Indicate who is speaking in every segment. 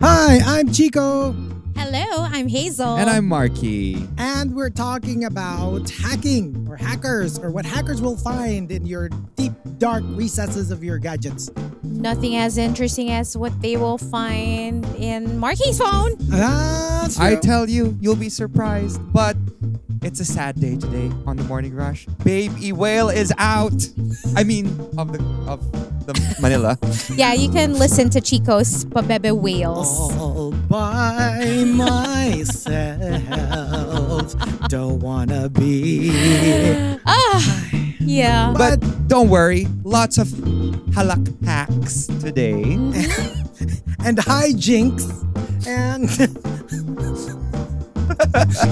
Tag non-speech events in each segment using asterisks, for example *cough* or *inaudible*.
Speaker 1: Hi, I'm Chico,
Speaker 2: Hello, I'm Hazel.
Speaker 3: And I'm Marky.
Speaker 1: and we're talking about hacking or hackers or what hackers will find in your deep, dark recesses of your gadgets.
Speaker 2: Nothing as interesting as what they will find in Marky's phone.
Speaker 1: That's
Speaker 3: I
Speaker 1: true.
Speaker 3: tell you, you'll be surprised, but it's a sad day today on the morning rush. Babe E Whale is out. I mean, of the of the *laughs* Manila.
Speaker 2: Yeah, you can listen to Chico's Pabebe Whales.
Speaker 3: Oh.
Speaker 1: all
Speaker 3: *laughs*
Speaker 1: by myself. Don't wanna be.
Speaker 2: Ah, yeah.
Speaker 3: But don't worry, lots of halak hacks today.
Speaker 1: And hijinks. And. *laughs*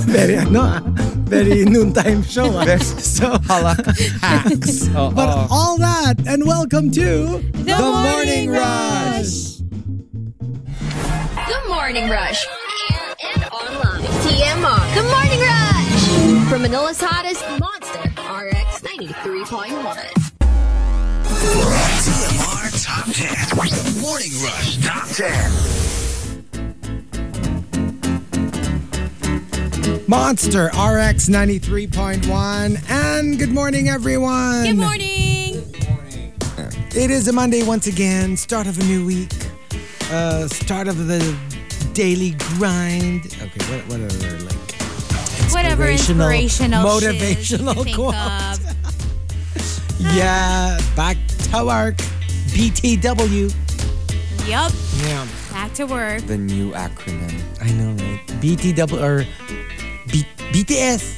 Speaker 1: very ano ah, very noontime show ah.
Speaker 3: Very-
Speaker 1: So,
Speaker 3: Halak hacks. Oo.
Speaker 1: *laughs* but all that and welcome to
Speaker 2: The Morning
Speaker 3: Rush.
Speaker 4: Good Morning Rush. And online. TMR. Good Morning Rush. From Manila's hottest monster, RX 93.1.
Speaker 5: TMR Top 10. Morning Rush Top 10.
Speaker 1: Monster RX 93.1. And good morning, everyone.
Speaker 2: Good morning.
Speaker 1: It is a Monday once again, start of a new week, uh, start of the daily grind. Okay, what, what are there like?
Speaker 2: Whatever inspirational,
Speaker 1: Inspirational, motivational
Speaker 2: shit you
Speaker 1: quote.
Speaker 2: can think of.
Speaker 1: Yeah, back to work. BTW.
Speaker 2: Yup.
Speaker 1: Yeah,
Speaker 2: Back to work.
Speaker 3: the new acronym.
Speaker 1: I know, right? BTW or B- BTS.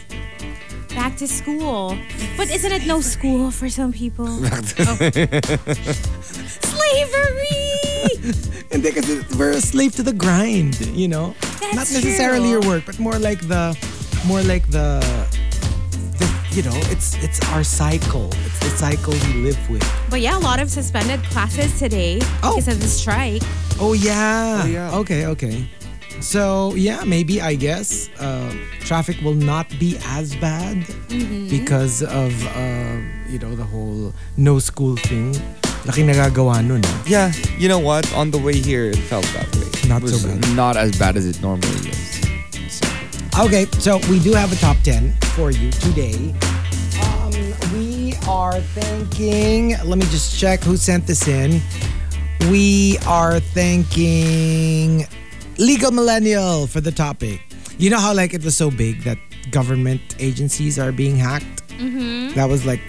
Speaker 2: Back to school. But isn't it no school for some people?
Speaker 3: *laughs*
Speaker 2: Oh. Slavery.
Speaker 1: Hindi kasi we're a slave to the grind, you know.
Speaker 2: That's
Speaker 1: Not necessarily
Speaker 2: true.
Speaker 1: your work, but more like the, more like the, the, you know, it's it's our cycle. It's the cycle we live with.
Speaker 2: But yeah, a lot of suspended classes today
Speaker 1: Oh.
Speaker 2: because of the strike.
Speaker 1: Oh yeah.
Speaker 3: yeah.
Speaker 1: Okay, okay. So yeah, maybe I guess uh, traffic will not be as bad because of uh, you know the whole no school thing. Laki nagagawa nun. ah.
Speaker 3: Yeah, you know what? On the way here, it felt that way.
Speaker 1: Not
Speaker 3: It was
Speaker 1: so bad.
Speaker 3: Not as bad as it normally is. So,
Speaker 1: Okay, so we do have a top 10 for you today. Um, we are thanking, let me just check who sent this in. We are thanking Legal Millennial for the topic. You know how, like, it was so big that government agencies are being hacked? Mm-hmm. That was like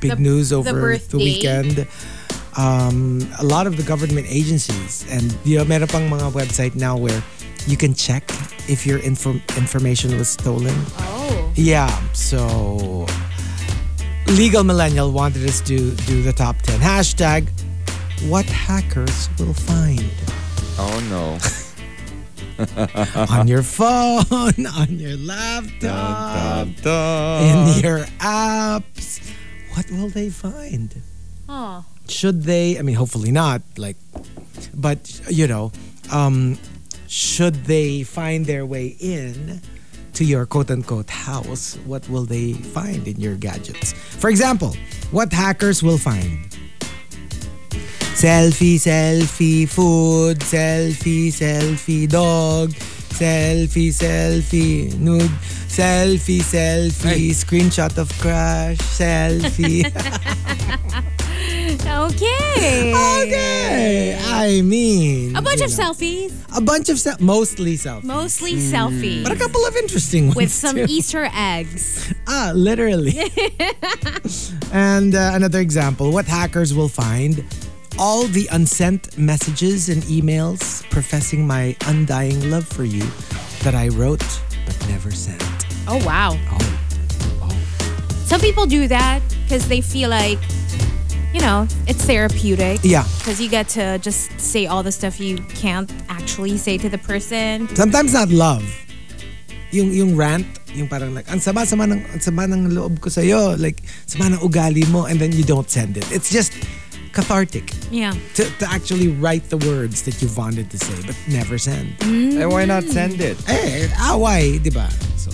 Speaker 1: big
Speaker 2: The-
Speaker 1: news
Speaker 2: the
Speaker 1: over the,
Speaker 2: birthday.
Speaker 1: weekend. Um, a lot of the government agencies and you know, meron pang mga website now where you can check if your inform- information was stolen.
Speaker 2: Oh.
Speaker 1: Yeah, so Legal Millennial wanted us to do the top 10 hashtag what hackers will find
Speaker 3: oh no.
Speaker 1: on your phone, *laughs* on your laptop,
Speaker 3: *laughs*
Speaker 1: in your apps. What will they find?
Speaker 2: Huh.
Speaker 1: should they i mean hopefully not like but you know um should they find their way in to your quote unquote house what will they find in your gadgets for example what hackers will find selfie selfie food selfie selfie dog selfie selfie nude selfie selfie
Speaker 3: Hey.
Speaker 1: screenshot of crush selfie
Speaker 2: Okay.
Speaker 1: Okay. I mean,
Speaker 2: A bunch
Speaker 1: you
Speaker 2: of
Speaker 1: know,
Speaker 2: selfies,
Speaker 1: a bunch of self, mostly self,
Speaker 2: mostly selfies.
Speaker 1: but a couple of interesting ones
Speaker 2: with some
Speaker 1: too.
Speaker 2: Easter eggs.
Speaker 1: ah,
Speaker 2: *laughs*
Speaker 1: literally. and uh, another example: what hackers will find all the unsent messages and emails professing my undying love for you that I wrote but never sent.
Speaker 2: Oh wow.
Speaker 1: Oh,
Speaker 2: Some people do that because they feel like, you know, it's therapeutic.
Speaker 1: yeah.
Speaker 2: Because you get to just say all the stuff you can't actually say to the person.
Speaker 1: Sometimes not love. Yung yung rant, yung parang like ang sama-sama ng ang sama ng loob ko sa like sama ng ugali mo and then you don't send it. It's just cathartic
Speaker 2: Yeah.
Speaker 1: to, to actually write the words that you wanted to say but never send.
Speaker 3: And why not send it?
Speaker 1: Eh, away, di ba? So,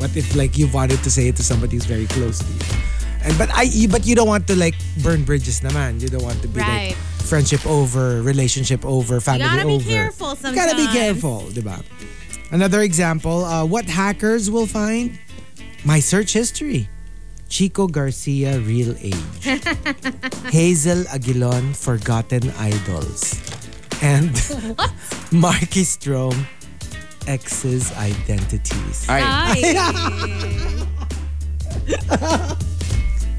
Speaker 1: what if like you wanted to say it to somebody who's very close to you? And but I but you don't want to like burn bridges naman. You don't want to be
Speaker 2: Right.
Speaker 1: like friendship over, relationship over, family
Speaker 2: gotta be
Speaker 1: over.
Speaker 2: careful
Speaker 1: You Gotta be
Speaker 2: sometimes.
Speaker 1: careful, diba? Another example, uh, what hackers will find? My search history. Chico Garcia, real
Speaker 2: *laughs*
Speaker 1: age. Hazel Aguilon, forgotten idols. And
Speaker 2: *laughs*
Speaker 1: Marky Strome, exes' identities.
Speaker 3: Ay,
Speaker 2: Ay.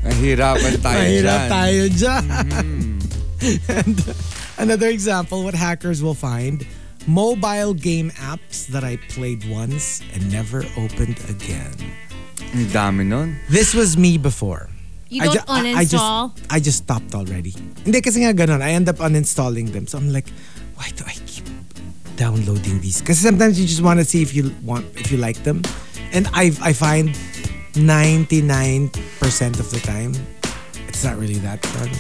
Speaker 3: nahirapan tayo
Speaker 1: Mahirap
Speaker 3: dyan. Mm-hmm.
Speaker 1: tayo dyan. *laughs* And another example, what hackers will find, mobile game apps that I played once and never opened again.
Speaker 3: Ang dami nun.
Speaker 1: This was me before.
Speaker 2: You don't
Speaker 1: ju- I
Speaker 2: uninstall.
Speaker 1: just, I just stopped already. Hindi kasi nga ganun. I end up uninstalling them. So I'm like, why do I keep downloading these? Because sometimes you just want to see if you want if you like them. And I I find 99% of the time it's not really that fun.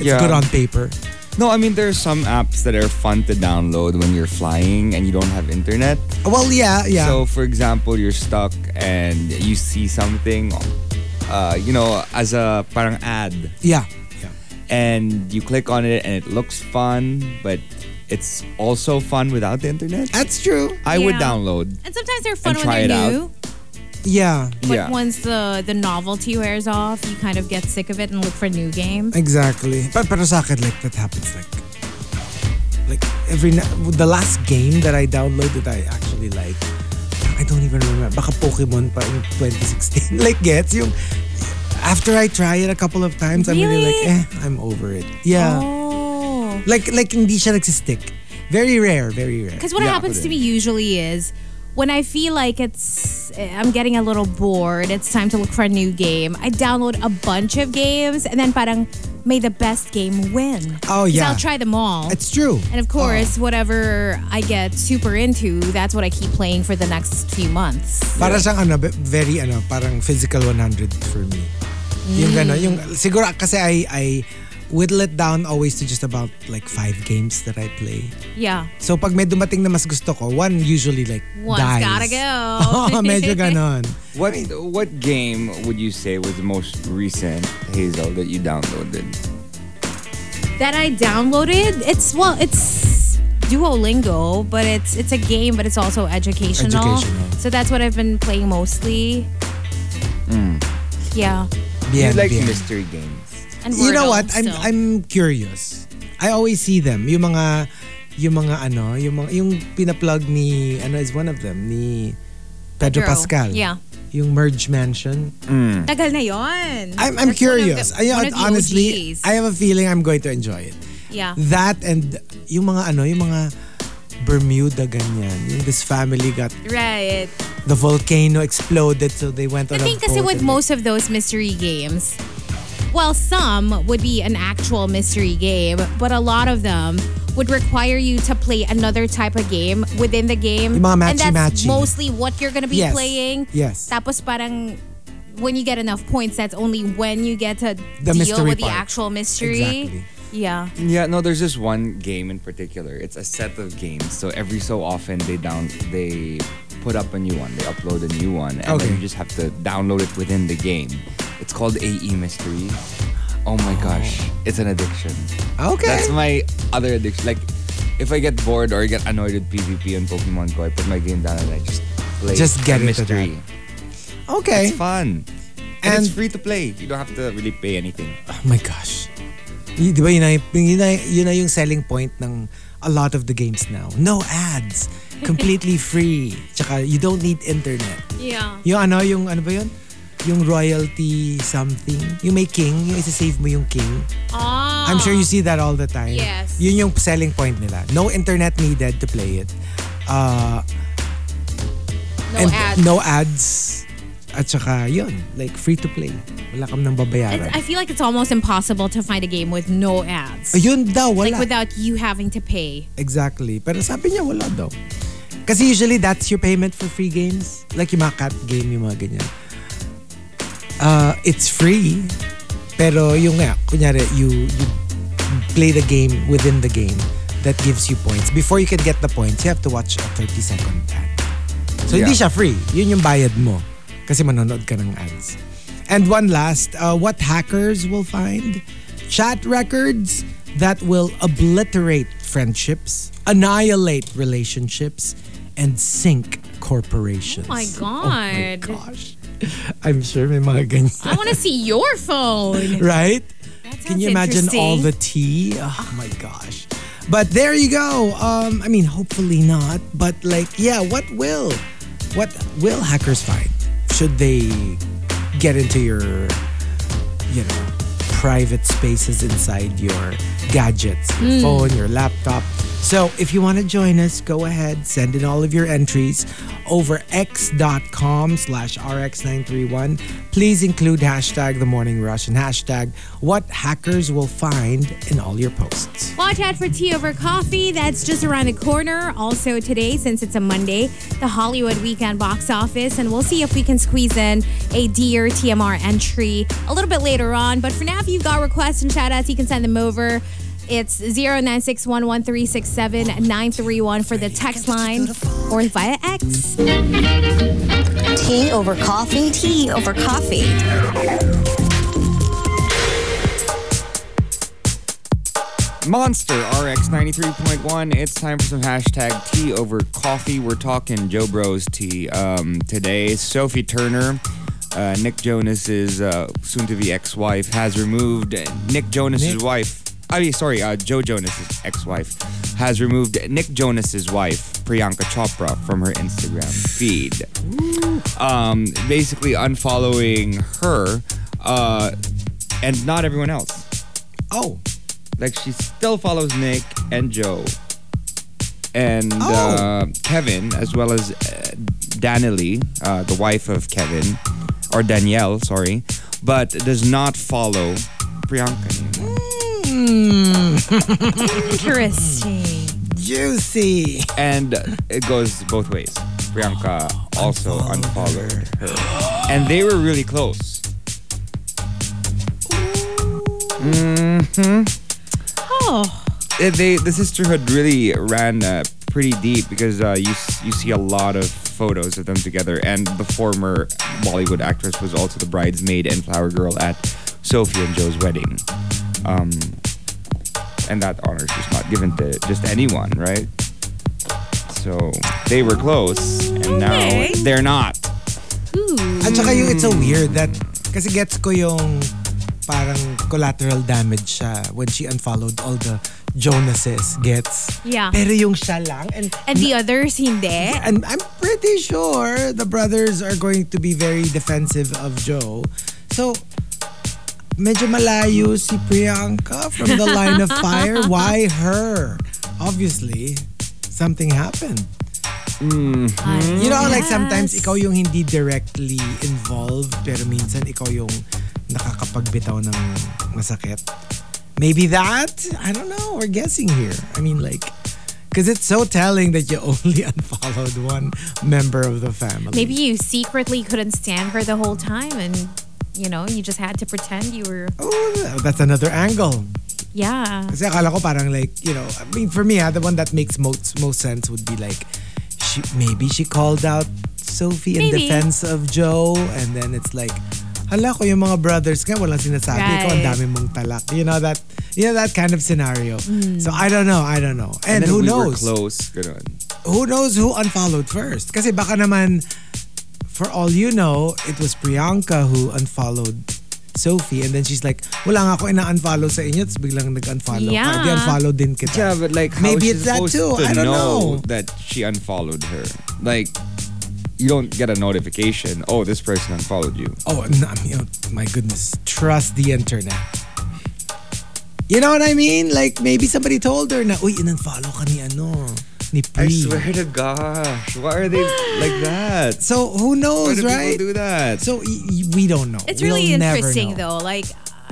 Speaker 1: It's
Speaker 3: Yeah.
Speaker 1: good on paper.
Speaker 3: No, I mean, there's some apps that are fun to download when you're flying and you don't have internet.
Speaker 1: Well, yeah, yeah.
Speaker 3: So, for example, you're stuck and you see something, uh, you know, as a parang ad,
Speaker 1: yeah. Yeah.
Speaker 3: and you click on it and it looks fun, but it's also fun without the internet.
Speaker 1: That's true. Uh,
Speaker 3: I would
Speaker 2: Yeah.
Speaker 3: download.
Speaker 2: and sometimes they're fun
Speaker 3: And
Speaker 2: when
Speaker 3: try
Speaker 2: they're
Speaker 3: it out.
Speaker 2: new.
Speaker 1: Yeah.
Speaker 2: But
Speaker 3: yeah.
Speaker 2: once the, the novelty wears off, you kind of get sick of it and look for new games.
Speaker 1: Exactly. But pero sa akin, like that happens like like every na- the last game that I downloaded I actually like I don't even remember. Baka Pokemon pa in 2016. *laughs* like gets yung after I try it a couple of times I'm really like eh
Speaker 2: Really?
Speaker 1: I'm over it. Yeah.
Speaker 2: Oh.
Speaker 1: Like like hindi siya nagsistick. Very rare, very rare.
Speaker 2: Because what
Speaker 3: Yeah,
Speaker 2: happens to
Speaker 3: but
Speaker 2: me
Speaker 3: it-
Speaker 2: usually is when I feel like it's I'm getting a little bored, it's time to look for a new game. I download a bunch of games and then parang may the best game win.
Speaker 1: Oh,
Speaker 2: 'Cause
Speaker 1: yeah.
Speaker 2: I'll try them all.
Speaker 1: It's oh. true.
Speaker 2: and of course, whatever I get super into, that's what I keep playing for the next few months.
Speaker 1: Para siyang ano, be- very ano, parang physical 100 for me. Yung gano'n, yung siguro kasi I I whittle it down always to just about like five games that I play.
Speaker 2: Yeah.
Speaker 1: So pag may dumating na mas gusto ko, one usually like
Speaker 2: One's
Speaker 1: dies.
Speaker 2: gotta go.
Speaker 1: *laughs* Oo, medyo
Speaker 2: *laughs*
Speaker 1: ganon.
Speaker 3: What what game would you say was the most recent Hazel that you downloaded?
Speaker 2: that I downloaded. It's well, it's Duolingo, but it's it's a game, but it's also educational.
Speaker 1: Educational.
Speaker 2: So that's what I've been playing mostly. Yeah,
Speaker 1: Bien,
Speaker 3: you like
Speaker 1: bien.
Speaker 3: mystery games?
Speaker 2: and
Speaker 1: You know
Speaker 2: Wordle
Speaker 1: what? I'm
Speaker 2: still.
Speaker 1: I'm curious. I always see them. Yung mga yung mga ano, yung mga yung pinaplug ni ano is one of them ni Pedro
Speaker 2: Pedro,
Speaker 1: Pascal.
Speaker 2: yeah.
Speaker 1: Yung Merge Mansion.
Speaker 2: Tagal na yon.
Speaker 1: I'm I'm
Speaker 2: That's one of the-
Speaker 1: curious. I
Speaker 2: one of the
Speaker 1: honestly,
Speaker 2: OGs.
Speaker 1: I have a feeling I'm going to enjoy it.
Speaker 2: yeah.
Speaker 1: That and yung mga ano, yung mga Bermuda ganyan. Yung this family got
Speaker 2: Right.
Speaker 1: the volcano exploded so they went
Speaker 2: The
Speaker 1: on a
Speaker 2: thing kasi
Speaker 1: boat
Speaker 2: with
Speaker 1: and-
Speaker 2: most of those mystery games, well, some would be an actual mystery game, but a lot of them would require you to play another type of game within the game.
Speaker 1: Yung mga
Speaker 2: and that's
Speaker 1: matchy-matchy.
Speaker 2: mostly what you're gonna be
Speaker 1: Yes.
Speaker 2: playing.
Speaker 1: Yes.
Speaker 2: Tapos parang when you get enough points, that's only when you get to
Speaker 1: The
Speaker 2: deal
Speaker 1: mystery
Speaker 2: with the
Speaker 1: part.
Speaker 2: actual mystery.
Speaker 1: Exactly.
Speaker 2: Yeah.
Speaker 3: Yeah, no, there's this one game in particular. It's a set of games. So every so often they down they put up a new one. They upload a new one and
Speaker 1: Okay.
Speaker 3: then you just have to download it within the game. It's called AE Mysteries. Oh my gosh, it's an addiction.
Speaker 1: Okay.
Speaker 3: That's my other addiction. Like if I get bored or I get annoyed with PvP and Pokemon Go, I put my game down and I just play
Speaker 1: Just get
Speaker 3: a
Speaker 1: into
Speaker 3: mystery.
Speaker 1: okay.
Speaker 3: It's fun. And,
Speaker 1: And-
Speaker 3: it's free to play. You don't have to really pay anything.
Speaker 1: Oh my gosh. Y- Di ba yun na, yun, na, yun na yung selling point ng a lot of the games now. No ads.
Speaker 2: *laughs*
Speaker 1: Completely free. Tsaka you don't need internet.
Speaker 2: Yeah.
Speaker 1: Yung ano, yung ano ba yun? Yung royalty something. Yung may king, yung isa-save mo yung king.
Speaker 2: Ah.
Speaker 1: I'm sure you see that all the time.
Speaker 2: Yes.
Speaker 1: Yun yung selling point nila. No internet needed to play it. Uh,
Speaker 2: no
Speaker 1: and
Speaker 2: ads.
Speaker 1: No ads. At saka yun, like free to play. Wala kang nang
Speaker 2: It's-
Speaker 1: babayaran.
Speaker 2: I feel like it's almost impossible to find a game with no ads.
Speaker 1: Yun daw, wala.
Speaker 2: like without you having to pay.
Speaker 1: exactly. Pero sabi niya, wala daw. Kasi usually, that's your payment for free games. Like yung mga cat game, yung mga ganyan. Uh, it's free. Pero yung nga, kunyari, you, you play the game within the game that gives you points. Before you can get the points, you have to watch a 30-second ad. So hindi
Speaker 3: Yeah.
Speaker 1: siya free. Yun yung bayad mo. Kasi manonood ka ng ads. And one last, uh, what hackers will find? Chat records, that will obliterate friendships, annihilate relationships, and sink corporations.
Speaker 2: Oh my
Speaker 1: my
Speaker 2: God.
Speaker 1: gosh. *laughs* I'm sure may mga ganyan.
Speaker 2: I want to see your phone.
Speaker 1: Right? Can
Speaker 2: sounds
Speaker 1: you imagine all
Speaker 2: interesting.
Speaker 1: the tea? Oh my gosh. But there you go. Um, I mean, hopefully not. But like, yeah, what will? What will hackers find? Should they get into your, you know, private spaces inside your gadgets, your phone, your laptop? So if you want to join us, go ahead, send in all of your entries over x.com slash rx931. Please include hashtag the morning rush and hashtag what hackers will find in all your posts.
Speaker 2: Watch out for tea over coffee. That's just around the corner. Also, today, since it's a Monday, the Hollywood weekend box office, and we'll see if we can squeeze in a Dear TMR entry a little bit later on. But for now, if you've got requests and shout outs, you can send them over. It's 09611367 for the text line or via X.
Speaker 6: Tea over coffee? Tea over coffee.
Speaker 3: Monster RX 93.1. It's time for some hashtag tea over coffee. We're talking Joe Bros tea um, today. Sophie Turner, uh, Nick Jonas's uh, soon to be ex wife, has removed Nick Jonas's
Speaker 1: Nick?
Speaker 3: wife. I mean, sorry, uh, Joe Jonas's ex wife has removed Nick Jonas's wife, Priyanka Chopra, from her Instagram feed um, basically unfollowing her uh, and not everyone else.
Speaker 1: Oh,
Speaker 3: Like she still follows Nick and Joe and uh,
Speaker 1: Oh.
Speaker 3: Kevin, as well as uh, Danily, uh, the wife of Kevin, or Danielle, sorry, but does not follow Priyanka anymore.
Speaker 2: Interesting.
Speaker 1: juicy.
Speaker 3: and it goes both ways. Priyanka also unfollowed her, and they were really close.
Speaker 2: Oh,
Speaker 3: Mm-hmm. they, they the sisterhood really ran uh, pretty deep because uh, you s- you see a lot of photos of them together, and the former Bollywood actress was also the bridesmaid and flower girl at Sophie and Joe's wedding. Um, and that honor is just not given to just anyone, right? So they were close, and now
Speaker 2: Okay.
Speaker 3: they're not.
Speaker 2: ooh.
Speaker 1: At saka yung it's so weird that kasi gets ko yung parang collateral damage siya when she unfollowed all the Jonases gets.
Speaker 2: Yeah.
Speaker 1: Pero yung siya lang and
Speaker 2: And the others, hindi.
Speaker 1: and I'm pretty sure the brothers are going to be very defensive of Joe. So medyo malayo si Priyanka from the line of fire. Why her? Obviously, something happened. You know, like sometimes ikaw yung hindi directly involved pero minsan ikaw yung nakakapagbitaw ng masakit. Maybe that? I don't know. We're guessing here. I mean like because it's so telling that you only *laughs* unfollowed one member of the family.
Speaker 2: Maybe you secretly couldn't stand her the whole time and you know, you just had to pretend you were
Speaker 1: Oh, that's another angle.
Speaker 2: yeah.
Speaker 1: Kasi akala ko parang like, you know, I mean, for me, ah, the one that makes most, most sense would be like, she, maybe she called out Sophie in
Speaker 2: Maybe.
Speaker 1: defense of Joe. And then it's like, hala ko yung mga brothers nga, walang sinasabi. Ikaw, ang
Speaker 2: Right.
Speaker 1: dami mong talak. You know, that, you know, that kind of scenario.
Speaker 2: Mm.
Speaker 1: So I don't know, I don't know. And,
Speaker 3: then
Speaker 1: who
Speaker 3: we
Speaker 1: knows?
Speaker 3: Were close. Ganun.
Speaker 1: who knows who unfollowed first? Kasi baka naman, for all you know, it was Priyanka who unfollowed Sophie and then she's like, wala nga ako ina-unfollow sa inyo tapos biglang nag-unfollow ka.
Speaker 2: Yeah.
Speaker 1: Di unfollow din kita.
Speaker 3: Yeah, but like, how
Speaker 1: Maybe
Speaker 3: is
Speaker 1: it's
Speaker 3: she
Speaker 1: that
Speaker 3: supposed
Speaker 1: too.
Speaker 3: to
Speaker 1: I don't know.
Speaker 3: that she unfollowed her? Like, you don't get a notification. Oh, this person unfollowed you.
Speaker 1: Oh, no, I mean, oh, my goodness. Trust the internet. You know what I mean? Like maybe somebody told her na, uy, in-unfollow ka ni ano, ni
Speaker 3: I
Speaker 1: Pri.
Speaker 3: swear to gosh, why are they *gasps* like that?
Speaker 1: So who
Speaker 3: Why
Speaker 1: knows,
Speaker 3: do
Speaker 1: right?
Speaker 3: people do that?
Speaker 1: So y- y- we don't know.
Speaker 2: It's really
Speaker 1: We'll never
Speaker 2: interesting
Speaker 1: know.
Speaker 2: though. Like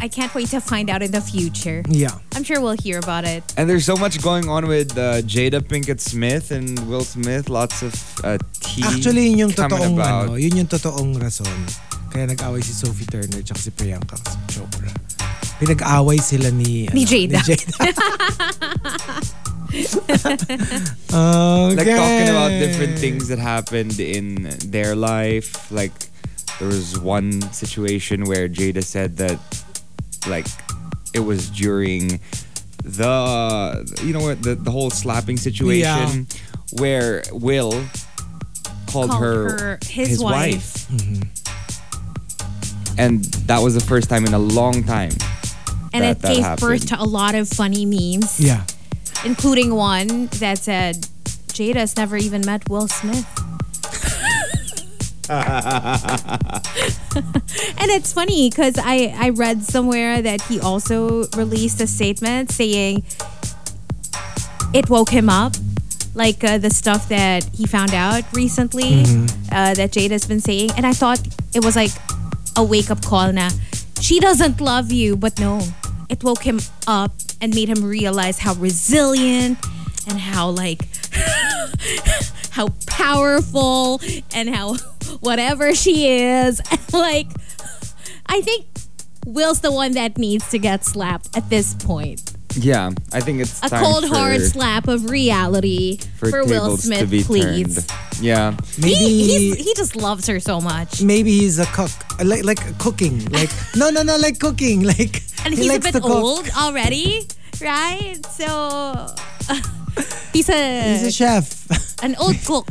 Speaker 2: I can't wait to find out in the future.
Speaker 1: Yeah.
Speaker 2: I'm sure we'll hear about it.
Speaker 3: and there's so much going on with uh, Jada Pinkett Smith and Will Smith. Lots of uh, tea
Speaker 1: Actually, yun yung
Speaker 3: coming
Speaker 1: totoong
Speaker 3: about.
Speaker 1: ano, yun yung totoong rason. Kaya nag-away si Sophie Turner at si Priyanka Chopra. Pinag-away sila ni...
Speaker 2: Ni
Speaker 1: ano,
Speaker 2: Jada.
Speaker 1: Ni
Speaker 2: *laughs*
Speaker 1: Jada. okay.
Speaker 3: Like talking about different things that happened in their life. Like there was one situation where Jada said that like it was during the you know what the, the whole slapping situation where Will called,
Speaker 2: Called
Speaker 3: her,
Speaker 2: her his wife.
Speaker 3: And that was the first time in a long time.
Speaker 2: and it
Speaker 3: that- that
Speaker 2: gave
Speaker 3: happened.
Speaker 2: birth to a lot of funny memes,
Speaker 1: Yeah.
Speaker 2: including one that said, Jada's never even met Will Smith. *laughs* and it's funny because I, I read somewhere that he also released a statement saying it woke him up. Like uh, the stuff that he found out recently uh, that Jada's been saying. And I thought it was like a wake up call now. She doesn't love you, but no. It woke him up and made him realize how resilient and how like *laughs* how powerful and how whatever she is. *laughs* like I think Will's the one that needs to get slapped at this point.
Speaker 3: Yeah, I think it's
Speaker 2: A
Speaker 3: time
Speaker 2: cold
Speaker 3: for,
Speaker 2: hard slap of reality
Speaker 3: for,
Speaker 2: for, Will
Speaker 3: tables to
Speaker 2: Smith,
Speaker 3: be
Speaker 2: please.
Speaker 3: turned. Yeah,
Speaker 1: Maybe
Speaker 2: He, he's, he just loves her so much.
Speaker 1: maybe he's a cook. Like like cooking. Like
Speaker 2: *laughs*
Speaker 1: no no no like cooking. Like
Speaker 2: and
Speaker 1: he
Speaker 2: he's a
Speaker 1: likes
Speaker 2: bit
Speaker 1: to cook.
Speaker 2: old already, right? So *laughs* he's a,
Speaker 1: He's a chef. *laughs*
Speaker 2: an old cook.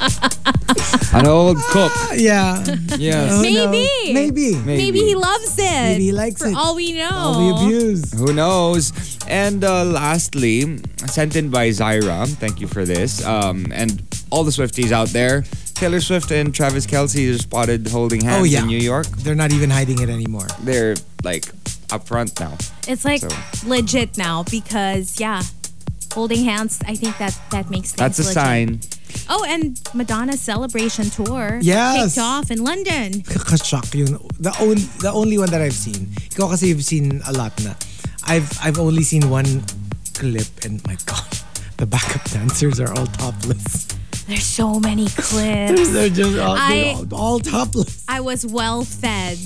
Speaker 3: an old cook.
Speaker 1: Ah, yeah.
Speaker 3: Yes.
Speaker 1: Who
Speaker 2: Maybe.
Speaker 1: knows? Maybe.
Speaker 2: Maybe he loves it.
Speaker 1: Maybe he likes
Speaker 2: for
Speaker 1: it.
Speaker 2: all we know.
Speaker 1: All the abuse.
Speaker 3: Who knows? And uh, lastly, sent in by Zyra. Thank you for this. Um, and all the Swifties out there, Taylor Swift and Travis Kelsey are spotted holding hands
Speaker 1: Oh, yeah.
Speaker 3: in New York.
Speaker 1: They're not even hiding it anymore.
Speaker 3: They're like up front now.
Speaker 2: It's like
Speaker 3: So-
Speaker 2: legit now because yeah, holding hands. I think that that makes things.
Speaker 3: That's a
Speaker 2: legit.
Speaker 3: sign.
Speaker 2: Oh, and Madonna's celebration tour.
Speaker 1: Yes.
Speaker 2: kicked off in London.
Speaker 1: kakashock yun. The only, the only one that I've seen. Ikaw kasi you've seen a lot na. I've, I've only seen one clip and my God, *laughs* the backup dancers are all topless.
Speaker 2: There's so many clips.
Speaker 1: *laughs* They're just all,
Speaker 2: I-
Speaker 1: they're all, all topless.
Speaker 2: I was well fed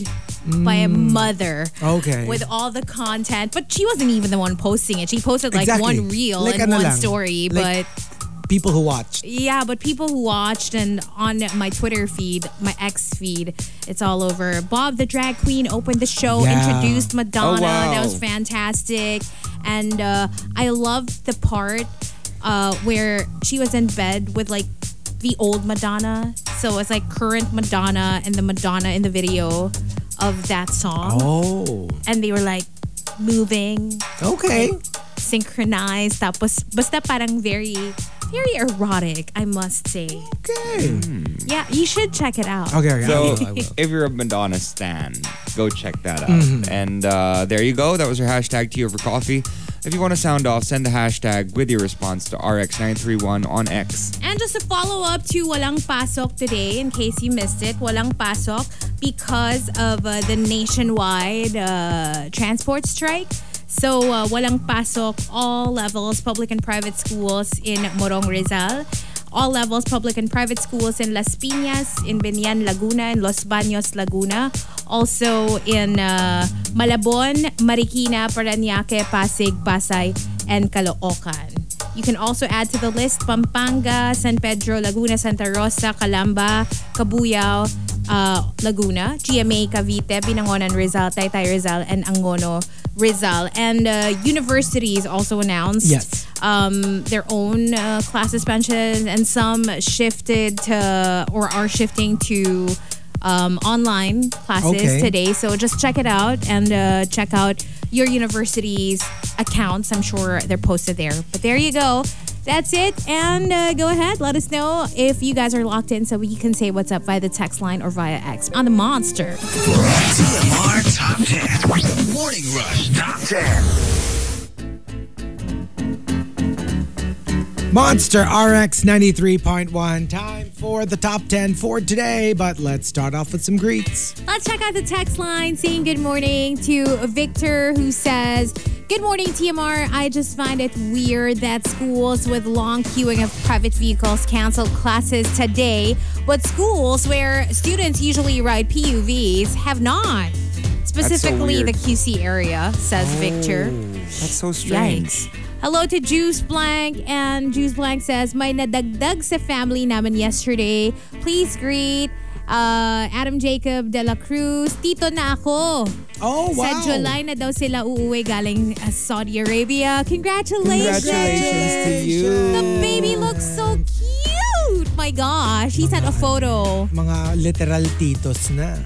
Speaker 2: by a mother.
Speaker 1: Mm. Okay.
Speaker 2: With all the content, but she wasn't even the one posting it. She posted like
Speaker 1: Exactly.
Speaker 2: one reel
Speaker 1: Like,
Speaker 2: and
Speaker 1: ano
Speaker 2: one
Speaker 1: lang.
Speaker 2: story,
Speaker 1: Like-
Speaker 2: but.
Speaker 1: People who watched.
Speaker 2: Yeah, but people who watched and on my Twitter feed, my ex feed, it's all over. Bob the drag queen opened the show,
Speaker 1: Yeah.
Speaker 2: introduced Madonna.
Speaker 3: Oh, wow.
Speaker 2: That was fantastic. And uh, I loved the part uh, where she was in bed with like the old Madonna. So it's like current Madonna and the Madonna in the video of that song.
Speaker 1: Oh.
Speaker 2: And they were like moving,
Speaker 1: Okay.
Speaker 2: synchronized. Tapos basta parang very, very erotic, I must say.
Speaker 1: Okay.
Speaker 2: Yeah, you should check it out.
Speaker 1: Okay, okay. I
Speaker 3: So
Speaker 1: will, I will.
Speaker 3: if you're a Madonna stan, go check that out.
Speaker 1: Mm-hmm.
Speaker 3: And uh, there you go. That was your hashtag tea over coffee. If you want to sound off, send the hashtag with your response to RX931 on X.
Speaker 2: And just a follow up to Walang Pasok today, in case you missed it, Walang Pasok because of uh, the nationwide uh, transport strike. So, uh, Walang Pasok, all levels, public and private schools in Morong Rizal. All levels, public and private schools in Las Piñas, in Binian, Laguna, in Los Baños, Laguna. Also in uh, Malabon, Marikina, Paranaque, Pasig, Pasay, and Caloocan. You can also add to the list Pampanga, San Pedro, Laguna, Santa Rosa, Calamba, Cabuyao, uh, Laguna, GMA, Cavite, Binangonan, Rizal, Taytay, Rizal, and Angono, Rizal. And uh, universities also announced
Speaker 1: Yes.
Speaker 2: um, their own uh, class suspensions, and some shifted to or are shifting to um, online classes
Speaker 1: Okay.
Speaker 2: today. So just check it out and uh, check out your university's accounts. I'm sure they're posted there. But there you go. That's it. And uh, go ahead. Let us know if you guys are locked in so we can say what's up via the text line or via X on the monster.
Speaker 5: TMR Top 10. Morning Rush Top 10.
Speaker 1: Monster RX 93.1. Time for the top 10 for today, but let's start off with some greets.
Speaker 2: Let's check out the text line saying good morning to Victor who says, Good morning, TMR. I just find it weird that schools with long queuing of private vehicles canceled classes today, but schools where students usually ride PUVs have not. Specifically,
Speaker 3: weird.
Speaker 2: the QC area, says Victor.
Speaker 3: That's so strange.
Speaker 2: Yikes. Hello to Juice Blank. And Juice Blank says, May nadagdag sa family namin yesterday. Please greet uh, Adam Jacob de la Cruz. Tito na ako.
Speaker 1: Oh, wow.
Speaker 2: Sa July na daw sila uuwi galing uh, Saudi Arabia. Congratulations!
Speaker 3: Congratulations to you.
Speaker 2: The baby looks so cute! My gosh, he sent a photo.
Speaker 1: Mga literal titos na.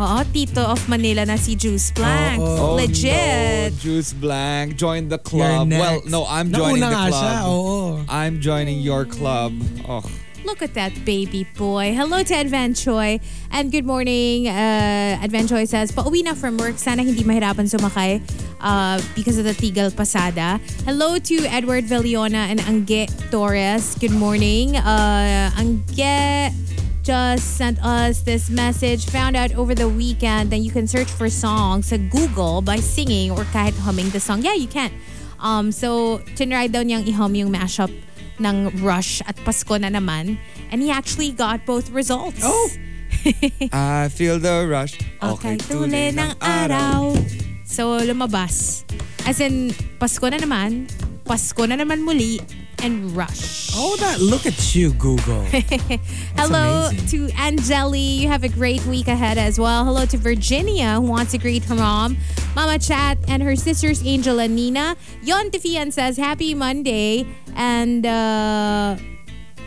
Speaker 2: Oo, Tito of Manila na si Juice Blanks.
Speaker 1: Oo.
Speaker 2: Legit.
Speaker 3: no, Oh, Juice Blank, join the
Speaker 1: You're
Speaker 3: club.
Speaker 1: next.
Speaker 3: Well, no, I'm
Speaker 1: Nauna
Speaker 3: joining the
Speaker 1: nga
Speaker 3: club.
Speaker 1: siya, oo.
Speaker 3: I'm joining your club. Oh,
Speaker 2: Look at that baby boy. Hello to Advenchoy. And good morning. Uh, Advenchoy says, pauwi na from work. Sana hindi mahirapan sumakay uh, because of the Tigal Pasada. Hello to Edward Villona and Angge Torres. Good morning. Uh, Angge just sent us this message. Found out over the weekend that you can search for songs sa Google by singing or kahit humming the song. Yeah, you can. Um, so, tinry daw niyang i-hum yung mashup ng Rush at Pasko na naman. And he actually got both results.
Speaker 1: Oh!
Speaker 3: I feel the rush.
Speaker 2: Okay, tuli ng araw. So, lumabas. As in, Pasko na naman, Pasko na naman muli, and Rush.
Speaker 1: Oh, that. Look at you, *laughs* Google.
Speaker 2: Hello
Speaker 1: amazing.
Speaker 2: to Angeli. You have a great week ahead as well. Hello to Virginia, who wants to greet her mom, Mama Chat, and her sisters, Angel and Nina. Yon Tifian says, Happy Monday. And, uh,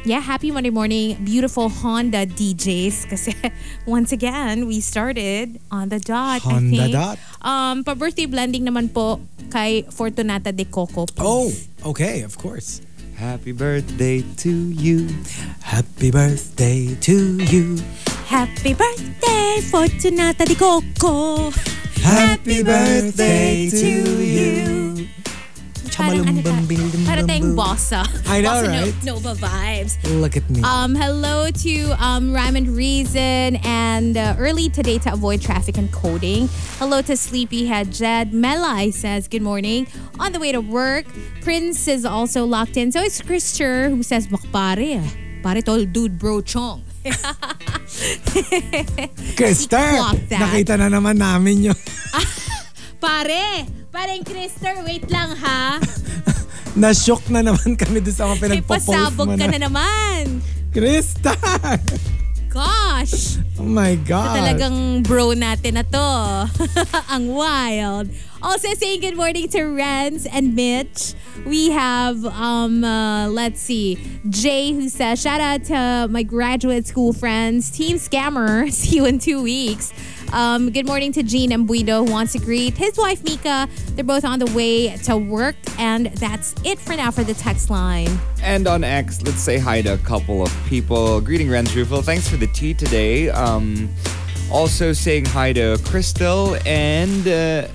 Speaker 2: yeah, happy Monday morning, beautiful Honda DJs. Kasi *laughs* once again, we started on the dot.
Speaker 1: On
Speaker 2: I
Speaker 1: the
Speaker 2: think.
Speaker 1: dot.
Speaker 2: Um, pa-birthday blending naman po kay Fortunata de Coco. please.
Speaker 1: oh, okay, of course.
Speaker 3: Happy birthday to you.
Speaker 1: Happy birthday to you.
Speaker 2: Happy birthday, Fortunata de Coco. *laughs*
Speaker 1: Happy birthday to you.
Speaker 2: Parang ano ta-
Speaker 1: Chamalumbumbing-dumbumbu.
Speaker 2: Para tayong bossa.
Speaker 1: I know,
Speaker 2: bossa
Speaker 1: right?
Speaker 2: No, Nova vibes.
Speaker 1: Look at me.
Speaker 2: Um, hello to um, Rhyme and Reason and uh, early today to avoid traffic and coding. Hello to Sleepyhead Jed. Melai says, Good morning. On the way to work, Prince is also locked in. So it's Christopher who says, Makpare. ah. Pare tol dude bro chong. *laughs*
Speaker 1: Krister,
Speaker 2: clocked that.
Speaker 1: nakita na naman namin yun.
Speaker 2: Pare! Pareng Krister, wait lang
Speaker 1: *laughs*
Speaker 2: ha.
Speaker 1: Nashock na naman *laughs* kami doon sa mga pinagpo-post
Speaker 2: Ipasabog
Speaker 1: mo
Speaker 2: ka
Speaker 1: na.
Speaker 2: na naman.
Speaker 1: Krista! *laughs*
Speaker 2: Gosh!
Speaker 1: Oh my God.
Speaker 2: Talagang bro natin na to. *laughs* Ang wild. Also saying good morning to Renz and Mitch. We have, um, uh, let's see, Jay who says, shout out to my graduate school friends, Team Scammer. *laughs* See you in two weeks. Um, good morning to Gene Embuido who wants to greet his wife Mika. They're both on the way to work. And that's it for now for the text line.
Speaker 3: And on X, let's say hi to a couple of people. Greeting Ren Trufel. Thanks for the tea today. Um, also saying hi to Crystal and uh,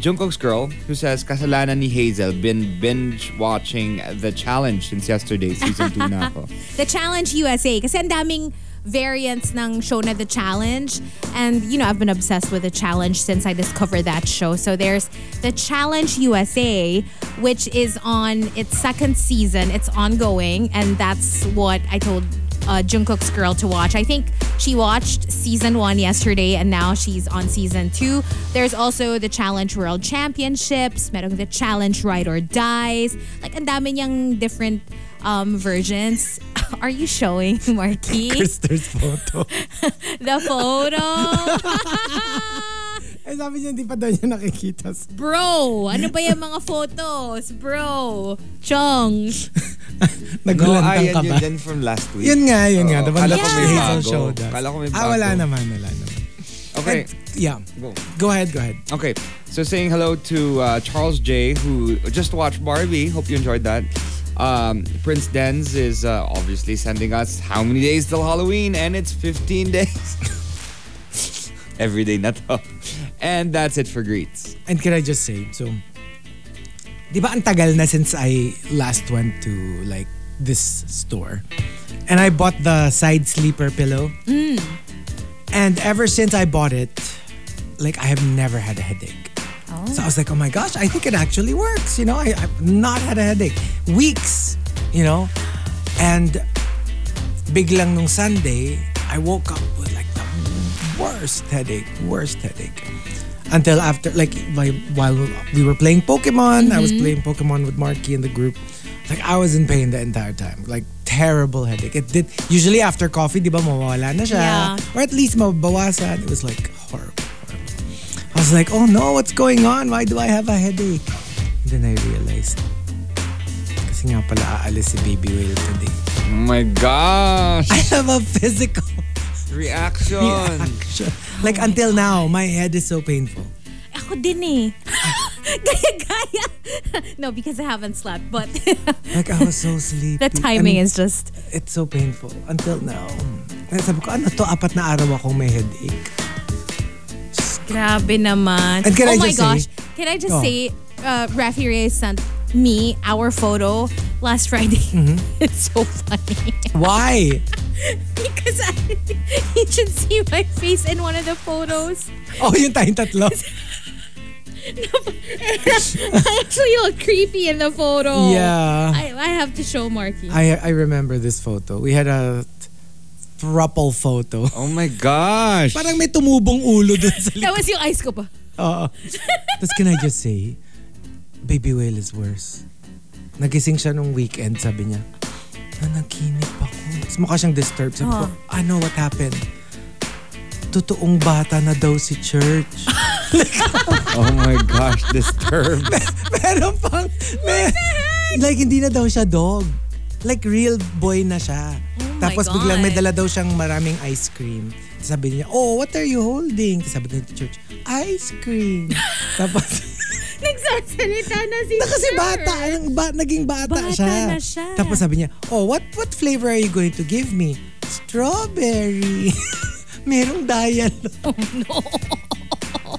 Speaker 3: Jungkook's girl who says kasalanan ni Hazel been binge watching the challenge since yesterday season 2 na
Speaker 1: *laughs*
Speaker 3: ako.
Speaker 2: The Challenge USA. Kasi ang daming variants ng show na The Challenge. And, you know, I've been obsessed with The Challenge since I discovered that show. So there's The Challenge USA, which is on its second season. It's ongoing. And that's what I told uh, Jungkook's girl to watch. I think she watched season one yesterday and now she's on season two. There's also the Challenge World Championships, merong the Challenge Ride or Dies. Like, ang dami niyang different um, versions. *laughs* Are you showing, *laughs* Marky?
Speaker 1: Krister's photo.
Speaker 2: the photo?
Speaker 1: Eh sabi niya, hindi pa daw niya nakikita.
Speaker 2: Bro, ano ba yung mga photos? Bro, Chong. Eh,
Speaker 1: Nagulantang
Speaker 3: ayan
Speaker 1: ka
Speaker 3: yun
Speaker 1: ba?
Speaker 3: din from last week.
Speaker 1: Yun nga, yun nga.
Speaker 3: Oo,
Speaker 1: Diba,
Speaker 3: kala
Speaker 1: look
Speaker 2: ko
Speaker 1: at
Speaker 2: may
Speaker 1: Hazel
Speaker 3: bago.
Speaker 1: showed us.
Speaker 3: Kala ko may
Speaker 1: Ah, wala
Speaker 3: bago.
Speaker 1: naman, wala naman.
Speaker 3: Okay.
Speaker 1: Yeah.
Speaker 3: Go.
Speaker 1: Go ahead, go ahead.
Speaker 3: Okay, so saying hello to uh, Charles J, who just watched Barbie. Hope you enjoyed that. Um, Prince Denz is uh, obviously sending us how many days till Halloween, and it's *laughs* 15 days. Every day na to. And that's it for greets.
Speaker 1: And can I just say, so, di ba ang tagal na since I last went to like this store? And I bought the side sleeper pillow. And ever since I bought it, like I have never had a headache. So I was like, oh my gosh, I think it actually works. You know, I, I've not had a headache. Weeks, you know? And biglang nung Sunday, I woke up with like the worst headache, worst headache. Until after, like, my, while we were playing Pokemon, I was playing Pokemon with Marky in the group. Like, I was in pain the entire time. Like, terrible headache. It did usually after coffee, di ba mawawala na siya?
Speaker 2: Yeah.
Speaker 1: Or at least mabawasan. It was like horrible, horrible. I was like, oh no, what's going on? Why do I have a headache? And then I realized, kasi nga pala aalis si Baby Whale today.
Speaker 3: Oh my
Speaker 1: *laughs*
Speaker 3: gosh.
Speaker 1: I have a physical
Speaker 3: Reaction.
Speaker 1: reaction. Like until now, my head is so painful.
Speaker 2: Ako din eh. *laughs* Gaya-gaya. *laughs* no, because I haven't slept. But *laughs*
Speaker 1: Like Mm, I was so sleepy.
Speaker 2: the timing is just...
Speaker 1: It's so painful until now. Kaya sabi ko, ano to? Apat na araw akong may headache.
Speaker 2: Grabe naman.
Speaker 1: And can
Speaker 2: oh
Speaker 1: I
Speaker 2: my
Speaker 1: just
Speaker 2: gosh.
Speaker 1: say-
Speaker 2: Can I just
Speaker 1: Oh.
Speaker 2: say, uh, Rafi Reyes sent me our photo last Friday.
Speaker 1: Mm-hmm.
Speaker 2: *laughs* It's so funny. *laughs*
Speaker 1: Why?
Speaker 2: because I, *laughs* he should see my face in one of the photos. *laughs*
Speaker 1: Oh, yung tayong tatlo.
Speaker 2: I actually look creepy in the photo.
Speaker 1: Yeah.
Speaker 2: I, I have to show Marky.
Speaker 1: I I remember this photo. We had a thruple photo.
Speaker 3: Oh my gosh.
Speaker 1: Parang may tumubong ulo dun sa likod.
Speaker 2: that was yung eyes ko *laughs* pa.
Speaker 1: Oo. Tapos can I just say, Baby Whale is worse. Nagising siya nung weekend, sabi niya, nanaginip ako. Tapos mukha siyang disturbed. Sabi ko,
Speaker 2: Ah.
Speaker 1: ano, what happened? Totoong bata na daw si
Speaker 2: *laughs*
Speaker 1: Church.
Speaker 3: Oh my gosh.
Speaker 1: *laughs*
Speaker 3: Disturbed.
Speaker 1: Pero pang, may, like hindi na daw siya dog. Like real boy na siya.
Speaker 2: Oh my
Speaker 1: Tapos biglang may
Speaker 2: God.
Speaker 1: dala daw siyang maraming ice cream. Tapos Sabi niya, oh, what are you holding? Tapos Sabi niya to church, ice
Speaker 2: *laughs*
Speaker 1: cream. Tapos,
Speaker 2: Nagsasalita na si
Speaker 1: na kasi
Speaker 2: Sir.
Speaker 1: bata, ang ba, naging bata,
Speaker 2: Bata
Speaker 1: siya.
Speaker 2: na siya.
Speaker 1: Tapos sabi niya, oh, what what flavor are you going to give me? Strawberry. *laughs* Merong *laughs* dialogue.
Speaker 2: Oh,
Speaker 1: no.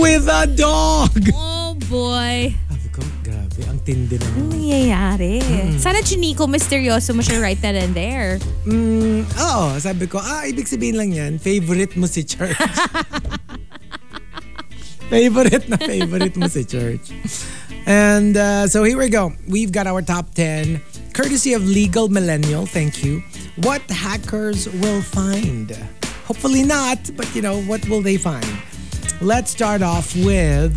Speaker 1: With a dog.
Speaker 2: Oh boy.
Speaker 1: Sabi ko, grabe, ang tindi naman.
Speaker 2: Nangyayari. Sana Chinico Misterioso mo siya right then and there.
Speaker 1: Mm, oo, sabi ko, ah, ibig sabihin lang yan, favorite mo si Church. favorite na favorite mo si Church. And uh, so here we go. We've got our top 10, courtesy of Legal Millennial, thank you. What hackers will find. Hopefully not, but you know, what will they find? Let's start off with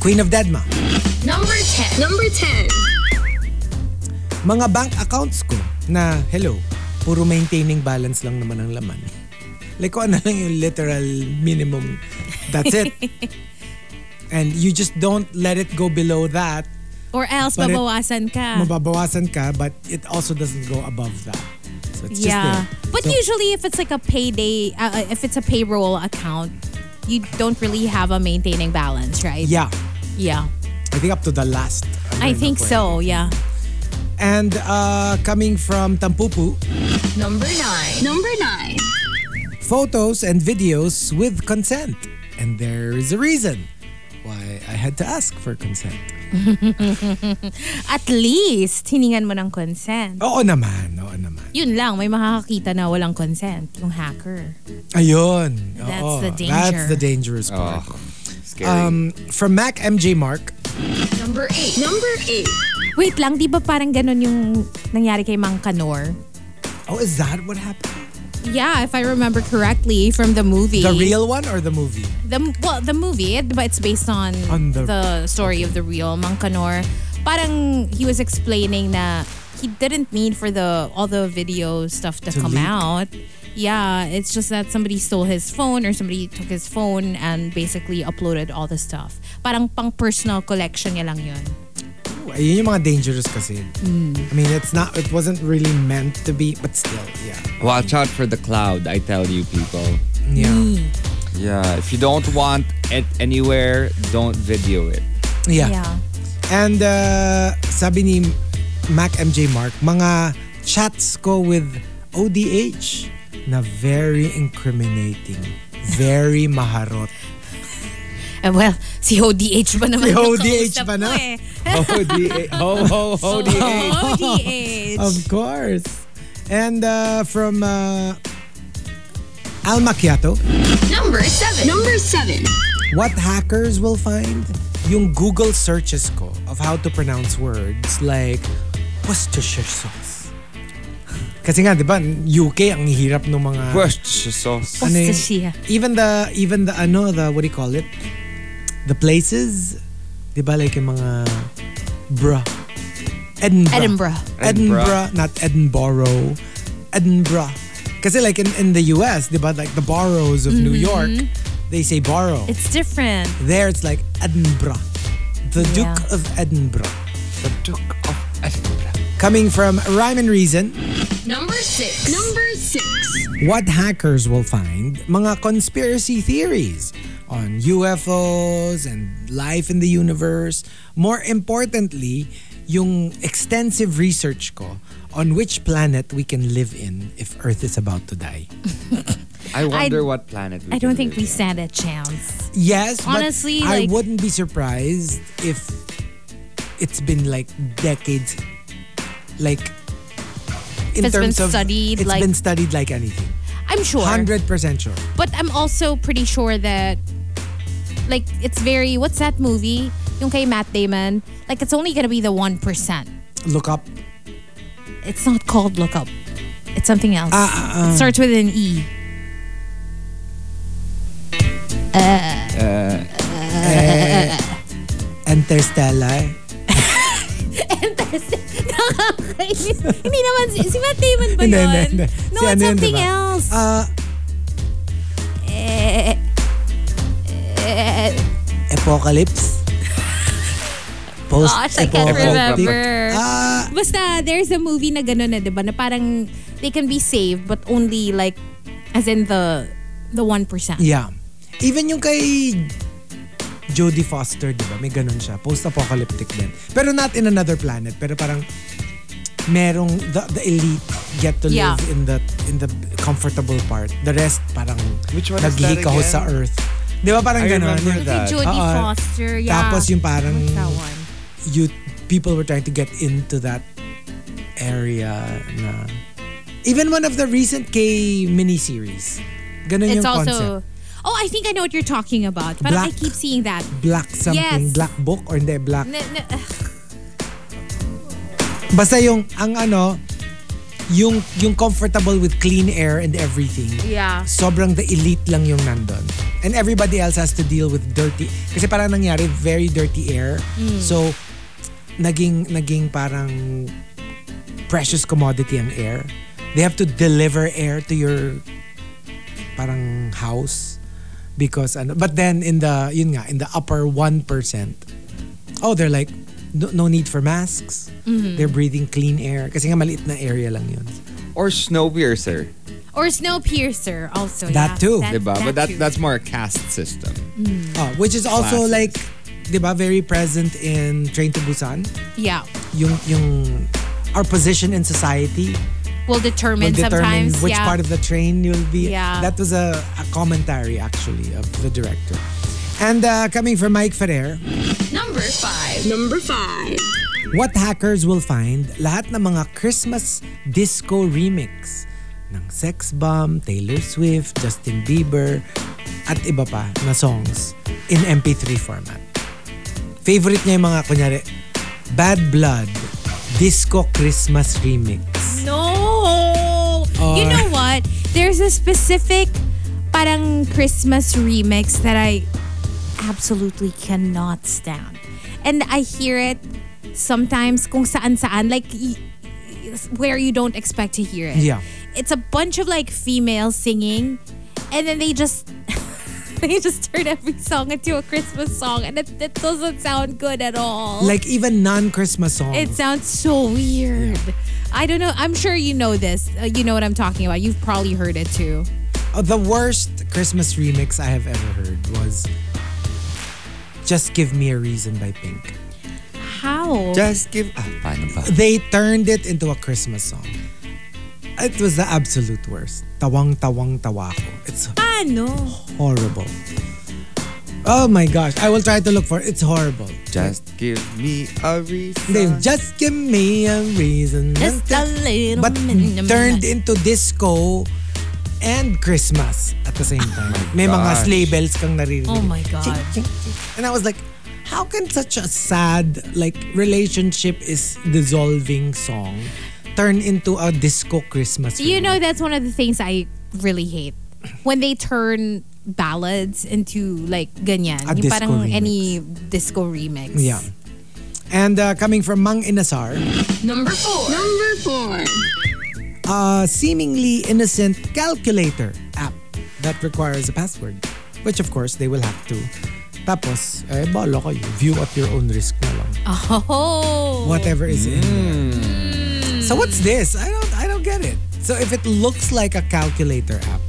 Speaker 1: Queen of Deadma.
Speaker 4: Number 10. Number 10.
Speaker 1: mga bank accounts ko na hello, puro maintaining balance lang naman ang laman. Like kung ano lang yung literal minimum. That's it. And you just don't let it go below that.
Speaker 2: Or else,
Speaker 1: But it-
Speaker 2: babawasan ka.
Speaker 1: Mababawasan ka but it also doesn't go above that. So it's just there.
Speaker 2: yeah. But
Speaker 1: So-
Speaker 2: usually, if it's like a payday, uh, uh, if it's a payroll account, you don't really have a maintaining balance, right?
Speaker 1: Yeah.
Speaker 2: Yeah.
Speaker 1: I think up to the last. ano
Speaker 2: I
Speaker 1: na
Speaker 2: think
Speaker 1: po eh.
Speaker 2: so, yeah.
Speaker 1: And uh, coming from Tampupu,
Speaker 4: Number 9. Number 9.
Speaker 1: photos and videos with consent. And there is a reason why I had to ask for consent.
Speaker 2: At least, hiningan mo ng consent.
Speaker 1: Oo naman, oo naman.
Speaker 2: Yun lang, may makakakita na walang consent, yung hacker.
Speaker 1: Ayun.
Speaker 2: That's
Speaker 1: oo,
Speaker 2: the danger.
Speaker 1: That's the dangerous part.
Speaker 3: Scary.
Speaker 1: Um, from Mac MJ Mark,
Speaker 4: Number 8. Number 8.
Speaker 2: Wait lang, di ba parang ganun yung nangyari kay Mang Kanor?
Speaker 1: oh, is that what happened?
Speaker 2: Yeah, if I remember correctly from the movie.
Speaker 1: The real one or the movie?
Speaker 2: the well the movie it, but it's based on,
Speaker 1: On the-
Speaker 2: the, story of the real Mangkanor. Parang he was explaining na he didn't mean for the all the video stuff to,
Speaker 1: To
Speaker 2: come
Speaker 1: leak.
Speaker 2: out. Yeah, it's just that somebody stole his phone or somebody took his phone and basically uploaded all the stuff. Parang pang personal collection niya lang yun.
Speaker 1: Ayun yung mga dangerous kasi.
Speaker 2: Mm.
Speaker 1: I mean, it's not, it wasn't really meant to be, but still, yeah.
Speaker 3: Watch out for the cloud, I tell you, people.
Speaker 1: Yeah.
Speaker 3: Yeah, if you don't want it anywhere, don't video it.
Speaker 1: Yeah.
Speaker 2: Yeah.
Speaker 1: And uh, sabi ni Mac MJ Mark, mga chats ko with ODH na very incriminating, very maharot.
Speaker 2: And Eh, well, si ODH ba
Speaker 1: Si
Speaker 2: naman? yung
Speaker 1: ODH
Speaker 2: kausap
Speaker 1: ba
Speaker 2: mo
Speaker 1: na?
Speaker 2: eh?
Speaker 3: ODA. Ho, ho, ho,
Speaker 2: *laughs*
Speaker 3: DA.
Speaker 2: ODH.
Speaker 1: Of course. And uh, from uh, Al Macchiato,
Speaker 4: Number 7. Number 7.
Speaker 1: what hackers will find yung Google searches ko of how to pronounce words like Worcestershire sauce. Kasi nga, di ba, UK ang hirap ng mga...
Speaker 3: Worcestershire sauce.
Speaker 1: ano yung-
Speaker 2: Worcestershire.
Speaker 1: even the, even the, ano, the, what do you call it? The places, di ba, like yung mga bra. Edinburgh.
Speaker 2: Edinburgh.
Speaker 1: Edinburgh,
Speaker 3: Edinburgh.
Speaker 1: not Edinburgh. Edinburgh. Kasi like in, in the US, di ba, like the boroughs of New York, they say borough.
Speaker 2: Mm-hmm. It's different.
Speaker 1: there it's like Edinburgh. The
Speaker 2: Yeah.
Speaker 1: Duke of Edinburgh. Coming from Rhyme and Reason,
Speaker 4: Number six. Number six.
Speaker 1: what hackers will find mga conspiracy theories on UFOs and life in the universe. More importantly, yung extensive research ko on which planet we can live in if Earth is about to die.
Speaker 3: I wonder what planet. We
Speaker 2: I don't
Speaker 3: can
Speaker 2: think
Speaker 3: live
Speaker 2: we stand a chance.
Speaker 1: Yes, but
Speaker 2: Honestly,
Speaker 1: I
Speaker 2: like-
Speaker 1: wouldn't be surprised if it's been like decades, like in
Speaker 2: If it's been
Speaker 1: terms of
Speaker 2: studied,
Speaker 1: it's
Speaker 2: like-
Speaker 1: been studied like anything.
Speaker 2: I'm sure.
Speaker 1: Hundred percent sure.
Speaker 2: But I'm also pretty sure that, like, it's very, what's that movie? Yung kay Matt Damon. Like, it's only going to be the 1%.
Speaker 1: Look up.
Speaker 2: It's not called Look Up. It's something else.
Speaker 1: Ah,
Speaker 2: It starts with an E. *laughs*
Speaker 1: Interstellar.
Speaker 2: Nakakainis. hindi naman, si, si Matt Damon ba yun?
Speaker 1: Hindi, hindi, hindi.
Speaker 2: No,
Speaker 1: Si ano
Speaker 2: it's
Speaker 1: yun,
Speaker 2: something
Speaker 1: diba?
Speaker 2: else.
Speaker 1: Uh, Apocalypse. Post
Speaker 2: Gosh, I can't
Speaker 3: Apocalyptic.
Speaker 2: remember.
Speaker 1: Ah,
Speaker 2: Basta, there's a movie na gano'n na, di ba? Na parang they can be saved, but only like, as in the the 1%.
Speaker 1: yeah. Even yung kay Jodie Foster, di ba? May ganun siya. Post-apocalyptic din. Pero not in another planet. Pero parang merong the, the elite get to
Speaker 2: Yeah.
Speaker 1: live in the in the comfortable part. The rest parang
Speaker 3: Which one is
Speaker 1: naghihi
Speaker 3: that
Speaker 1: ka ho
Speaker 3: again?
Speaker 1: sa earth. Di ba parang
Speaker 3: I
Speaker 1: ganun?
Speaker 3: remember
Speaker 1: Yung-
Speaker 2: Kay
Speaker 3: that.
Speaker 2: Jodie
Speaker 1: Oo.
Speaker 2: Foster, yeah.
Speaker 1: Ah, Tapos yung parang
Speaker 2: What's that one?
Speaker 1: you people were trying to get into that area na even one of the recent K miniseries. Ganun
Speaker 2: It's
Speaker 1: yung
Speaker 2: also...
Speaker 1: concept.
Speaker 2: Oh, I think I know what you're talking about. Parang I
Speaker 1: Black.
Speaker 2: keep seeing that.
Speaker 1: Black something,
Speaker 2: Yes.
Speaker 1: black book or hindi, black.
Speaker 2: N- n-
Speaker 1: Basta yung, ang ano, yung, yung comfortable with clean air and everything.
Speaker 2: Yeah.
Speaker 1: Sobrang the elite lang yung nandun. And everybody else has to deal with dirty. Kasi parang nangyari, very dirty air.
Speaker 2: Mm.
Speaker 1: So, naging, naging parang precious commodity ang air. They have to deliver air to your parang house because ano but then in the yun nga in the upper 1% oh they're like no, no need for masks
Speaker 2: Mm-hmm.
Speaker 1: they're breathing clean air kasi nga maliit na area lang yun
Speaker 3: in. Or Snowpiercer,
Speaker 2: or Snowpiercer also.
Speaker 1: That
Speaker 2: yeah.
Speaker 1: too.
Speaker 2: That,
Speaker 3: diba? But that
Speaker 2: too.
Speaker 3: that's more a caste system.
Speaker 1: oh, which is also
Speaker 3: Classes.
Speaker 1: like diba very present in Train to Busan
Speaker 2: Yeah.
Speaker 1: yung yung our position in society
Speaker 2: Will
Speaker 1: will
Speaker 2: determine,
Speaker 1: determine
Speaker 2: sometimes.
Speaker 1: which
Speaker 2: yeah.
Speaker 1: part of the train you'll be.
Speaker 2: Yeah.
Speaker 1: That was a, a commentary actually of the director. And uh, coming from Mike Ferrer,
Speaker 4: Number five. Number five.
Speaker 1: what hackers will find lahat ng mga Christmas disco remix ng Sex Bomb, Taylor Swift, Justin Bieber, at iba pa na songs in MP3 format. Favorite niya yung mga, kunyari, Bad Blood, Disco Christmas Remix.
Speaker 2: No!
Speaker 1: Or-
Speaker 2: you know what? There's a specific parang Christmas remix that I absolutely cannot stand. And I hear it sometimes kung saan-saan. Like, y- where you don't expect to hear it.
Speaker 1: Yeah.
Speaker 2: It's a bunch of like females singing and then they just *laughs* they just turn every song into a Christmas song and it, it doesn't sound good at all.
Speaker 1: Like even non-Christmas songs.
Speaker 2: It sounds so weird. I don't know. I'm sure you know this. Uh, you know what I'm talking about. You've probably heard it too.
Speaker 1: Uh, the worst Christmas remix I have ever heard was Just Give Me a Reason by Pink.
Speaker 2: How?
Speaker 3: Just give. Ah, paano ba?
Speaker 1: They turned it into a Christmas song. It was the absolute worst. Tawang tawang tawa ko. It's
Speaker 2: Paano?
Speaker 1: horrible. Oh my gosh. I will try to look for it. It's horrible.
Speaker 3: Just give me a reason.
Speaker 1: They just give me a reason.
Speaker 2: Just a little
Speaker 1: but
Speaker 2: minute.
Speaker 1: turned into disco and Christmas at the same time. May mga
Speaker 3: gosh.
Speaker 1: sleigh bells kang naririnig.
Speaker 2: Oh my God.
Speaker 1: Ching, ching, ching. And I was like, how can such a sad like relationship is dissolving song turn into a disco Christmas?
Speaker 2: You
Speaker 1: remix?
Speaker 2: know, that's one of the things I really hate. When they turn ballads into like ganyan.
Speaker 1: A
Speaker 2: Yung
Speaker 1: disco
Speaker 2: parang
Speaker 1: remix.
Speaker 2: any disco remix.
Speaker 1: Yeah. And uh, coming from Mang Inasar,
Speaker 4: Number four. Number four.
Speaker 1: a seemingly innocent calculator app that requires a password, which of course they will have to. Tapos, eh, bolo kayo. View at your own risk na lang.
Speaker 2: Oh.
Speaker 1: Whatever is in there. So what's this? I don't, I don't get it. So if it looks like a calculator app,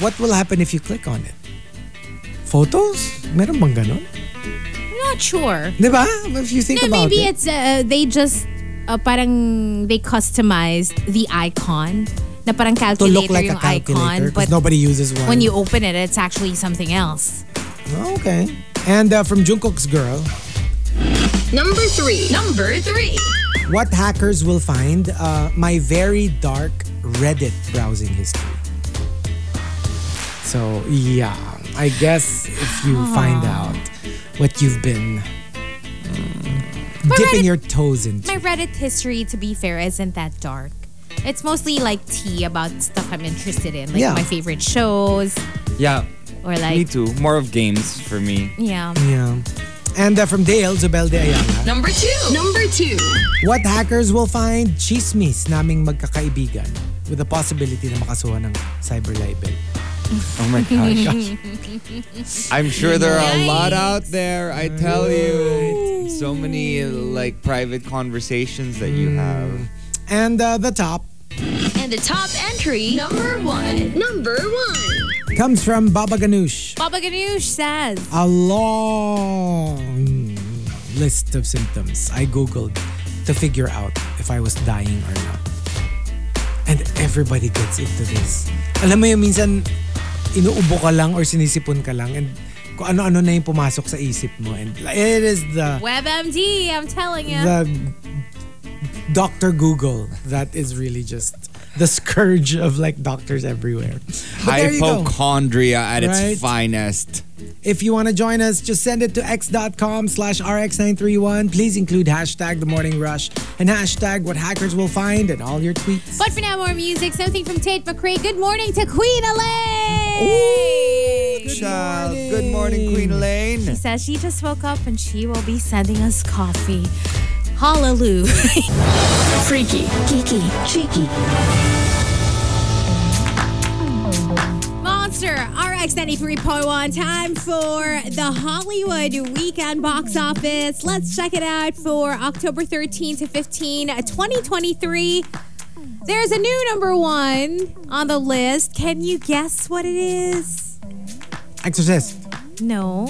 Speaker 1: what will happen if you click on it? Photos? Meron bang ganun?
Speaker 2: I'm not sure.
Speaker 1: Di ba? If you think
Speaker 2: No,
Speaker 1: about
Speaker 2: Eh, maybe
Speaker 1: it.
Speaker 2: it's uh, they just uh, parang they customized the icon na parang
Speaker 1: to
Speaker 2: calculator
Speaker 1: look like a
Speaker 2: yung
Speaker 1: calculator
Speaker 2: icon but
Speaker 1: because nobody uses one.
Speaker 2: when you open it it's actually something else.
Speaker 1: Oh, okay. And uh, from Jungkook's girl,
Speaker 4: Number three. Number three.
Speaker 1: what hackers will find uh, my very dark Reddit browsing history. So yeah, I guess if you find out what you've been mm, dipping
Speaker 2: Reddit-
Speaker 1: your toes into.
Speaker 2: My Reddit history to be fair isn't that dark. It's mostly like tea about stuff I'm interested in, like
Speaker 1: Yeah.
Speaker 2: my favorite shows
Speaker 3: Yeah.
Speaker 2: or
Speaker 3: Me
Speaker 2: like
Speaker 3: too. More of games for me.
Speaker 2: yeah.
Speaker 1: Yeah. And uh, from Dale Zubel de Ayala,
Speaker 4: Number two. Number two.
Speaker 1: what hackers will find chismis naming magkakaibigan with the possibility na makasuhan ng cyber libel.
Speaker 3: Oh
Speaker 2: *laughs*
Speaker 3: my gosh. I'm sure there are a lot out there, I tell you. So many like private conversations that you have.
Speaker 1: And uh, the top Mm.
Speaker 4: And the top entry. Number one. Number one.
Speaker 1: comes from Baba Ganoush.
Speaker 2: Baba Ganoush says
Speaker 1: a long list of symptoms I Googled to figure out if I was dying or not. And everybody gets into this. Alam mo yung minsan, inuubo ka lang or sinisipon ka lang and kung ano-ano na yung pumasok sa isip mo. And it is the,
Speaker 2: WebMD, I'm telling you.
Speaker 1: the Dr. Google that is really just the scourge of like doctors everywhere. But there you go.
Speaker 3: Hypochondria at
Speaker 1: Right?
Speaker 3: its finest.
Speaker 1: If you want to join us, just send it to x.com slash rx931. Please include hashtag the morning rush and hashtag what hackers will find in all your tweets.
Speaker 2: But for now, more music. Something from Tate McRae. Good morning to Queen Elaine.
Speaker 3: Child, good morning, Queen Elaine.
Speaker 2: Says she just woke up and she will be sending us coffee. Hallelujah. *laughs*
Speaker 7: Freaky,
Speaker 6: Geeky, cheeky.
Speaker 2: Monster RX 93.1. Time for the Hollywood Weekend Box Office. Let's check it out for October 13 to 15, 2023. There's a new number one on the list. Can you guess what it is?
Speaker 1: Exorcist.
Speaker 2: No.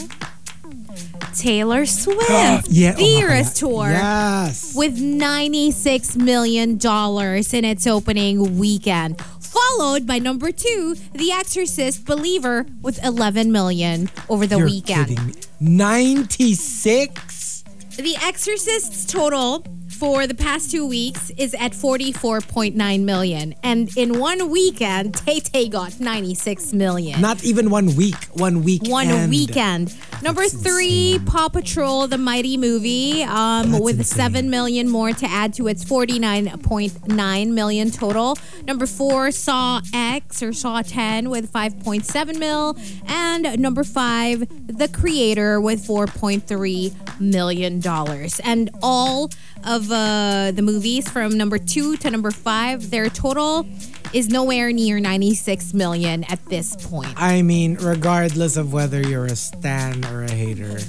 Speaker 2: Taylor Swift.
Speaker 1: *gasps* Yeah,
Speaker 2: The
Speaker 1: oh nga
Speaker 2: Eras
Speaker 1: pala.
Speaker 2: Tour.
Speaker 1: Yes.
Speaker 2: with $96 million in its opening weekend. Followed by number two, The Exorcist Believer with $11 million over the
Speaker 1: You're
Speaker 2: weekend.
Speaker 1: kidding me. 96?
Speaker 2: The Exorcist's total for the past two weeks is at 44.9 million. And in one weekend, Tay Tay got 96 million.
Speaker 1: Not even one week. One week.
Speaker 2: one weekend. Number three, Paw Patrol, the mighty movie, um,
Speaker 1: That's
Speaker 2: with
Speaker 1: insane.
Speaker 2: seven million more to add to its forty-nine point nine million total. Number four, Saw X or Saw Ten with five point seven mil, and number five, The Creator with four point three million dollars. And all of uh, the movies from number two to number five, their total is nowhere near ninety-six million at this point.
Speaker 1: I mean, regardless of whether you're a stan or a hater,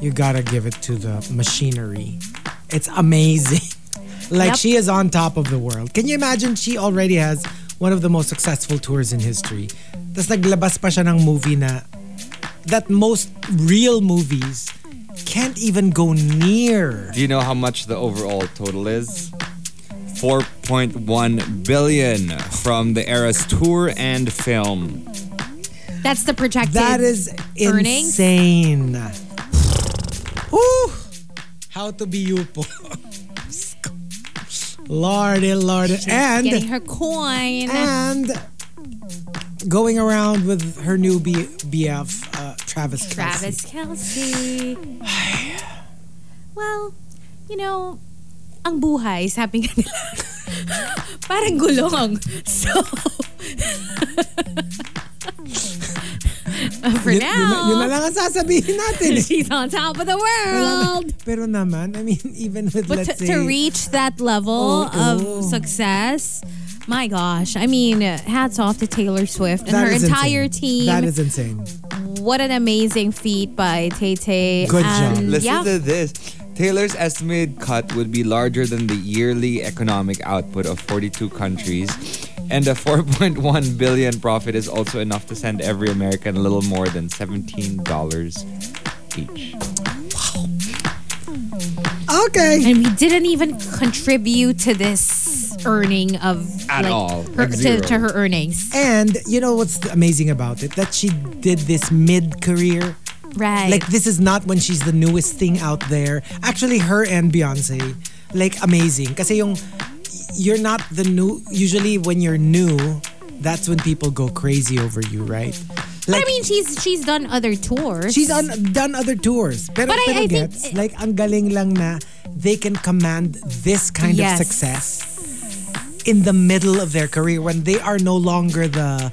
Speaker 1: you gotta give it to the machinery. It's amazing. *laughs* like
Speaker 2: Yep.
Speaker 1: she is on top of the world. Can you imagine? She already has one of the most successful tours in history. Tapos naglabas pa siya ng movie na that most real movies can't even go near.
Speaker 3: Do you know how much the overall total is? 4.1 billion from the Eras tour and film.
Speaker 2: That's the projected.
Speaker 1: That is
Speaker 2: earnings?
Speaker 1: insane. Whew. How to be you po. Lordy, lordy.
Speaker 2: getting
Speaker 1: And,
Speaker 2: her coin.
Speaker 1: and going around with her new B- BF, uh, Travis Kelce.
Speaker 2: Travis Kelsey. well, you know, ang buhay, sabi nga nila, *laughs* parang gulong. So, *laughs* For
Speaker 1: yun, yun na-
Speaker 2: now,
Speaker 1: yun na lang ang sasabihin natin.
Speaker 2: *laughs*
Speaker 1: eh.
Speaker 2: she's on top of the world.
Speaker 1: Pero naman, I mean, even with
Speaker 2: But
Speaker 1: let's Oh,
Speaker 2: to,
Speaker 1: say...
Speaker 2: to reach that
Speaker 1: Oo.
Speaker 2: level of success, my gosh. I mean, hats off to Taylor Swift and
Speaker 1: that
Speaker 2: her
Speaker 1: is
Speaker 2: entire
Speaker 1: insane.
Speaker 2: team.
Speaker 1: That is insane.
Speaker 2: what an amazing feat by Tay Tay.
Speaker 1: Good
Speaker 2: and,
Speaker 1: job.
Speaker 3: Listen
Speaker 2: yeah,
Speaker 3: to this. Taylor's estimated cut would be larger than the yearly economic output of 42 countries. And a *laughs* 4.1 billion profit is also enough to send every American a little more than $17 each.
Speaker 1: Okay.
Speaker 2: and we didn't even contribute to this earning of
Speaker 3: At
Speaker 2: like,
Speaker 3: all.
Speaker 2: her,
Speaker 3: Like
Speaker 2: to,
Speaker 3: zero.
Speaker 2: to her earnings.
Speaker 1: And you know what's amazing about it? That she did this mid-career.
Speaker 2: Right.
Speaker 1: Like this is not when she's the newest thing out there. Actually, her and Beyonce, like amazing. Kasi yung you're not the new. Usually, when you're new, that's when people go crazy over you, right?
Speaker 2: but
Speaker 1: Like
Speaker 2: I mean, she's she's done other tours.
Speaker 1: she's on, done other tours, pero,
Speaker 2: But I-
Speaker 1: pero
Speaker 2: I think-
Speaker 1: gets like ang galing lang na they can command this kind
Speaker 2: Yes.
Speaker 1: of success in the middle of their career when they are no longer the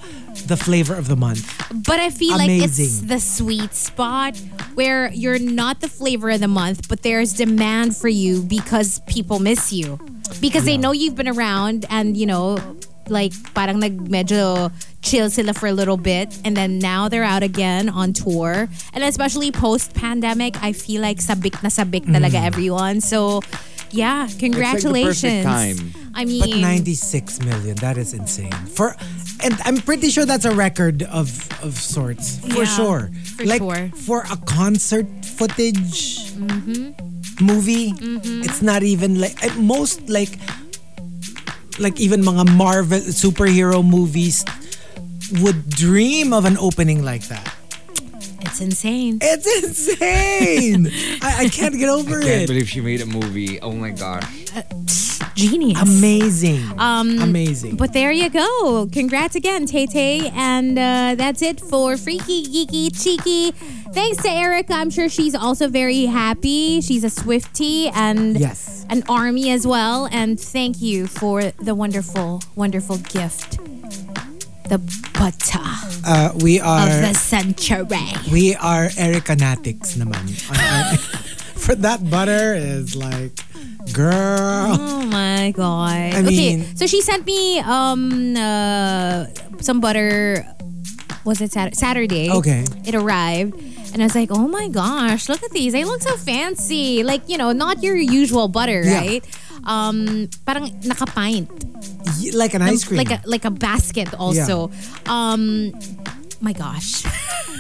Speaker 1: the flavor of the month.
Speaker 2: But I feel like it's
Speaker 1: Amazing.
Speaker 2: the sweet spot where you're not the flavor of the month, but there's demand for you because people miss you. Because they know you've been around and, you know, like parang nag medyo chill sila for a little bit and then now they're out again on tour and especially post pandemic I feel like sabik na sabik talaga
Speaker 1: Mm.
Speaker 2: everyone so yeah congratulations
Speaker 3: time.
Speaker 2: I mean
Speaker 1: But 96 million, that is insane. For and I'm pretty sure that's a record of of sorts. For
Speaker 2: Yeah,
Speaker 1: sure.
Speaker 2: for
Speaker 1: like
Speaker 2: sure.
Speaker 1: for a concert footage
Speaker 2: Mm-hmm.
Speaker 1: movie, it's not even like at most like like even mga Marvel superhero movies would dream of an opening like that.
Speaker 2: it's insane
Speaker 1: It's *laughs* insane. I, I can't get over
Speaker 3: Can't
Speaker 1: it.
Speaker 3: believe she made a movie. Oh my gosh.
Speaker 2: genius
Speaker 1: Amazing. Amazing.
Speaker 2: Um, But there you go. Congrats again, Tay Tay. And uh, that's it for Freaky, Geeky, Cheeky. Thanks to Erica. I'm sure she's also very happy. She's a Swifty and
Speaker 1: Yes.
Speaker 2: an Army as well. And thank you for the wonderful, wonderful gift. The butter
Speaker 1: Uh, we are
Speaker 2: of the century.
Speaker 1: We are Ericanatics naman. *laughs* On our- For that butter is like, girl.
Speaker 2: Oh my god.
Speaker 1: I
Speaker 2: okay,
Speaker 1: mean-
Speaker 2: so she sent me um uh, some butter. Was it Sat- Saturday?
Speaker 1: Okay.
Speaker 2: It arrived, and I was like, "Oh my gosh, look at these! They look so fancy. Like you know, not your usual butter,
Speaker 1: Yeah.
Speaker 2: right? Um, parang nakapint,
Speaker 1: Y- Like an ice cream.
Speaker 2: like a like a basket also. Um, my gosh,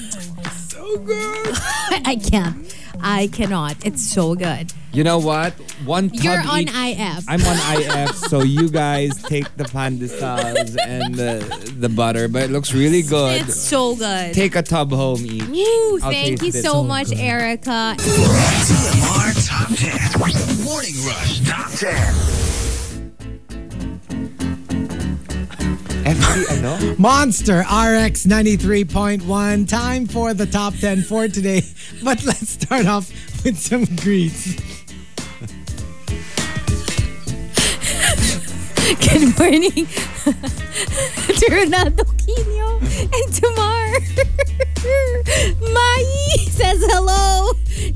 Speaker 2: *laughs*
Speaker 1: so good.
Speaker 2: I can't, I cannot. It's so good.
Speaker 3: You know what? One tub
Speaker 2: You're on
Speaker 3: each-
Speaker 2: IF.
Speaker 3: I'm on IF, so you guys take the pandesals and the, the butter, but it looks really good.
Speaker 2: It's so good.
Speaker 3: Take a tub home each.
Speaker 2: Woo,
Speaker 3: I'll
Speaker 2: thank
Speaker 3: taste
Speaker 2: you
Speaker 3: it.
Speaker 2: so much,
Speaker 3: *laughs*
Speaker 2: Erica.
Speaker 5: TMR Top 10. Morning Rush Top 10.
Speaker 3: Empty, ano?
Speaker 1: *laughs* Monster RX 93.1. Time for the top 10 for today. *laughs* But let's start off with some greets.
Speaker 2: Good morning *laughs* to Renato Quino and Tamar. *laughs* Mai says hello.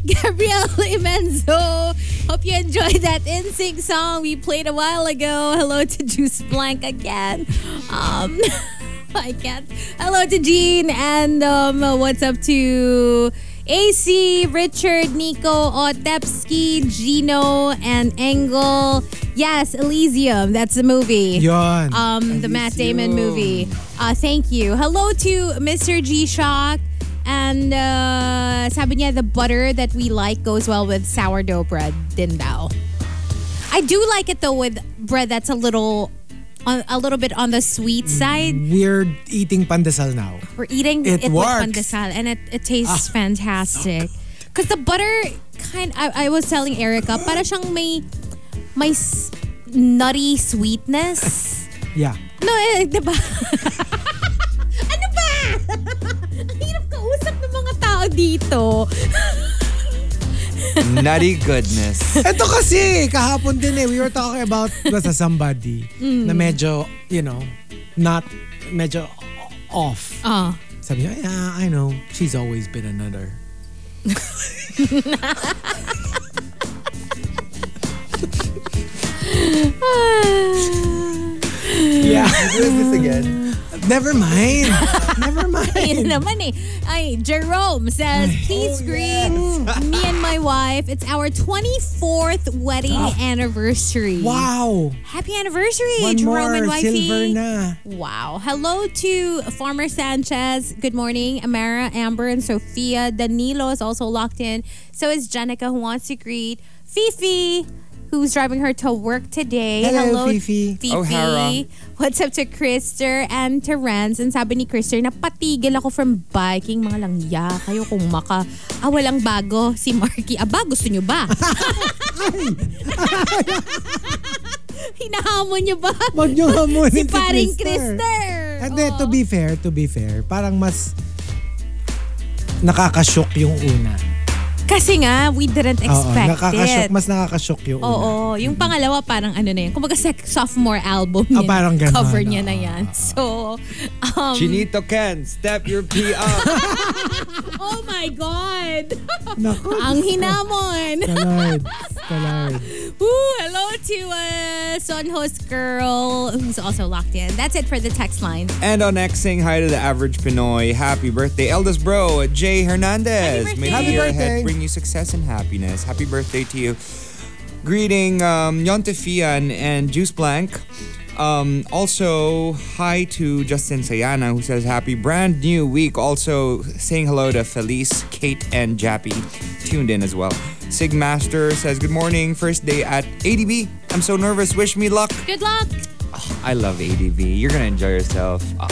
Speaker 2: Gabriel Imenzo. Hope you enjoyed that NSYNC song we played a while ago. Hello to Juice Blank again. Um, *laughs* I can't. Hello to Jean and um, what's up to AC, Richard, Nico, Otepski, Gino, and Engel. Yes, Elysium. That's the movie.
Speaker 1: Yon.
Speaker 2: Um, the Matt Damon movie. Uh, thank you. Hello to Mr. G Shock. And uh, sabi niya, the butter that we like goes well with sourdough bread, din daw. I do like it though with bread that's a little, on, a little bit on the sweet
Speaker 1: Mm.
Speaker 2: side.
Speaker 1: We're eating pandesal now.
Speaker 2: We're eating
Speaker 1: It
Speaker 2: it, with
Speaker 1: works. Ah.
Speaker 2: pandesal and it, it tastes fantastic. Because the butter kind I, I was telling Erica, para siyang may, may s- nutty sweetness.
Speaker 1: Yeah.
Speaker 2: no, eh, diba? *laughs* ano ba? Ang hirap kausap ng mga tao dito.
Speaker 3: Nutty goodness.
Speaker 1: Ito kasi, kahapon din eh, we were talking
Speaker 2: *laughs*
Speaker 1: about basta
Speaker 2: Mm.
Speaker 1: somebody na medyo, you know, not, medyo off.
Speaker 2: Ah.
Speaker 1: Sabi niya, yeah, I know. She's always been another.
Speaker 2: Ah.
Speaker 1: *laughs* yeah. Who is this again? Never mind. Never
Speaker 2: Yun *laughs*
Speaker 1: mind.
Speaker 2: naman eh. Ay, Jerome says, please
Speaker 1: Oh,
Speaker 2: greet me and my wife. It's our 24th wedding anniversary.
Speaker 1: Wow.
Speaker 2: Happy anniversary,
Speaker 1: One
Speaker 2: Jerome
Speaker 1: more
Speaker 2: and wifey.
Speaker 1: silver na.
Speaker 2: Wow. Hello to Farmer Sanchez. Good morning, Amara, Amber, and Sophia. Danilo is also locked in. So is Jenica, who wants to greet Fifi, who's driving her to work today.
Speaker 1: Hello, Fifi.
Speaker 3: O'Hara.
Speaker 2: What's up to Krister and Terence? And sabi ni Krister, napatigil ako from biking. Mga langya kayo kung maka. Ah, walang bago si Marky. Aba, gusto nyo
Speaker 1: *laughs*
Speaker 2: ba? *laughs* Hinahamon nyo ba?
Speaker 1: Wag niyo hamunin si
Speaker 2: si paring Oh.
Speaker 1: Krister.
Speaker 2: Krister.
Speaker 1: Hindi, to be fair, to be fair, parang mas nakakashock yung una.
Speaker 2: Kasi nga, we didn't
Speaker 1: Oo,
Speaker 2: expect
Speaker 1: nakakashock,
Speaker 2: it.
Speaker 1: mas nakakashock yung una.
Speaker 2: Oo, yung pangalawa parang ano na yun. Kumbaga sec- sophomore album
Speaker 1: Ah,
Speaker 2: niya.
Speaker 1: parang
Speaker 2: na,
Speaker 1: ganun.
Speaker 2: Cover niya
Speaker 1: Oo.
Speaker 2: na yan. So, um,
Speaker 3: Chinito Ken, step your pee up.
Speaker 2: oh my God! *laughs*
Speaker 1: Naku,
Speaker 2: Ang hinamon!
Speaker 1: Talard. Talard.
Speaker 2: Ooh, hello to uh, Son Host Girl, who's also locked in. That's it for the text line.
Speaker 3: and on X, saying hi to the average Pinoy. Happy birthday, eldest bro, Jay Hernandez.
Speaker 2: Happy
Speaker 3: May the
Speaker 2: birthday.
Speaker 3: year
Speaker 1: Happy birthday.
Speaker 3: ahead bring you success and happiness. Happy birthday to you. Greeting um, Yonte Fian and Juice Blank. Um, also, hi to Justin Sayana, who says happy brand new week. Also, saying hello to Felice, Kate, and Jappy, tuned in as well. Sigmaster says, Good morning, first day at ADB. I'm so nervous, wish me luck.
Speaker 2: Good luck!
Speaker 3: I love ADV. You're gonna enjoy yourself. Uh,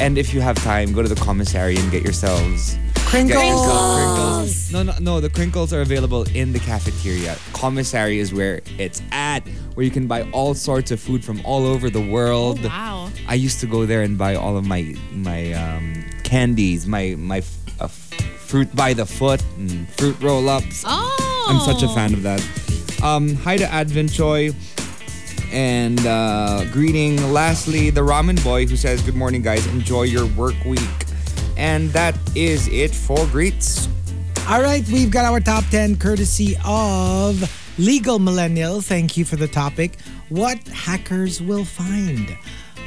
Speaker 3: and if you have time, go to the commissary and get yourselves
Speaker 1: Crinkles.
Speaker 3: Get yourself crinkles. No, no, no. The crinkles are available in the cafeteria. Commissary is where it's at, where you can buy all sorts of food from all over the world.
Speaker 2: Wow.
Speaker 3: I used to go there and buy all of my my um, candies, my my f- uh, f- fruit by the foot and fruit roll ups.
Speaker 2: Oh!
Speaker 3: I'm such a fan of that. Um, hi to Advent Choi. And uh, greeting lastly the ramen boy who says, Good morning, guys. Enjoy your work week. And that is it for greets.
Speaker 1: All right, we've got our top 10 courtesy of Legal Millennial. Thank you for the topic. What hackers will find.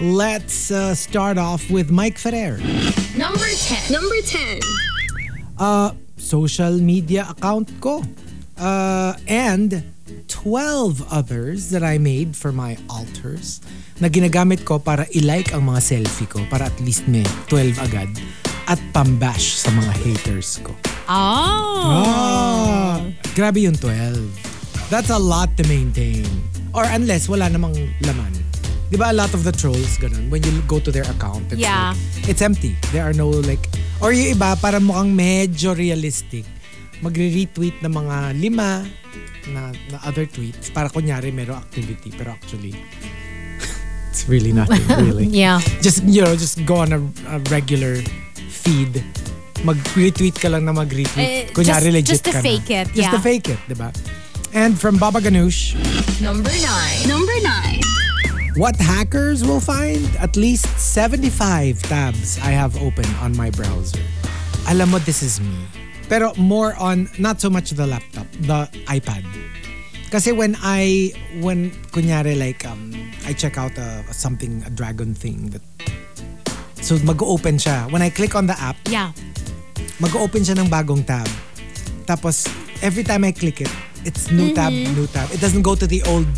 Speaker 1: Let's uh, start off with Mike Ferrer.
Speaker 4: Number 10. Number 10.
Speaker 1: Uh, social media account ko. Uh, and 12 others that I made for my altars na ginagamit ko para ilike ang mga selfie ko para at least may 12 agad at pambash sa mga haters ko.
Speaker 2: Oh!
Speaker 1: Ah, grabe yung 12. That's a lot to maintain. Or unless wala namang laman. Di ba a lot of the trolls, ganun, when you go to their account, it's,
Speaker 2: Yeah.
Speaker 1: like, it's empty. There are no like, or yung iba, para mukhang medyo realistic. Magre-retweet ng mga lima na, na other tweets para kunyari meron activity. Pero actually, *laughs* it's really nothing, really
Speaker 2: Yeah.
Speaker 1: just you know just go on a, a regular feed mag-retweet ka lang na mag-retweet
Speaker 2: Eh,
Speaker 1: kunyari
Speaker 2: just-
Speaker 1: legit
Speaker 2: just to
Speaker 1: ka na.
Speaker 2: fake it,
Speaker 1: just to
Speaker 2: yeah.
Speaker 1: fake it diba and from Baba Ganoush
Speaker 4: Number 9. Number 9.
Speaker 1: what hackers will find at least 75 tabs I have open on my browser alam mo this is me pero more on not so much the laptop the iPad Kasi when I when kunyari like um I check out a, something a dragon thing that so mag-open siya. When I click on the app,
Speaker 2: Yeah.
Speaker 1: mag-open siya ng bagong tab. Tapos every time I click it, it's new tab, new tab. It doesn't go to the old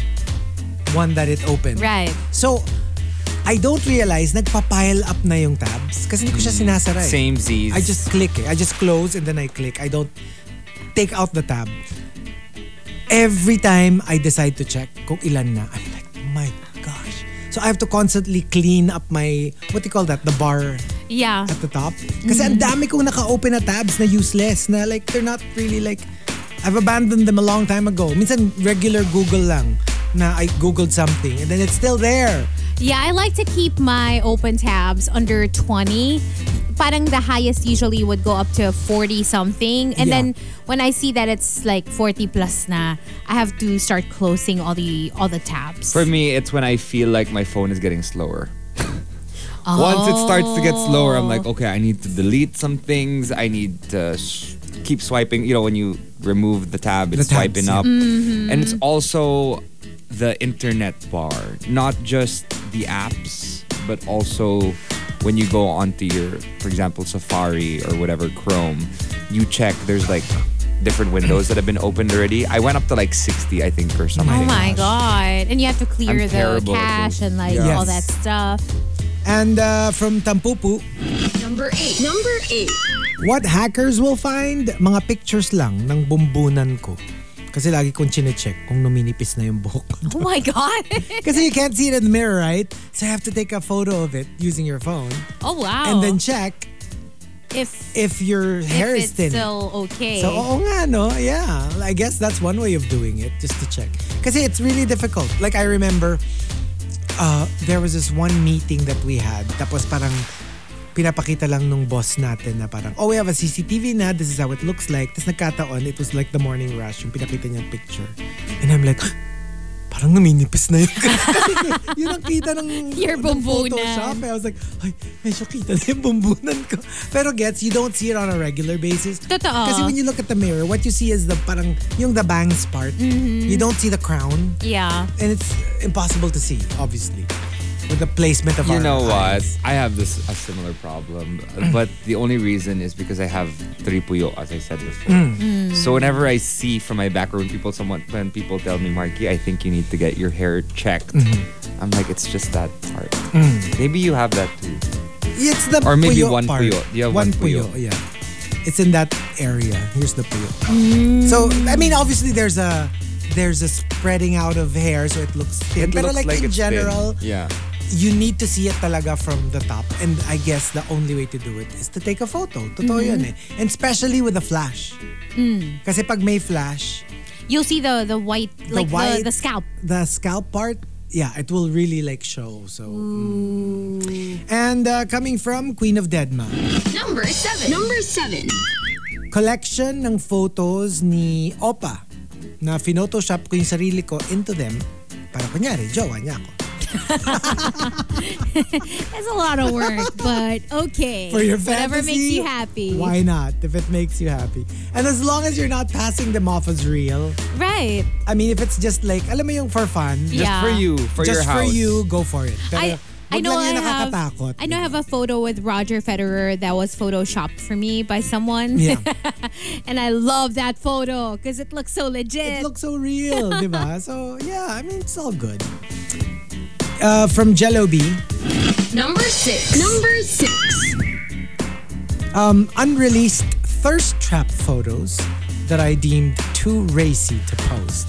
Speaker 1: one that it opened.
Speaker 2: Right.
Speaker 1: So I don't realize nagpa-pile up na yung tabs kasi hindi ko siya sinasara eh.
Speaker 3: Same Z's.
Speaker 1: I just click eh. I just close and then I click. I don't take out the tab. Every time I decide to check kung ilan na, I'm like, my gosh. So I have to constantly clean up my, what do you call that? The bar
Speaker 2: Yeah.
Speaker 1: at the top. Kasi ang dami kong naka-open na tabs na useless na like they're not really like I've abandoned them a long time ago. Minsan regular Google lang na I googled something and then it's still there.
Speaker 2: Yeah, I like to keep my open tabs under 20. Parang the highest usually would go up to 40 something. And
Speaker 1: Yeah.
Speaker 2: then when I see that it's like 40 plus na, I have to start closing all the all the tabs.
Speaker 8: *laughs*
Speaker 3: For me, it's when I feel like my phone is getting slower. Once it starts to get slower, I'm
Speaker 8: Oh.
Speaker 3: like, okay, I need to delete some things. I need to sh- keep swiping. You know, when you remove the tab, it's
Speaker 1: The tabs,
Speaker 3: swiping
Speaker 1: yeah.
Speaker 3: up.
Speaker 8: Mm-hmm.
Speaker 3: And it's also the internet bar, not just the apps, but also when you go onto your, for example, Safari or whatever, Chrome, you check, there's like different windows that have been opened already. I went up to like 60, I think, or something.
Speaker 8: Oh my god! And you have to clear
Speaker 3: I'm
Speaker 8: the
Speaker 3: terrible at
Speaker 8: cache
Speaker 3: this.
Speaker 8: and like
Speaker 1: Yeah.
Speaker 8: all that
Speaker 1: Yes.
Speaker 8: stuff.
Speaker 1: And uh, from Tampupu,
Speaker 4: Number eight. Number eight.
Speaker 1: What hackers will find, mga pictures lang ng bumbunan ko. Kasi lagi kong chinecheck kung numinipis na yung
Speaker 8: *laughs*
Speaker 1: buhok.
Speaker 8: Oh
Speaker 2: *laughs*
Speaker 8: my god!
Speaker 1: Kasi you can't see it in the mirror, right? So I have to take a photo of it using your phone
Speaker 8: oh wow!
Speaker 1: and then check
Speaker 8: if
Speaker 1: if your hair
Speaker 8: if
Speaker 1: is
Speaker 8: it's
Speaker 1: thin.
Speaker 8: still okay.
Speaker 1: So, oo nga, no? Yeah. I guess that's one way of doing it, just to check. Kasi it's really difficult. Like, I remember, uh, there was this one meeting that we had. Tapos parang pinapakita lang nung boss natin na parang, oh, we have a CCTV na, this is how it looks like. Tapos nagkataon, it was like the morning rush, yung pinakita niya picture. And I'm like, *gasps* parang naminipis na yun. *laughs* Kasi yun ang kita ng,
Speaker 8: Your
Speaker 1: ng
Speaker 8: bumbunan.
Speaker 1: Photoshop. Eh. I was like, ay, medyo kita na yung *laughs* bumbunan ko. Pero gets, you don't see it on a regular basis.
Speaker 8: Totoo.
Speaker 1: Kasi when you look at the mirror, what you see is the parang yung the bangs part. You don't see the crown.
Speaker 8: yeah.
Speaker 1: And it's impossible to see, obviously. With the placement of our
Speaker 3: You know what?
Speaker 1: eyes.
Speaker 3: I have this a similar problem, uh, but the only reason is because I have tripuyo, as I said before.
Speaker 1: Mm.
Speaker 3: So whenever I see from my back or when people someone when people tell me, Marky, I think you need to get your hair checked. I'm like, it's just that part. Maybe you have that too.
Speaker 1: It's the
Speaker 3: Or maybe
Speaker 1: puyo
Speaker 3: one
Speaker 1: part.
Speaker 3: puyo. You have
Speaker 1: one
Speaker 3: one puyo.
Speaker 1: Yeah. It's in that area. Here's the puyo. So, I mean, obviously there's a there's a spreading out of hair so it looks thin. But
Speaker 3: looks
Speaker 1: like, in
Speaker 3: it's thin.
Speaker 1: general,
Speaker 3: Yeah.
Speaker 1: you need to see it talaga from the top. And I guess the only way to do it is to take a photo. Totoo
Speaker 8: Mm-hmm.
Speaker 1: yun eh. And especially with a flash.
Speaker 8: Mm.
Speaker 1: Kasi pag may flash,
Speaker 8: You'll see the the white like
Speaker 1: white-
Speaker 8: the, the scalp.
Speaker 1: the scalp part, yeah, it will really like show. So, mm. and uh, coming from Queen of Deadma,
Speaker 4: Number seven. Number seven.
Speaker 1: collection ng photos ni Opa na photoshop ko yung sarili ko into them para kunyari, jowa niya ako.
Speaker 8: That's a lot of work, but okay.
Speaker 1: For your fantasy.
Speaker 8: Whatever makes you happy.
Speaker 1: Why not? If it makes you happy. And as long as you're not passing them off as real.
Speaker 8: Right.
Speaker 1: I mean, if it's just like, alam mo yung for fun.
Speaker 8: Yeah.
Speaker 3: Just for you, for
Speaker 1: just
Speaker 3: your
Speaker 1: for
Speaker 3: house.
Speaker 1: you, go for it.
Speaker 8: I
Speaker 1: Pero,
Speaker 8: I
Speaker 1: wag
Speaker 8: know
Speaker 1: lang
Speaker 8: I
Speaker 1: yan
Speaker 8: have
Speaker 1: nakakatakot,
Speaker 8: I know I
Speaker 1: diba?
Speaker 8: have a photo with Roger Federer that was photoshopped for me by someone.
Speaker 1: Yeah.
Speaker 8: *laughs* and I love that photo because it looks so legit.
Speaker 1: It looks so real, di ba? So, yeah, I mean, it's all good. Uh, from Jello B,
Speaker 4: Number six. Number six.
Speaker 1: um, unreleased thirst trap photos that I deemed too racy to post.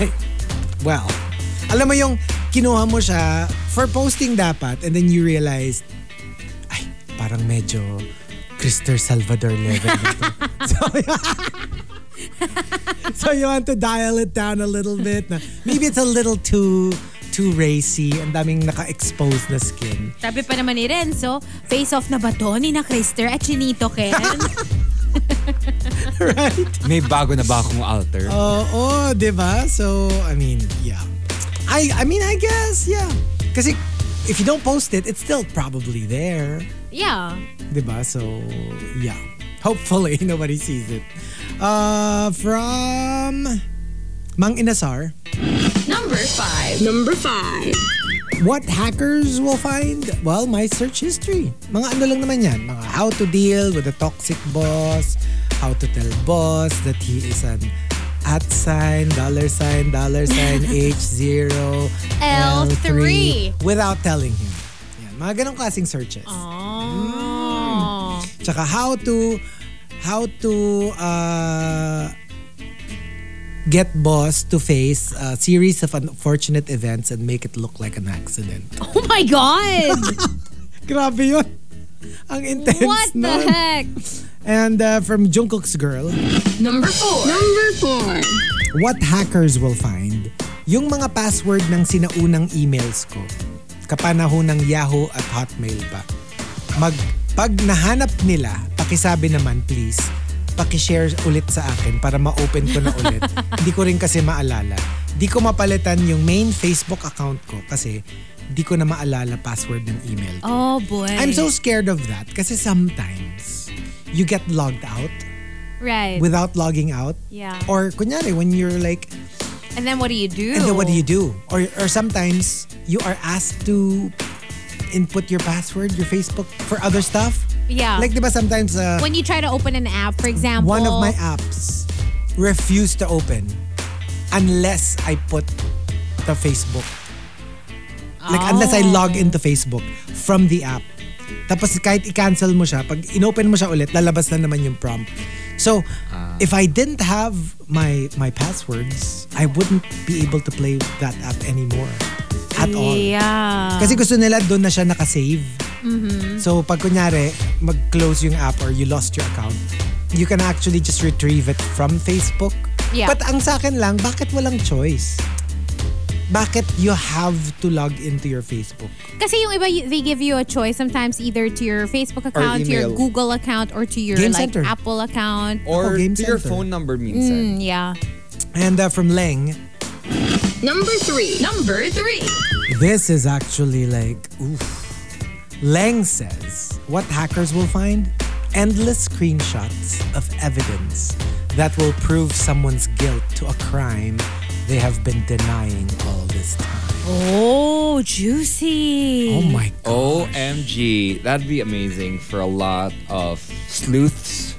Speaker 1: I, well, alam mo yung kinuha mo siya for posting dapat and then you realized, ay, parang medyo Christopher Salvador level na to. *laughs* so, so you want to dial it down a little bit. Na, maybe it's a little too too racy and daming naka-expose na skin.
Speaker 8: Sabi pa naman ni Renzo, face off na ba to ni na Krister at Chinito Ken?
Speaker 3: May bago na ba akong alter?
Speaker 1: Oh, Oo, di ba? So, I mean, yeah. I I mean, I guess, yeah. Kasi if you don't post it, it's still probably there.
Speaker 8: *laughs* yeah.
Speaker 1: Di ba? So, yeah. Hopefully, *laughs* nobody sees it. Uh, from Mang Inasar,
Speaker 4: Number five. Number five.
Speaker 1: what hackers will find? Well, my search history. Mga ano lang naman yan. Mga how to deal with a toxic boss, how to tell boss that he is an at sign, dollar sign, dollar
Speaker 8: *laughs*
Speaker 1: sign, H0,
Speaker 8: L three.
Speaker 1: without telling him. Yan, mga ganong klaseng searches. Mm.
Speaker 8: Oh.
Speaker 1: Tsaka how to how to uh, get boss to face a series of unfortunate events and make it look like an accident.
Speaker 8: Oh my *laughs* God!
Speaker 1: Grabe yun. Ang intense
Speaker 8: What the
Speaker 1: nun.
Speaker 8: heck?
Speaker 1: And uh, from Jungkook's girl,
Speaker 4: Number four. Number four.
Speaker 1: what hackers will find yung mga password ng sinaunang emails ko kapanahon ng Yahoo at Hotmail pa. Mag, pag nahanap nila, pakisabi naman please, pakishare ulit sa akin para ma-open ko na
Speaker 8: *laughs*
Speaker 1: ulit. Hindi ko rin kasi maalala. Di ko mapalitan yung main Facebook account ko kasi di ko na maalala password ng email. ko.
Speaker 2: Oh boy.
Speaker 1: I'm so scared of that kasi sometimes you get logged out
Speaker 2: right.
Speaker 1: without logging out.
Speaker 2: Yeah.
Speaker 1: Or kunyari, when you're like,
Speaker 2: and then what do you do?
Speaker 1: and then what do you do? Or, or sometimes you are asked to input your password, your Facebook for other stuff.
Speaker 2: Yeah.
Speaker 1: Like, di ba sometimes uh,
Speaker 2: when you try to open an app, for example.
Speaker 1: one of my apps refused to open unless I put the Facebook. Like unless I log into Facebook from the app. Tapos kahit i-cancel mo siya, pag inopen mo siya ulit, lalabas na naman yung prompt. So, if I didn't have my my passwords, I wouldn't be able to play that app anymore at all.
Speaker 2: Yeah.
Speaker 1: Kasi gusto nila doon na siya nakasave. So pag kunyari, mag-close yung app or you lost your account, you can actually just retrieve it from Facebook.
Speaker 2: Yeah.
Speaker 1: But ang sa akin lang, bakit walang choice? Bakit you have to log into your Facebook?
Speaker 2: Kasi yung iba, y- they give you a choice sometimes either to your Facebook account, to your
Speaker 3: email.
Speaker 2: Google account, or to your
Speaker 1: Game
Speaker 2: like
Speaker 1: Center.
Speaker 2: Apple account.
Speaker 1: oh,
Speaker 3: Or
Speaker 1: Game
Speaker 3: to your
Speaker 1: center.
Speaker 3: phone number minsan.
Speaker 2: Mm, yeah.
Speaker 1: And uh, from Leng,
Speaker 4: Number three. Number three.
Speaker 1: this is actually like, oof. Leng says, what hackers will find? Endless screenshots of evidence that will prove someone's guilt to a crime they have been denying all this time.
Speaker 2: Oh, juicy.
Speaker 1: Oh my god.
Speaker 3: OMG. That'd be amazing for a lot of sleuths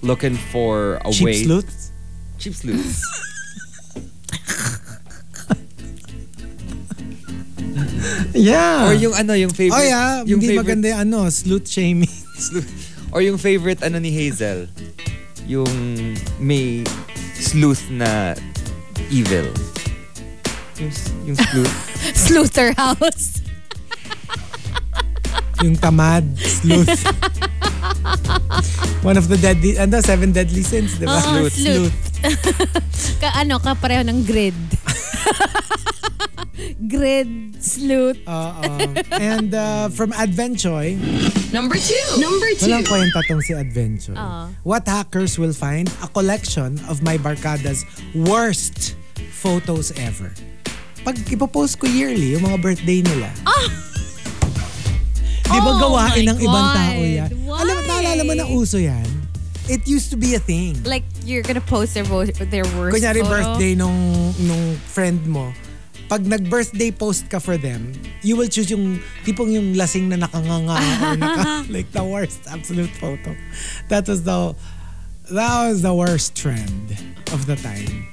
Speaker 3: looking for a
Speaker 1: Cheap
Speaker 3: way.
Speaker 1: sleuths?
Speaker 3: Cheap sleuths.
Speaker 1: Yeah.
Speaker 3: or yung ano, yung favorite.
Speaker 1: Oh yeah,
Speaker 3: yung
Speaker 1: hindi
Speaker 3: favorite
Speaker 1: maganda yung ano, sleuth shaming.
Speaker 3: sleuth. Or yung favorite ano ni Hazel. Yung may sleuth na evil. Yung, yung sleuth.
Speaker 2: Sleuther house.
Speaker 1: *laughs* *laughs* yung tamad sleuth. *laughs* One of the deadly, ano, seven deadly sins, di ba?
Speaker 2: Oo, Oh, sleuth. *laughs* Ka ano, ka pareho ng grid. *laughs* grid, sleuth.
Speaker 1: Oo. Uh, um, And uh, from Advenchoy,
Speaker 4: Number two. Number two.
Speaker 1: walang kwenta tong si Advenchoy.
Speaker 2: Ah.
Speaker 1: What hackers will find? A collection of my Barkada's worst photos ever. Pag ipopost ko yearly, yung mga birthday nila. Di ba
Speaker 2: Ah! Oh
Speaker 1: gawain
Speaker 2: my
Speaker 1: ng ibang
Speaker 2: God.
Speaker 1: tao yan? Alam mo,
Speaker 2: Why?
Speaker 1: naalala mo na uso yan? It used to be a thing.
Speaker 2: Like, you're gonna post their, vo- their worst
Speaker 1: Kunyari
Speaker 2: photo.
Speaker 1: birthday nung, nung friend mo, pag nag-birthday post ka for them, you will choose yung tipong yung lasing na nakanganga
Speaker 2: *laughs*
Speaker 1: or naka, like the worst absolute photo. That was the that was the worst trend of the time.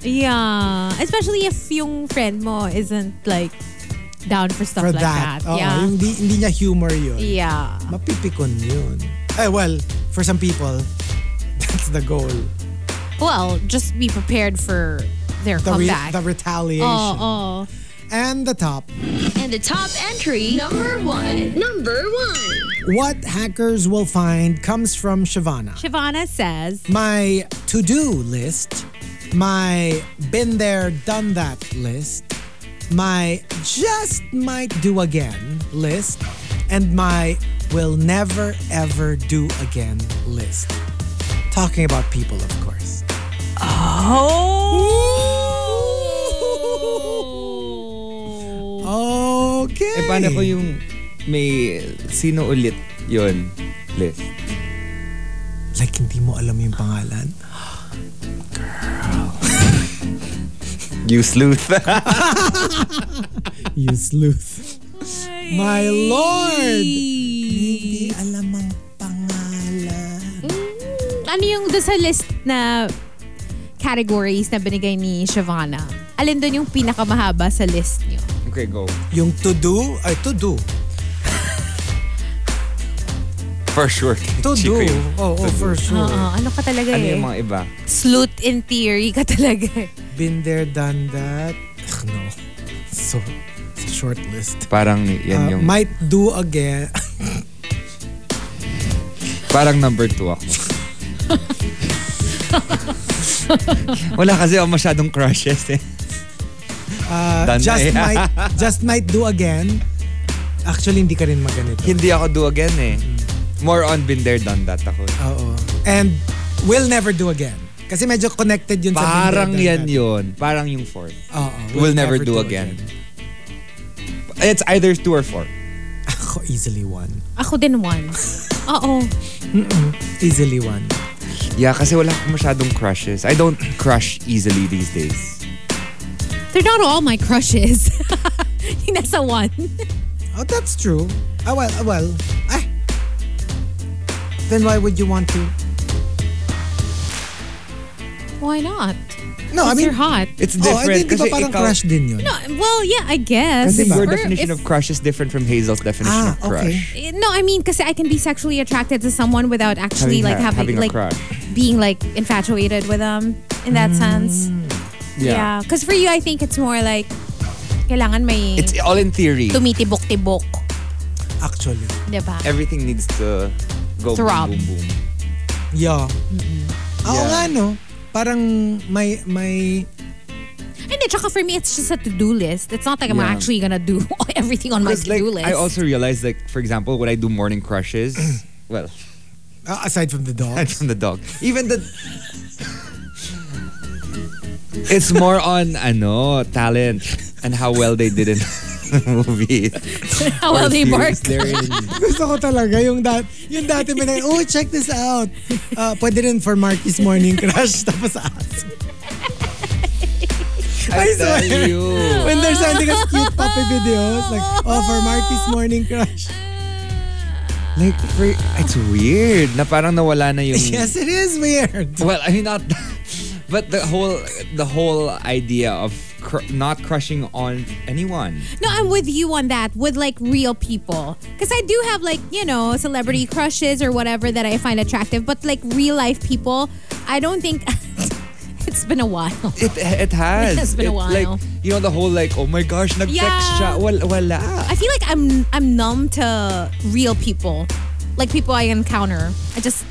Speaker 2: Yeah. Especially if yung friend mo isn't like down for stuff
Speaker 1: For
Speaker 2: like
Speaker 1: that.
Speaker 2: that.
Speaker 1: Oo,
Speaker 2: yeah.
Speaker 1: yung di, hindi niya humor yun.
Speaker 2: yeah.
Speaker 1: Mapipikon yun. Eh, well, for some people, *laughs* that's the goal.
Speaker 2: Well, just be prepared for their
Speaker 1: The, re-
Speaker 2: comeback.
Speaker 1: the retaliation.
Speaker 2: oh, oh.
Speaker 1: And the top.
Speaker 4: And the top entry. Number one. Number one.
Speaker 1: What hackers will find comes from Shivana.
Speaker 2: Shivana says,
Speaker 1: my to do list, my been there, done that list, my just might do again list, and my will never ever do again list. Talking about people, of course.
Speaker 2: Oh!
Speaker 1: Okay.
Speaker 3: Eh, paano ko yung may sino ulit yon list?
Speaker 1: Like, hindi mo alam yung pangalan.
Speaker 3: You sleuth. *laughs*
Speaker 1: You sleuth. My lord! Hindi alam ang pangalan.
Speaker 2: Ano yung doon sa list na categories na binigay ni Shivana? Alin doon yung pinakamahaba sa list niyo?
Speaker 3: okay, go.
Speaker 1: Yung to do, ay to do.
Speaker 3: For sure.
Speaker 1: To do.
Speaker 3: Chico yun.
Speaker 1: Oh, oh, for sure.
Speaker 2: Oo, ano ka talaga
Speaker 3: Hmm. Ano
Speaker 2: eh?
Speaker 3: yung mga iba?
Speaker 2: Slut in theory ka talaga eh.
Speaker 1: Been there, done that. Ugh, no. So, it's a short list.
Speaker 3: Parang yan
Speaker 1: Uh,
Speaker 3: yung...
Speaker 1: might do again.
Speaker 3: Parang number two ako. Wala kasi ako masyadong crushes eh.
Speaker 1: Uh,
Speaker 3: Done na
Speaker 1: just
Speaker 3: eh.
Speaker 1: might just might do again. Actually, hindi ka rin maganito.
Speaker 3: Hindi ako do again eh. More on been there, done that ako.
Speaker 1: Oo. And will never do again. Kasi medyo connected yun sa been
Speaker 3: Parang
Speaker 1: there, done that.
Speaker 3: yan yun. Parang yung fourth.
Speaker 1: Oo.
Speaker 3: Will never do again. It's either two or four.
Speaker 1: Ako, easily one.
Speaker 2: Ako din
Speaker 3: *laughs*
Speaker 2: once. Oo.
Speaker 1: Easily one.
Speaker 3: Yeah, kasi wala akong masyadong crushes. I don't crush easily these days.
Speaker 2: They're not all my crushes. *laughs* Yung Nasa one. *laughs*
Speaker 1: Oh, that's true. Ah, well, ah, well. Ah. Then why would you want to?
Speaker 2: Why not?
Speaker 1: No, I
Speaker 2: Because
Speaker 1: mean...
Speaker 2: you're hot.
Speaker 3: It's
Speaker 1: Oh, I
Speaker 3: different.
Speaker 1: think di ba
Speaker 3: kasi
Speaker 1: parang
Speaker 3: ikaw-
Speaker 1: crush din yun?
Speaker 2: No, well, yeah, I guess.
Speaker 3: Kasi
Speaker 1: Diba?
Speaker 3: your
Speaker 2: Or
Speaker 3: definition
Speaker 2: if-
Speaker 3: of crush is different from Hazel's
Speaker 1: Ah,
Speaker 3: definition of crush.
Speaker 2: Eh, No, I mean, because I can be sexually attracted to someone without actually like
Speaker 3: Having a-
Speaker 2: having,
Speaker 3: having a
Speaker 2: like
Speaker 3: crush.
Speaker 2: being like infatuated with them in that sense.
Speaker 3: Mm.
Speaker 2: Yeah, because for you, I think it's more like kailangan may
Speaker 3: It's all in theory.
Speaker 2: tumitibok-tibok,
Speaker 1: Actually.
Speaker 2: di ba?
Speaker 3: Everything needs to go
Speaker 2: Throb.
Speaker 3: boom, boom, boom.
Speaker 1: Yeah. Ah, Oo
Speaker 3: Yeah.
Speaker 1: nga, no? Parang may... may
Speaker 2: And tsaka for me, it's just a to-do list. It's not like I'm
Speaker 3: Yeah.
Speaker 2: actually gonna do *laughs* everything on my
Speaker 3: 'Cause, like,
Speaker 2: to-do list.
Speaker 3: I
Speaker 2: *laughs*
Speaker 3: also realized, like, for example, when I do morning
Speaker 2: *clears throat*
Speaker 3: crushes, well, *laughs*
Speaker 1: ah, aside from the *laughs*
Speaker 3: aside
Speaker 1: dogs.
Speaker 3: from the dog, even the. *laughs* it's more on, ano, talent and how well they did in *laughs* the movie.
Speaker 2: How *laughs* well
Speaker 3: Or
Speaker 2: they work.
Speaker 3: series
Speaker 2: *laughs*
Speaker 3: they're in.
Speaker 1: Gusto ko talaga yung, dat yung dati may nag- oh, check this out. Uh, pwede rin for Marky's Morning Crush. *laughs* Tapos ah, ask.
Speaker 3: I
Speaker 1: swear.
Speaker 3: tell you.
Speaker 1: When they're sending us cute puppy videos, like, oh, for Marky's Morning Crush.
Speaker 3: Like, for, it's weird na parang nawala na yung...
Speaker 1: Yes, it is weird.
Speaker 3: Well, I mean, not... *laughs* But the whole the whole idea of cr- not crushing on anyone.
Speaker 2: No, I'm with you on that. With like real people, because I do have like you know celebrity crushes or whatever that I find attractive, but like real life people, I don't think *laughs* it's been a while.
Speaker 3: It it
Speaker 2: *laughs*
Speaker 3: has.
Speaker 2: It has been a
Speaker 3: It- Like,
Speaker 2: while.
Speaker 3: you know, the whole like, oh my gosh, nag-text
Speaker 2: Yeah.
Speaker 3: siya. Wal-
Speaker 2: *laughs*
Speaker 3: wala.
Speaker 2: I feel like I'm I'm numb to real people, like people I encounter. I just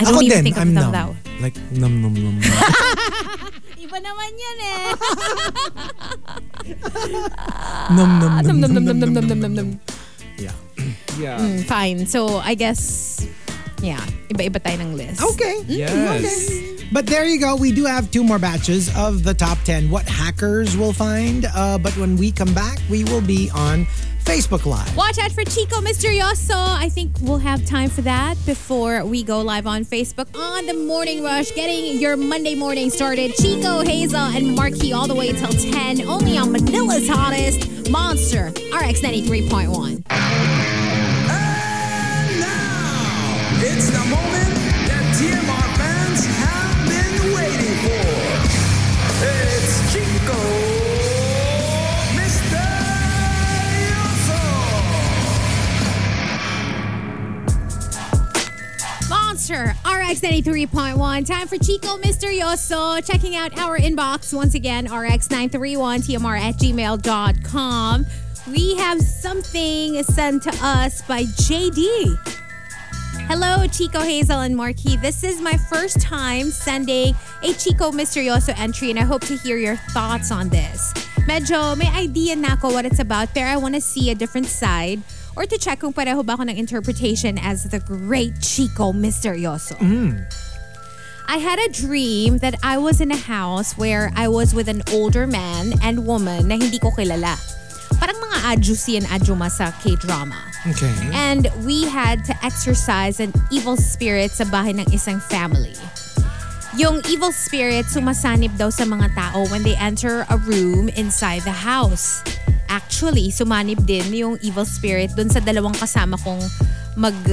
Speaker 2: I
Speaker 1: Ako
Speaker 2: don't even
Speaker 1: din,
Speaker 2: think of
Speaker 1: I'm
Speaker 2: them
Speaker 1: numb.
Speaker 2: that way.
Speaker 1: Like, num num num. *laughs*
Speaker 2: Iba naman yan eh.
Speaker 1: num num num
Speaker 2: *laughs* Num, num, num, num, num, num, num, num.
Speaker 1: Yeah.
Speaker 3: Yeah.
Speaker 2: Mm. Fine. So I guess yeah, iba-iba tayo ng list.
Speaker 1: Mm-hmm. Okay.
Speaker 3: Yes.
Speaker 1: But there you go. We do have two more batches of the top 10 what hackers will find. Uh, but when we come back, we will be on Facebook Live.
Speaker 2: Watch out for Chico Misterioso. I think we'll have time for that before we go live on Facebook on the Morning Rush, getting your Monday morning started. Chico, Hazel, and Marky all the way till 10, only on Manila's hottest monster, RX 93.1.
Speaker 5: And now, it's the moment that TMR fans have been waiting for. It's Chico Misterioso.
Speaker 2: Monster RX 93.1. Time for Chico Misterioso. Checking out our inbox once again, rx931tmr at gmail.com. We have something sent to us by JD. Hello, Chico Hazel and Marquis. This is my first time sending a Chico Misterioso entry, and I hope to hear your thoughts on this. Medyo may idea na ako what it's about, pero I want to see a different side or to check kung pareho ba ako ng interpretation as the great Chico Misterioso. I had a dream that I was in a house where I was with an older man and woman na hindi ko kilala. Parang mga adjusi and adjuma sa K-drama.
Speaker 1: Okay.
Speaker 2: And we had to exercise an evil spirit sa bahay ng isang family. Yung evil spirit sumasanib daw sa mga tao when they enter a room inside the house. Actually, sumanib din yung evil spirit dun sa dalawang kasama kong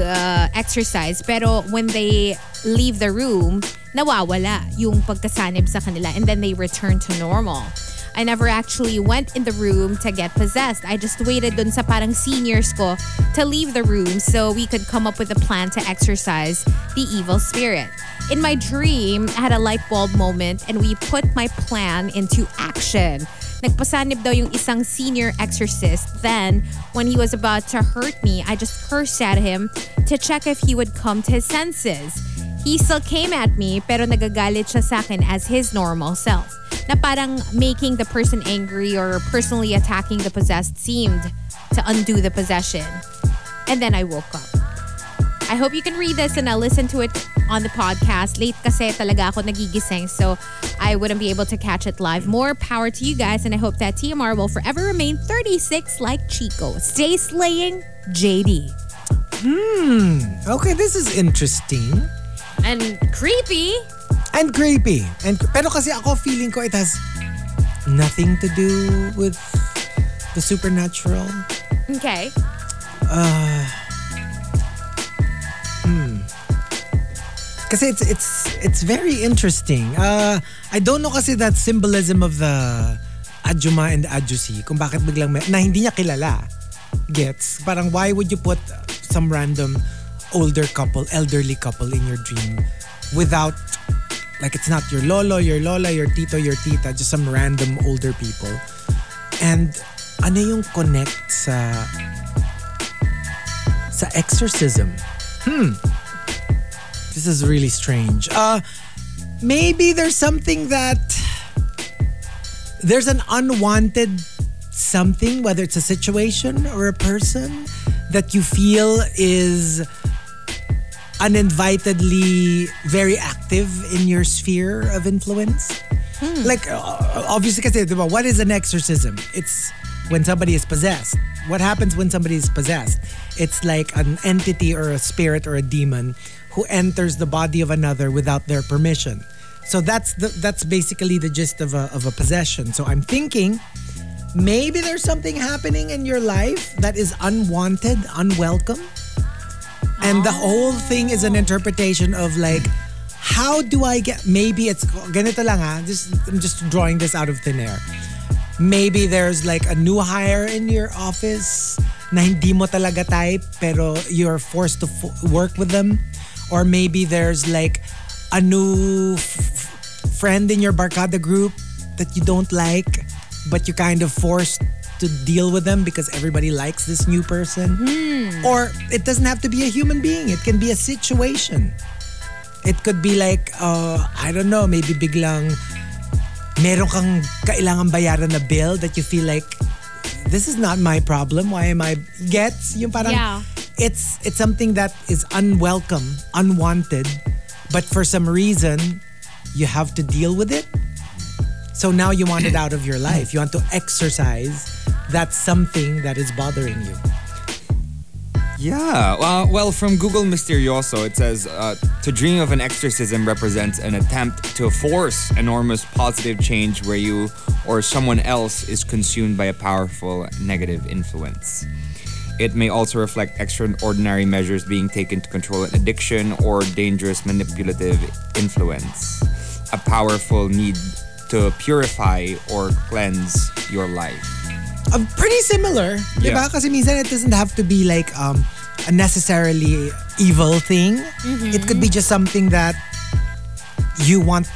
Speaker 2: mag-exercise. Pero when they leave the room, nawawala yung pagkasanib sa kanila and then they return to normal. I never actually went in the room to get possessed. I just waited dun sa parang seniors ko to leave the room so we could come up with a plan to exorcise the evil spirit. In my dream, I had a light bulb moment and we put my plan into action. Nagpasanib daw yung isang senior exorcist. Then, when he was about to hurt me, I just cursed at him to check if he would come to his senses. He still came at me pero nagagalit siya sa akin as his normal self. Na parang making the person angry or personally attacking the possessed seemed to undo the possession. And then I woke up. I hope you can read this and I'll listen to it on the podcast. Late kasi talaga ako nagigising, so I wouldn't be able to catch it live. More power to you guys, and I hope that TMR will forever remain 36 like Chico. Stay slaying, JD.
Speaker 1: Okay, this is interesting.
Speaker 2: And creepy.
Speaker 1: And creepy. And pero kasi ako feeling ko it has nothing to do with the supernatural.
Speaker 2: Okay.
Speaker 1: Kasi it's it's it's very interesting. Uh, I don't know kasi that symbolism of the Adjuma and Adjusi kung bakit biglang may, na hindi niya kilala. Gets? Parang why would you put some random older couple, elderly couple in your dream without like it's not your lolo, your lola, your tito, your tita, just some random older people. And ano yung connect sa sa exorcism? This is really strange. Uh maybe there's something that there's an unwanted something whether it's a situation or a person that you feel is uninvitedly very active in your sphere of influence. Like uh, obviously kasi, di ba, what is an exorcism? It's when somebody is possessed. What happens when somebody is possessed? It's like an entity or a spirit or a demon who enters the body of another without their permission. So that's the that's basically the gist of a of a possession. So I'm thinking maybe there's something happening in your life that is unwanted, unwelcome. And the whole thing is an interpretation of like, how do I get? Maybe it's ganito lang ha. Just I'm just drawing this out of thin air. Maybe there's like a new hire in your office na hindi mo talaga type pero you're forced to fo- work with them. Or maybe there's like a new f- f- friend in your barkada group that you don't like but you kind of forced to deal with them because everybody likes this new person. Or it doesn't have to be a human being. It can be a situation. It could be like, uh, I don't know, maybe biglang meron kang kailangan bayaran na bill that you feel like, this is not my problem. Why am I gets? Yung parang,
Speaker 2: Yeah.
Speaker 1: it's, it's something that is unwelcome, unwanted, but for some reason, you have to deal with it. So now you want it out of your life. You want to exercise that something that is bothering you.
Speaker 3: Yeah. Well, well, from Google Mysterioso, it says uh, to dream of an exorcism represents an attempt to force enormous positive change where you or someone else is consumed by a powerful negative influence. It may also reflect extraordinary measures being taken to control an addiction or dangerous manipulative influence, a powerful need to purify or cleanse your life.
Speaker 1: Uh, pretty similar,
Speaker 3: Yeah.
Speaker 1: diba? Kasi minsan it doesn't have to be like um, a necessarily evil thing. It could be just something that you want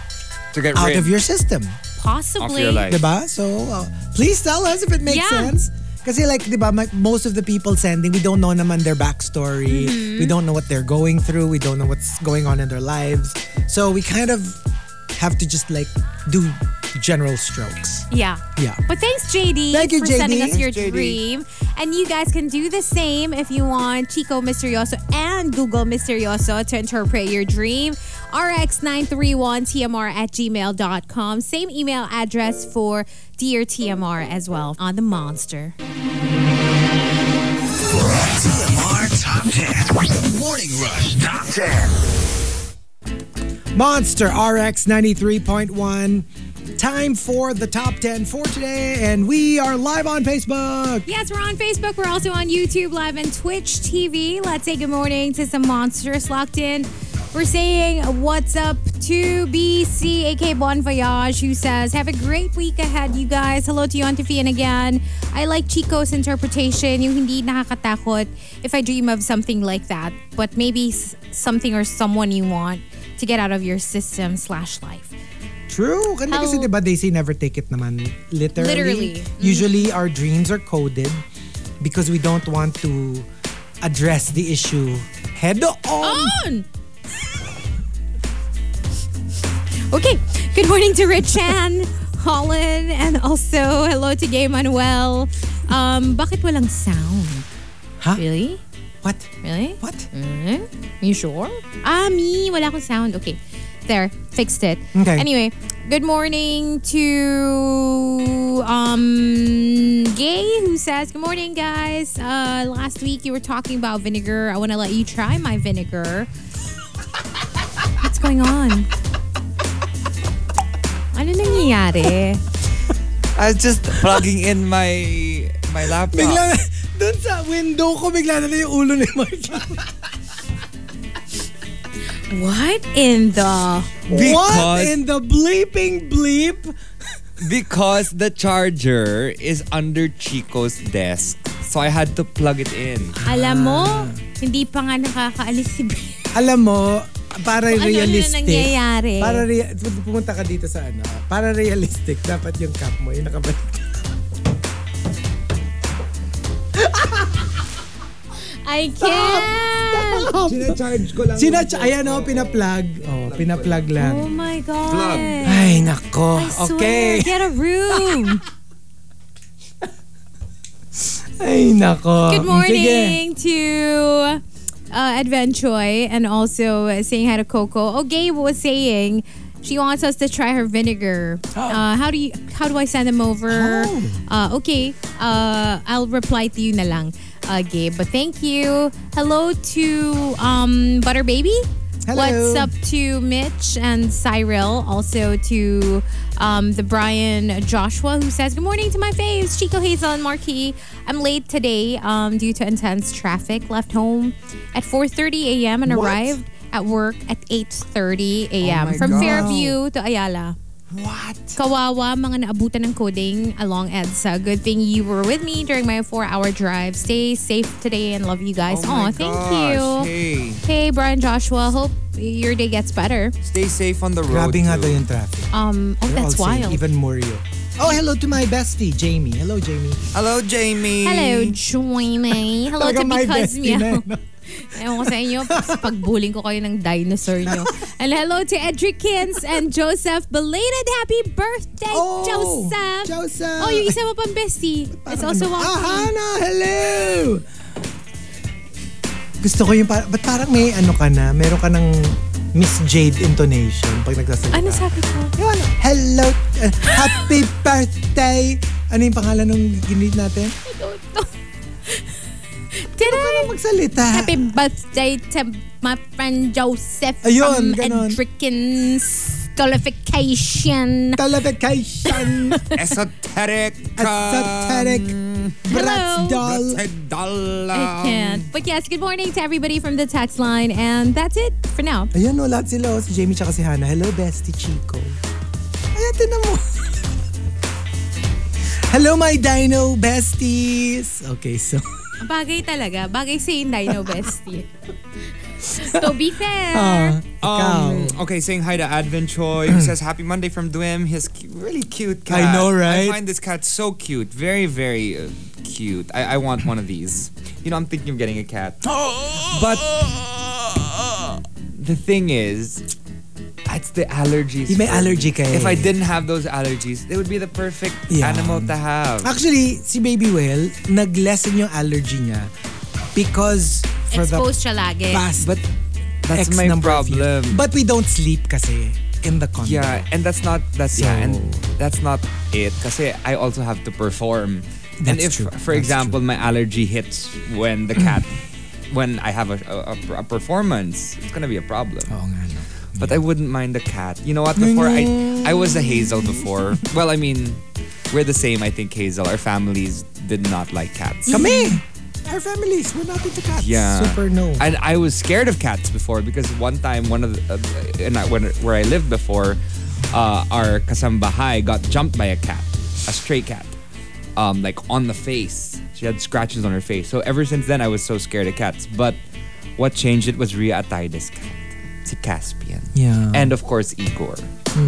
Speaker 3: To get
Speaker 1: out
Speaker 3: rid
Speaker 1: of your system,
Speaker 3: of
Speaker 2: Possibly.
Speaker 3: your life.
Speaker 1: diba? So uh, please tell us if it makes
Speaker 2: Yeah.
Speaker 1: sense. Kasi like, diba, my- most of the people sending, we don't know naman their backstory. We don't know what they're going through. We don't know what's going on in their lives. So we kind of have to just like do general strokes.
Speaker 2: Yeah.
Speaker 1: Yeah.
Speaker 2: But thanks, JD,
Speaker 1: Thank you,
Speaker 2: for
Speaker 1: JD.
Speaker 2: sending us your
Speaker 3: Thanks, JD.
Speaker 2: dream. And you guys can do the same if you want Chico Misterioso and Google Misterioso to interpret your dream. RX931TMR at gmail.com. Same email address for Dear TMR as well on the monster.
Speaker 5: TMR Top 10. Morning Rush Top 10.
Speaker 1: Monster RX 93.1. Time for the top 10 for today, and we are live on Facebook.
Speaker 2: Yes, we're on Facebook. We're also on YouTube Live and Twitch TV. Let's say good morning to some monsters locked in. We're saying what's up to BC, aka Bon Voyage, who says, Have a great week ahead, you guys. Hello to you, Auntie Fian again. I like Chico's interpretation, yung hindi nakakatakot if I dream of something like that, but maybe s- something or someone you want to get out of your system slash life.
Speaker 1: True. Kasi kasi
Speaker 2: How-
Speaker 1: diba they say never take it naman literally.
Speaker 2: Literally. Mm-hmm.
Speaker 1: Usually our dreams are coded because we don't want to address the issue head on.
Speaker 2: on. Okay. Good morning to Rich Chan, Holland, and also hello to Gay Manuel. Um, bakit walang sound?
Speaker 1: Ha?
Speaker 2: Really?
Speaker 1: What?
Speaker 2: Really?
Speaker 1: What? *laughs*
Speaker 2: Eh? You sure? Ah, me. Wala akong sound. Okay. There. Fixed it.
Speaker 1: Okay.
Speaker 2: Anyway, good morning to um Gay who says, Good morning, guys. Uh last week you were talking about vinegar. I wanna let you try my vinegar. What's going on? Ano nangyayari?
Speaker 3: I was just plugging in my my laptop.
Speaker 1: Bigla na, dun sa window ko, bigla na lang yung ulo ni Marky.
Speaker 2: What in the
Speaker 1: What
Speaker 3: Because
Speaker 1: in the bleeping bleep?
Speaker 3: because the charger is under Chico's desk. So I had to plug it in.
Speaker 2: Alam mo,
Speaker 1: Ah.
Speaker 2: hindi pa nga nakakaalis si Ben.
Speaker 1: Alam mo, para
Speaker 2: Kung ano-ano
Speaker 1: realistic.
Speaker 2: na nangyayari.
Speaker 1: Para rea- pumunta ka dito sa ano. Para realistic, dapat yung cap mo, yung nakabalik.
Speaker 2: I can't!
Speaker 1: Sinacharge ko lang. Sinach- ayan o, oh, pinaplug. Oh, pinaplug lang.
Speaker 2: Oh my God!
Speaker 1: Ay, nako.
Speaker 2: I swear,
Speaker 1: okay.
Speaker 2: get a
Speaker 1: *laughs*
Speaker 2: room.
Speaker 1: Ay, nako.
Speaker 2: Good
Speaker 1: Sige.
Speaker 2: morning to uh, Advenchoy and also uh, saying hi to Coco. Oh, Gabe was saying she wants us to try
Speaker 1: *gasps*
Speaker 2: her vinegar. Uh, how do you? How do I send them over?
Speaker 1: Oh.
Speaker 2: Uh, okay, uh, I'll reply to you na lang, uh, Gabe. But thank you. Hello to um, Butter Baby.
Speaker 1: Hello.
Speaker 2: What's up to Mitch and Cyril? Also to um, the Brian Joshua who says, Good morning to my faves, Chico Hazel and Marquis. I'm late today um, due to intense traffic. Left home at 4.30 a.m. and
Speaker 1: What?
Speaker 2: arrived at work at 8.30 a.m. From Fairview to Ayala.
Speaker 1: What?
Speaker 2: Kawawa mga naabutan ng coding along EDSA. Good thing you were with me during my four-hour drive. Stay safe today and love you guys. Oh,
Speaker 3: my
Speaker 2: thank you.
Speaker 3: gosh. Hey,
Speaker 2: Hey, Brian Joshua. Hope your day gets better.
Speaker 3: stay safe on the road.
Speaker 1: Grabe nga
Speaker 3: too.
Speaker 1: daw yung traffic.
Speaker 2: Um, oh,
Speaker 1: They're
Speaker 2: that's
Speaker 1: all saying,
Speaker 2: wild.
Speaker 1: Even more you. Oh, hello to my bestie, Jamie. Hello, Jamie.
Speaker 3: Hello, Jamie.
Speaker 2: Hello, Joanie. Hello Oh, to
Speaker 1: Talagang my
Speaker 2: Because
Speaker 1: bestie na,
Speaker 2: *laughs* Meow.
Speaker 1: no?
Speaker 2: Ewan ko sa inyo, pag-bullying ko kayo ng dinosaur nyo. And hello to Edrikins and Joseph. Belated happy birthday,
Speaker 1: Oh,
Speaker 2: Joseph.
Speaker 1: Joseph.
Speaker 2: Oh, yung isa mo pang bestie. It's also one.
Speaker 1: Ah, Hannah, hello! Gusto ko yung parang, ba't parang may ano ka na, meron ka ng Miss Jade intonation pag nagsasalita.
Speaker 2: Ano sabi ko?
Speaker 1: Yung ano, hello, uh, happy birthday! Ano yung pangalan nung ginid natin?
Speaker 2: I don't know. Did I?
Speaker 1: Magsalita.
Speaker 2: Happy birthday to my friend Joseph
Speaker 1: Ayun,
Speaker 2: from
Speaker 1: ganon.
Speaker 2: Edrikins Qualification.
Speaker 1: Televication!
Speaker 3: Esoteric.
Speaker 1: Esoteric! Bratz doll!
Speaker 2: I can't. But yes, good morning to everybody from the text line. And that's it for now.
Speaker 1: Ayan o, lahat sila. oh, Si Jamie tsaka si Hannah. Hello, bestie Chico. Ayan, tinan mo. *laughs* Hello, my dino besties. Okay, so...
Speaker 2: Bagay talaga. Bagay sa yung Dino
Speaker 1: *laughs*
Speaker 2: Bestie. so be fair.
Speaker 1: Ah, ikaw.
Speaker 3: Um, okay, saying hi to Advent Choi, who says happy Monday from Dwim. His cu- really cute cat.
Speaker 1: I know, right?
Speaker 3: I find this cat so cute. Very, very uh, cute. I-, I want one of these. You know, I'm thinking of getting a cat. But the thing is, it's the allergies.
Speaker 1: Yung may allergy ka eh.
Speaker 3: If I didn't have those allergies, they would be the perfect
Speaker 1: Yeah.
Speaker 3: animal to have.
Speaker 1: Actually, si Baby Well, nag-lessen yung allergy niya because for
Speaker 2: Exposed siya
Speaker 1: the
Speaker 2: lagi.
Speaker 1: past
Speaker 3: But that's
Speaker 1: X
Speaker 3: my
Speaker 1: number of
Speaker 3: problem.
Speaker 1: years. But we don't sleep kasi in the condo.
Speaker 3: Yeah, and that's not that's yeah, and
Speaker 1: So-
Speaker 3: that's not it. Kasi I also have to perform. and
Speaker 1: That's
Speaker 3: if,
Speaker 1: true.
Speaker 3: for
Speaker 1: That's
Speaker 3: example, my allergy hits when the cat, when I have a, a, a performance, it's gonna be a problem.
Speaker 1: Oo nga, no?
Speaker 3: But I wouldn't mind the cat. You know what? Before I, I was a Hazel before. well, I mean, we're the same. I think Hazel. Our families did not like cats.
Speaker 1: Kami! Our families, we're not into cats.
Speaker 3: Yeah.
Speaker 1: Super no.
Speaker 3: And I was scared of cats before because one time one of the, uh, and I, when, where I lived before, uh, our kasambahay got jumped by a cat, a stray cat, um, like on the face. She had scratches on her face. So ever since then, I was so scared of cats. But what changed it was Ria Ataida's cat, si Caspian,
Speaker 1: Yeah.
Speaker 3: and of course Igor.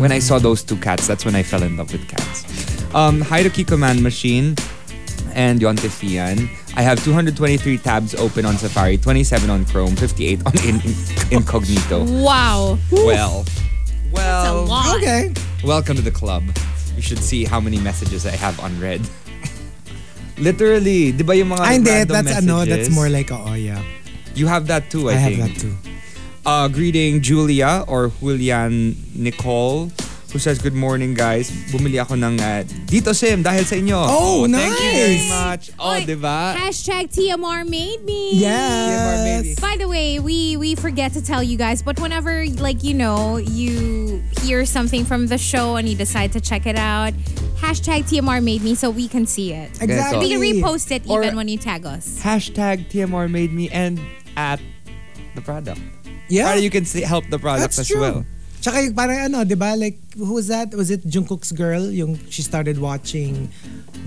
Speaker 3: When I saw those two cats, that's when I fell in love with cats. Um, hi to Key Command Machine and Yontifian. I have 223 tabs open on Safari, 27 on Chrome, 58 on in- *laughs* in- Incognito.
Speaker 2: Wow.
Speaker 3: Well,
Speaker 2: That's a
Speaker 3: well,
Speaker 2: lot.
Speaker 1: okay.
Speaker 3: welcome to the club. You should see how many messages I have unread. *laughs* Literally, di ba yung mga
Speaker 1: Ay, hindi.
Speaker 3: random
Speaker 1: That's
Speaker 3: messages?
Speaker 1: ano, that's more like, oh, yeah.
Speaker 3: You have that too, I,
Speaker 1: I have
Speaker 3: think.
Speaker 1: that too.
Speaker 3: Uh, greeting Julia or Julian Nicole who says, Good morning, guys. Bumili ako ng uh, Dito Sim dahil sa inyo.
Speaker 1: Oh,
Speaker 3: Thank you very
Speaker 1: nice.
Speaker 3: much. Oh,
Speaker 2: Oy,
Speaker 3: di ba?
Speaker 2: Hashtag TMR made me.
Speaker 1: Yes.
Speaker 3: baby.
Speaker 2: By the way, we we forget to tell you guys, but whenever like you know you hear something from the show and you decide to check it out, hashtag TMR made me so we can see it.
Speaker 1: Exactly.
Speaker 2: We repost it
Speaker 3: Or-
Speaker 2: even when you tag us.
Speaker 3: Hashtag TMR made me and at the product.
Speaker 1: Yeah.
Speaker 3: Para you can see, help the product
Speaker 1: That's
Speaker 3: as
Speaker 1: true.
Speaker 3: well.
Speaker 1: Tsaka yung parang ano, di ba? Like, who was that? Was it Jungkook's girl? Yung she started watching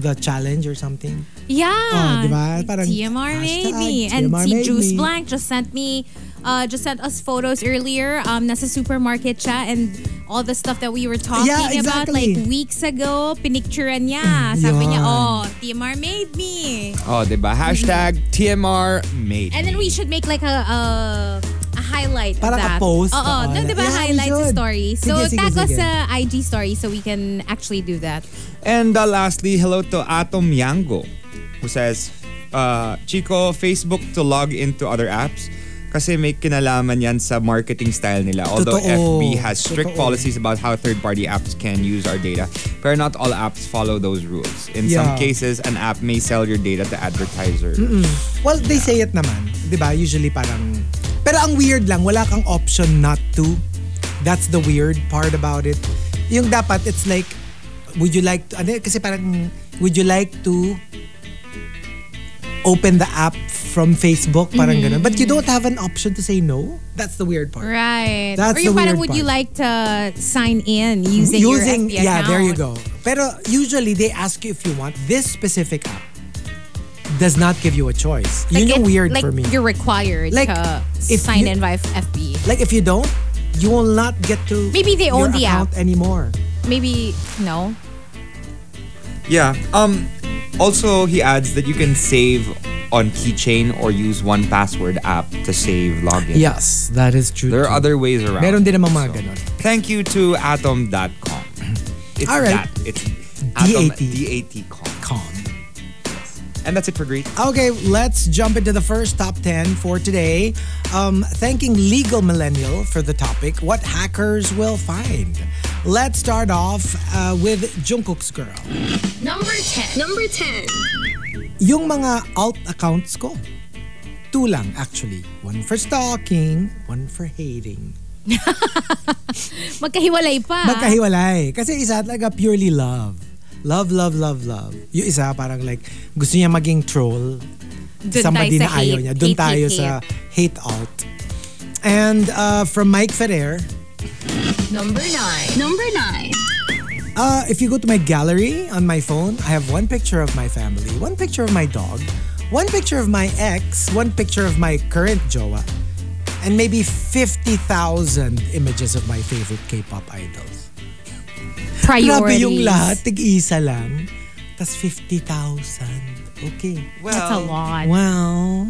Speaker 1: The Challenge or something?
Speaker 2: Yeah.
Speaker 1: Oh, di ba? Parang hashtag
Speaker 2: TMR made me. And
Speaker 1: TMR
Speaker 2: si
Speaker 1: made
Speaker 2: Juice
Speaker 1: me.
Speaker 2: Blank just sent me uh, just sent us photos earlier. Um nasa supermarket siya and all the stuff that we were talking
Speaker 1: Yeah,
Speaker 2: about
Speaker 1: exactly.
Speaker 2: like weeks ago, pinicturean niya. Sabi niya,
Speaker 1: Yun.
Speaker 2: oh, TMR made me.
Speaker 3: Oh, di ba? Hashtag TMR made
Speaker 2: And then we should make like a a, a highlight of
Speaker 1: Parang a
Speaker 2: that.
Speaker 1: post,
Speaker 2: Oo,
Speaker 1: oo.
Speaker 2: no, diba
Speaker 1: Yeah, we
Speaker 2: highlights
Speaker 1: should.
Speaker 2: a story. So
Speaker 1: Sige, sige,
Speaker 2: tag us
Speaker 1: sige.
Speaker 2: sa IG story so we can actually do that.
Speaker 3: And uh, lastly, hello to Atom Yango, who says, uh, Chico, Facebook to log into other apps kasi may kinalaman yan sa marketing style nila. Although
Speaker 1: Totoo.
Speaker 3: FB has strict
Speaker 1: Totoo.
Speaker 3: policies about how third-party apps can use our data, but not all apps follow those rules. In
Speaker 1: Yeah.
Speaker 3: some cases, an app may sell your data to advertisers.
Speaker 1: Well, they say it naman. Di ba? Usually parang... Pero ang weird lang, wala kang option not to. That's the weird part about it. Yung dapat, it's like, would you like to... Ano, kasi parang, would you like to open the app from Facebook? Parang ganun. But you don't have an option to say no? That's the weird part.
Speaker 2: Right.
Speaker 1: That's
Speaker 2: Mm-hmm. or yung
Speaker 1: the
Speaker 2: parang
Speaker 1: weird
Speaker 2: would you
Speaker 1: part.
Speaker 2: like to sign in using, your FB
Speaker 1: yeah, there you
Speaker 2: account?
Speaker 1: go. Pero usually they ask you if you want this specific app. Does not give you a choice.
Speaker 2: Like
Speaker 1: you know,
Speaker 2: it-
Speaker 1: weird
Speaker 2: like
Speaker 1: for me.
Speaker 2: You're required
Speaker 1: Like,
Speaker 2: to
Speaker 1: if
Speaker 2: sign
Speaker 1: you-
Speaker 2: in via FB.
Speaker 1: Like if you don't, you will not get to
Speaker 2: Maybe they
Speaker 1: your
Speaker 2: own the
Speaker 1: account anymore.
Speaker 2: Maybe no.
Speaker 3: Yeah. Um. Also, he adds that you can save on Keychain or use One Password app to save login.
Speaker 1: Yes, that is true.
Speaker 3: There are other ways around.
Speaker 1: Meron din naman mga
Speaker 3: So,
Speaker 1: ganon.
Speaker 3: Thank you to atom.com. It's
Speaker 1: All right.
Speaker 3: that. It's atom,
Speaker 1: DAT.
Speaker 3: DAT.com.
Speaker 1: Calm.
Speaker 3: And that's it for greet.
Speaker 1: Okay, let's jump into the first top 10 for today. Um, thanking Legal Millennial for the topic What Hackers Will Find. Let's start off uh, with Jungkook's Girl.
Speaker 4: Number 10. Number 10.
Speaker 1: Yung mga alt accounts ko. Two lang actually. One for stalking, one for hating.
Speaker 2: Magkahiwalay pa.
Speaker 1: Magkahiwalay. Kasi isa talaga purely love. Love, love, love, love. Yung isa parang like gusto niya maging troll.
Speaker 2: Dun
Speaker 1: Somebody
Speaker 2: tayo
Speaker 1: na
Speaker 2: sa
Speaker 1: ayaw
Speaker 2: hate.
Speaker 1: niya. Doon
Speaker 2: Hate,
Speaker 1: tayo
Speaker 2: hate,
Speaker 1: sa hate alt. And uh, from Mike Ferrer,
Speaker 4: Number 9. Number 9.
Speaker 1: Uh, if you go to my gallery on my phone, I have one picture of my family, one picture of my dog, one picture of my ex, one picture of my current jowa, and maybe 50,000 images of my favorite K-pop idols. Grabe
Speaker 2: Priorities.
Speaker 1: yung lahat, tig-isa lang. Tas 50,000. Okay.
Speaker 2: That's a lot.
Speaker 1: Well,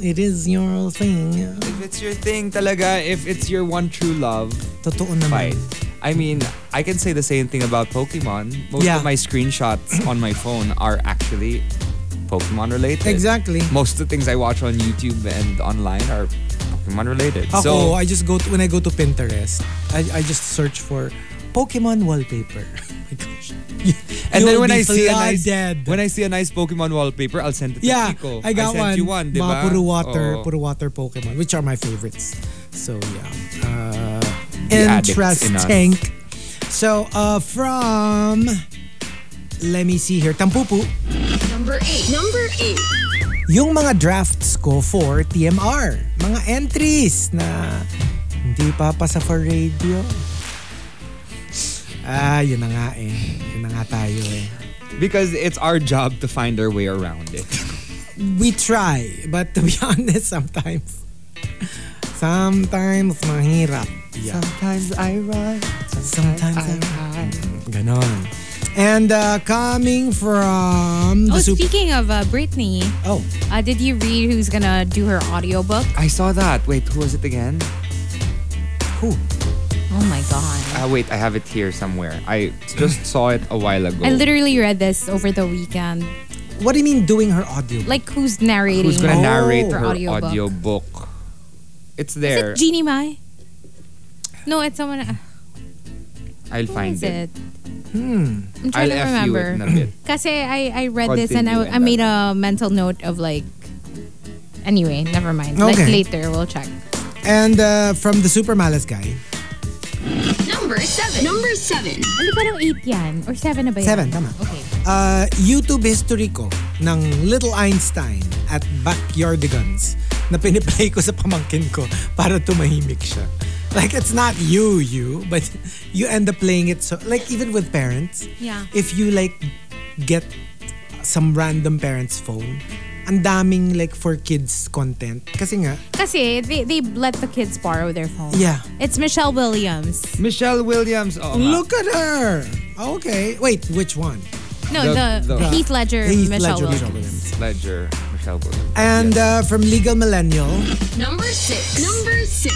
Speaker 1: it is your thing.
Speaker 3: If it's your thing talaga, if it's your one true love,
Speaker 1: Totoo naman.
Speaker 3: fine. I mean, I can say the same thing about Pokemon. Most
Speaker 1: Yeah.
Speaker 3: of my screenshots on my phone are actually Pokemon related.
Speaker 1: Exactly.
Speaker 3: Most of the things I watch on YouTube and online are Pokemon related.
Speaker 1: Ako,
Speaker 3: so
Speaker 1: I just go to, when I go to Pinterest, I, I just search for Pokemon wallpaper. *laughs* Oh My gosh. You-
Speaker 3: and
Speaker 1: you
Speaker 3: then
Speaker 1: will
Speaker 3: when
Speaker 1: be
Speaker 3: I see a nice
Speaker 1: flooded.
Speaker 3: when I see a nice Pokemon wallpaper, I'll send it to
Speaker 1: yeah,
Speaker 3: Chico.
Speaker 1: I got
Speaker 3: sent
Speaker 1: one.
Speaker 3: you one, di
Speaker 1: Mga
Speaker 3: ba?
Speaker 1: puro water,
Speaker 3: Oo.
Speaker 1: puro water Pokemon, which are my favorites. So yeah, uh,
Speaker 3: addicts in us.
Speaker 1: interesting. So uh, from, let me see here, Tampupu.
Speaker 4: Number 8. Number 8.
Speaker 1: yung mga drafts ko for TMR. Mga entries na hindi pa pasa for radio. Ah, yun na nga eh. Yun na nga tayo eh.
Speaker 3: Because it's our job to find our way around it.
Speaker 1: We try, but to be *laughs* honest, sometimes, sometimes mahirap.
Speaker 3: Sometimes I run.
Speaker 1: Sometimes I ride. Ganon. And uh, coming from
Speaker 2: Oh,
Speaker 1: the Sup-
Speaker 2: speaking of uh, Britney,
Speaker 1: Oh,
Speaker 2: uh, did you read who's gonna do her audiobook?
Speaker 3: I saw that. Wait, who was it again?
Speaker 1: who?
Speaker 2: Oh my god.
Speaker 3: Ah, wait, I have it
Speaker 1: *laughs*
Speaker 7: Oh.
Speaker 3: here somewhere. I just saw it a while ago.
Speaker 2: I literally read this over the weekend.
Speaker 1: What do you mean doing her audio?
Speaker 2: Like who's narrating?
Speaker 7: Who's gonna
Speaker 1: Oh.
Speaker 7: narrate
Speaker 1: Or
Speaker 7: her
Speaker 2: audiobook.
Speaker 7: audiobook? It's
Speaker 2: Is
Speaker 7: there.
Speaker 2: it Jeannie Mai? No, it's someone. Uh,
Speaker 7: I'll
Speaker 2: who
Speaker 7: find
Speaker 2: is
Speaker 7: it.
Speaker 2: it? Hmm. I'm
Speaker 7: I'll
Speaker 2: trying to
Speaker 7: F you
Speaker 2: remember.
Speaker 7: it in a bit.
Speaker 2: Kasi I, I read this and
Speaker 7: Continue
Speaker 2: I,
Speaker 7: and
Speaker 2: I made a mental note of like. Anyway, never mind. Like
Speaker 1: Okay.
Speaker 2: later, we'll check.
Speaker 1: and uh, from the Super Malas guy.
Speaker 4: Number seven. Number seven.
Speaker 2: Ano parang 8 yan? Or 7 na ba yan?
Speaker 1: Seven, tama.
Speaker 2: Okay.
Speaker 1: Uh, YouTube history ko ng Little Einstein at Backyardigans na piniplay ko sa pamangkin ko para tumahimik siya. Like, it's not you, you, but you end up playing it so, like, even with parents.
Speaker 2: Yeah.
Speaker 1: If you, like, get some random parent's phone, ang daming, like, for kids content. Kasi nga,
Speaker 2: Kasi they, they let the kids borrow their phone.
Speaker 1: Yeah.
Speaker 2: It's Michelle Williams.
Speaker 7: Michelle Williams. Oh,
Speaker 1: look at her! Okay. Wait, which one?
Speaker 2: No,
Speaker 7: The-
Speaker 2: the,
Speaker 7: the-
Speaker 2: Heath Ledger,
Speaker 1: Heath
Speaker 2: Michelle
Speaker 1: Ledger,
Speaker 2: Williams.
Speaker 1: Michelle Williams.
Speaker 7: Ledger. Michelle Williams.
Speaker 1: And uh, from Legal Millennial,
Speaker 4: Number six. Number six.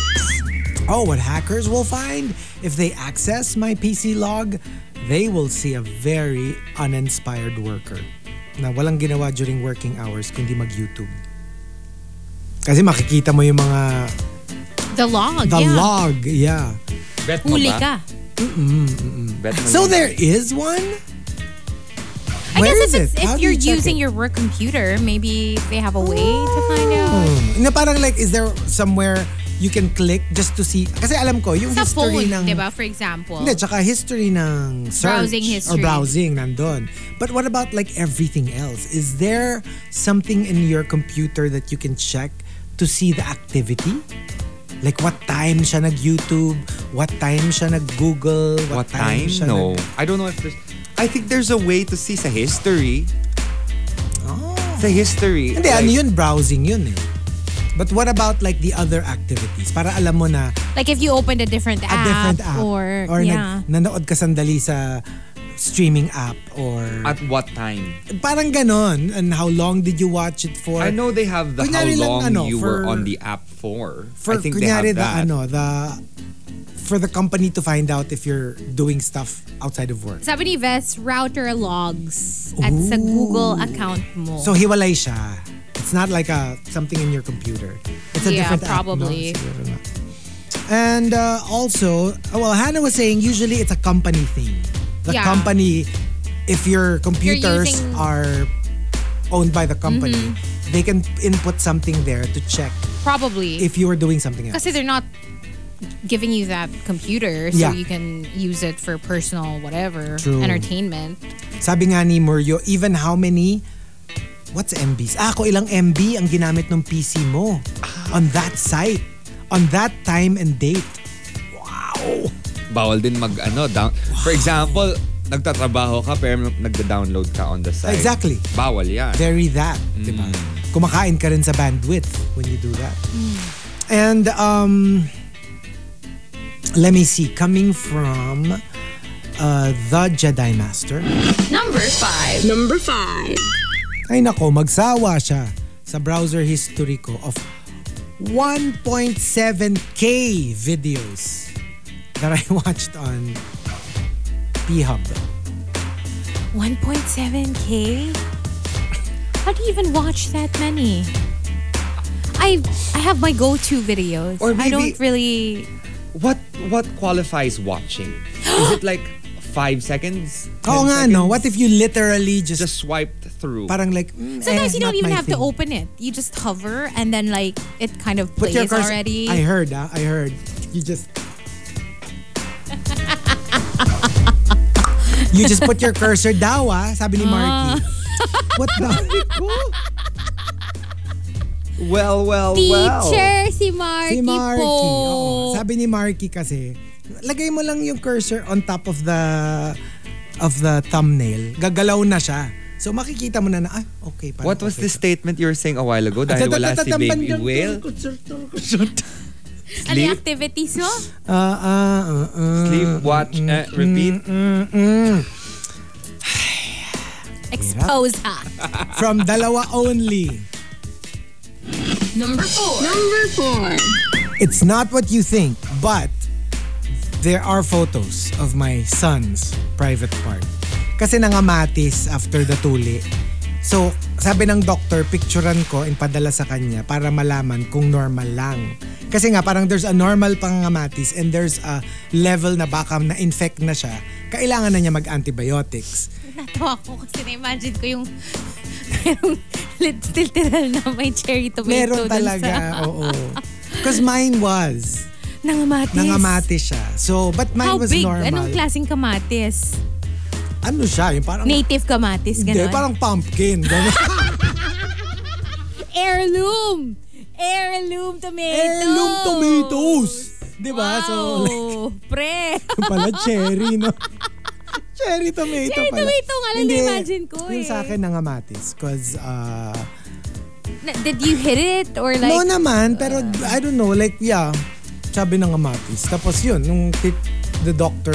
Speaker 1: Oh, what hackers will find if they access my PC log, they will see a very uninspired worker na walang ginawa during working hours kundi mag-YouTube. Kasi makikita mo yung mga
Speaker 2: The log,
Speaker 1: the
Speaker 2: yeah.
Speaker 1: log, yeah.
Speaker 7: Bet mo
Speaker 2: Huli
Speaker 7: ba?
Speaker 2: ka.
Speaker 7: Bet mo
Speaker 1: So
Speaker 7: yun.
Speaker 1: there is one?
Speaker 2: I
Speaker 1: Where
Speaker 2: guess
Speaker 1: is
Speaker 2: if, it's,
Speaker 1: it? How
Speaker 2: if
Speaker 1: do
Speaker 2: you're
Speaker 1: you check
Speaker 2: using
Speaker 1: it?
Speaker 2: your work computer, maybe they have a way to find out.
Speaker 1: Hmm. Na parang like, is there somewhere you can click just to see? Kasi alam ko, yung
Speaker 2: Sa phone,
Speaker 1: history ng...
Speaker 2: di ba? For example.
Speaker 1: Hindi, tsaka history ng search
Speaker 2: Browsing
Speaker 1: or
Speaker 2: history.
Speaker 1: browsing nandun. But what about like everything else? Is there something in your computer that you can check to see the activity? Like what time siya nag-YouTube? What time siya nag-Google?
Speaker 7: What time?
Speaker 1: siya
Speaker 7: No.
Speaker 1: nag-
Speaker 7: I don't know if there's... I think there's a way to see sa history.
Speaker 1: Oh.
Speaker 7: Sa history.
Speaker 1: Hindi,
Speaker 7: like-
Speaker 1: ano yun? Browsing yun eh. But what about like the other activities? Para alam mo na
Speaker 2: Like if you opened a different
Speaker 1: a
Speaker 2: app.
Speaker 1: different app.
Speaker 2: Or,
Speaker 1: or
Speaker 2: yeah.
Speaker 1: nag- nanood ka sandali sa streaming app or...
Speaker 7: At what time?
Speaker 1: parang ganon. And how long did you watch it for?
Speaker 7: I know they have the how
Speaker 1: Kunyari lang,
Speaker 7: long
Speaker 1: ano,
Speaker 7: you were
Speaker 1: for-
Speaker 7: on the app for.
Speaker 1: for
Speaker 7: I think they have
Speaker 1: kunyari the
Speaker 7: that.
Speaker 1: ano the for the company to find out if you're doing stuff outside of work.
Speaker 2: Sabi ni Ves, router logs at sa Google account mo.
Speaker 1: So hiwalay siya. It's not like a something in your computer. It's a
Speaker 2: Yeah,
Speaker 1: different app. No,
Speaker 2: probably.
Speaker 1: siguro nga. And uh, also, oh, well, Hannah was saying usually it's a company thing. The
Speaker 2: Yeah.
Speaker 1: company, if your computers
Speaker 2: using- Mm-hmm.
Speaker 1: are owned by the company, they can input something there to check
Speaker 2: Probably.
Speaker 1: if you are doing something else.
Speaker 2: Kasi they're not giving you that computer so
Speaker 1: Yeah.
Speaker 2: you can use it for personal whatever
Speaker 1: True.
Speaker 2: entertainment.
Speaker 1: Sabi nga ni Murillo, even how many What's MBs? Ah, kung ilang MB ang ginamit ng PC mo on that site, on that time and date. Wow!
Speaker 7: Bawal din mag ano, down. For example, nagtatrabaho ka pero nagda-download ka on the site.
Speaker 1: Exactly.
Speaker 7: Bawal yan.
Speaker 1: Very that, di ba? Kumakain ka rin sa bandwidth when you do that. And, um, let me see, coming from uh, The Jedi Master.
Speaker 4: Number five. Number five.
Speaker 1: Ay nako, magsawa siya sa browser history ko of 1.7k videos that I *laughs* watched on P-Hub.
Speaker 2: 1.7k? How do you even watch that many? I I have my go-to videos.
Speaker 7: Or
Speaker 2: I
Speaker 7: maybe-
Speaker 2: don't really
Speaker 7: What what qualifies watching? Is it like five seconds?
Speaker 1: *gasps*
Speaker 7: Ten
Speaker 1: Oo nga,
Speaker 7: seconds?
Speaker 1: no? What if you literally just,
Speaker 7: Just swiped through.
Speaker 1: parang like, mm,
Speaker 2: Sometimes
Speaker 1: eh,
Speaker 2: you don't
Speaker 1: not
Speaker 2: even
Speaker 1: my
Speaker 2: have to
Speaker 1: thing.
Speaker 2: open it. You just hover and then like it kind of
Speaker 1: Put
Speaker 2: plays
Speaker 1: your cursor-
Speaker 2: already.
Speaker 1: I heard, ah, I heard. You
Speaker 2: *laughs*
Speaker 1: just... you just put your cursor daw, ah, sabi ni Marky. What the?
Speaker 2: *laughs*
Speaker 7: well, well, well.
Speaker 2: Teacher, si
Speaker 1: Si
Speaker 2: Marky,
Speaker 1: Marky. oo.
Speaker 2: po.
Speaker 1: Sabi ni Marky kasi, lagay mo lang yung cursor on top of the of the thumbnail. Gagalaw na siya. So makikita mo na na, ah, okay. parang
Speaker 7: What was
Speaker 1: okay
Speaker 7: the statement you were saying a while
Speaker 1: Ah,
Speaker 7: ago? Dahil wala si Baby Will.
Speaker 2: Ano yung
Speaker 7: Sleep,
Speaker 2: activities mo?
Speaker 1: Ah, ah, ah, ah. Mm,
Speaker 7: sleep, watch, eh, repeat.
Speaker 2: Expose ah. ha.
Speaker 1: From dalawa only.
Speaker 4: Number four. Number four.
Speaker 1: It's not what you think, but there are photos of my son's private part. Kasi nangamatis after the tuli. So, sabi ng doctor, picturean ko and padala sa kanya para malaman kung normal lang. Kasi nga, parang there's a normal pangamatis and there's a level na baka na-infect na siya. Kailangan na niya mag-antibiotics.
Speaker 2: Natawa ko kasi na-imagine ko yung merong lit- literal na may cherry tomato
Speaker 1: Meron
Speaker 2: dun
Speaker 1: talaga,
Speaker 2: *laughs*
Speaker 1: oo. Because mine was.
Speaker 2: Sa, nangamatis.
Speaker 1: Nangamati siya. So, but mine
Speaker 2: How
Speaker 1: was
Speaker 2: big?
Speaker 1: normal.
Speaker 2: Anong klaseng kamatis?
Speaker 1: Ano siya? Yung parang...
Speaker 2: Native kamatis,
Speaker 1: Hindi,
Speaker 2: gano'n?
Speaker 1: parang pumpkin. Ganun. *laughs*
Speaker 2: Heirloom! Heirloom tomatoes!
Speaker 1: Heirloom tomatoes. Di ba?
Speaker 2: Wow!
Speaker 1: So, like,
Speaker 2: pre! *laughs*
Speaker 1: pala cherry, no? cherry tomato
Speaker 2: Cherry
Speaker 1: pala.
Speaker 2: tomato nga lang,
Speaker 1: Hindi,
Speaker 2: na-imagine ko
Speaker 1: Yung
Speaker 2: eh.
Speaker 1: sa akin, nangamatis. Because, uh,
Speaker 2: Na- Did you hit it? Or like, uh,
Speaker 1: no naman, pero I don't know, like, yeah, sabi ng amatis. Tapos yun, nung tit- the doctor,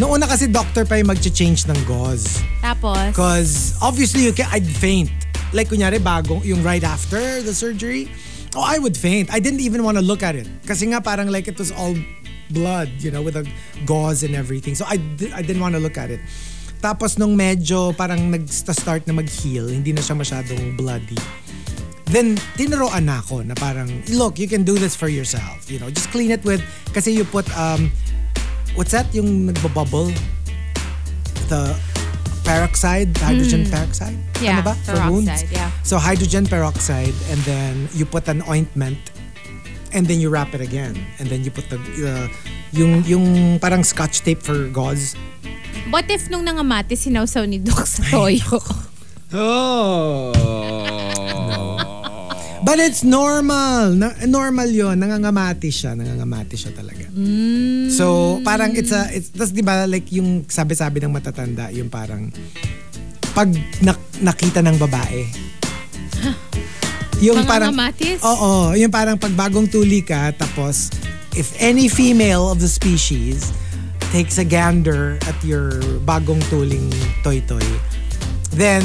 Speaker 1: noong una kasi doctor pa yung mag-change ng gauze.
Speaker 2: tapos?
Speaker 1: Because obviously you can, I'd faint. Like kunyari bagong, yung right after the surgery, oh, I would faint. I didn't even want to look at it. Kasi nga parang like it was all blood, you know, with a gauze and everything. So I, di- I didn't want to look at it. Tapos nung medyo parang nag-start na mag-heal, hindi na siya masyadong bloody. Then, tinuruan na ako na parang, look, you can do this for yourself. You know, just clean it with, kasi you put, um, what's that yung nagbabubble? The peroxide, hydrogen peroxide?
Speaker 2: Hmm. Yeah,
Speaker 1: Tama ba? For wounds?
Speaker 2: peroxide, yeah.
Speaker 1: So hydrogen peroxide and then you put an ointment and then you wrap it again. And then you put the, uh, yung, yung parang scotch tape for gauze.
Speaker 2: What if nung nangamatis, sinawsaw ni Doc sa toyo? *laughs*
Speaker 1: Oh. But it's normal. Na- normal yon Nangangamati siya. Nangangamati siya talaga.
Speaker 2: Mm.
Speaker 1: So, parang it's a... It's, Tapos di ba, like yung sabi-sabi ng matatanda, yung parang pag nak- nakita ng
Speaker 2: *laughs*
Speaker 1: babae. Yung
Speaker 2: Nangangangamatись?
Speaker 1: Oo. Yung parang pag bagong tuli ka, tapos if any female of the species takes a gander at your bagong tuling toy-toy, then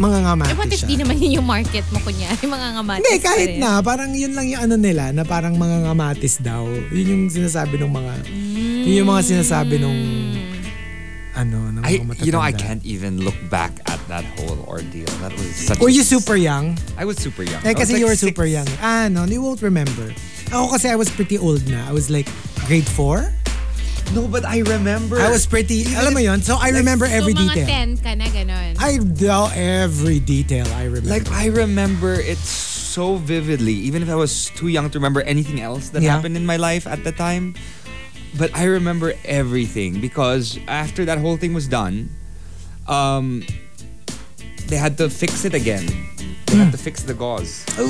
Speaker 1: mangangamati
Speaker 2: Eh, what if
Speaker 1: siya.
Speaker 2: di naman yun yung market mo, kunyari? Mga ngamatis
Speaker 1: Hindi, kahit
Speaker 2: pa rin.
Speaker 1: na. Parang yun lang yung ano nila, na parang mga ngamatis daw. Yun yung sinasabi ng mga, yun yung mga sinasabi nung, ano, ng
Speaker 3: I,
Speaker 1: mga matatanda.
Speaker 3: Hmm. you know, I can't even look back at that whole ordeal. That was such.
Speaker 1: Were
Speaker 3: a-
Speaker 1: you super young?
Speaker 3: I was super young.
Speaker 1: Eh,
Speaker 3: I was
Speaker 1: kasi
Speaker 3: like
Speaker 1: you were
Speaker 3: six.
Speaker 1: super young. Ah, no, you won't remember. Ako kasi I was pretty old na. I was like grade 4.
Speaker 3: No, but I remember.
Speaker 1: I was pretty, alam mo yun? So I remember every
Speaker 2: so, mga
Speaker 1: detail.
Speaker 2: 10 ka na, gano'n.
Speaker 1: I know every detail I remember.
Speaker 3: Like I remember it so vividly, even if I was too young to remember anything else that
Speaker 1: Yeah.
Speaker 3: happened in my life at the time. But I remember everything because after that whole thing was done, um, they had to fix it again. They had to fix the gauze. So,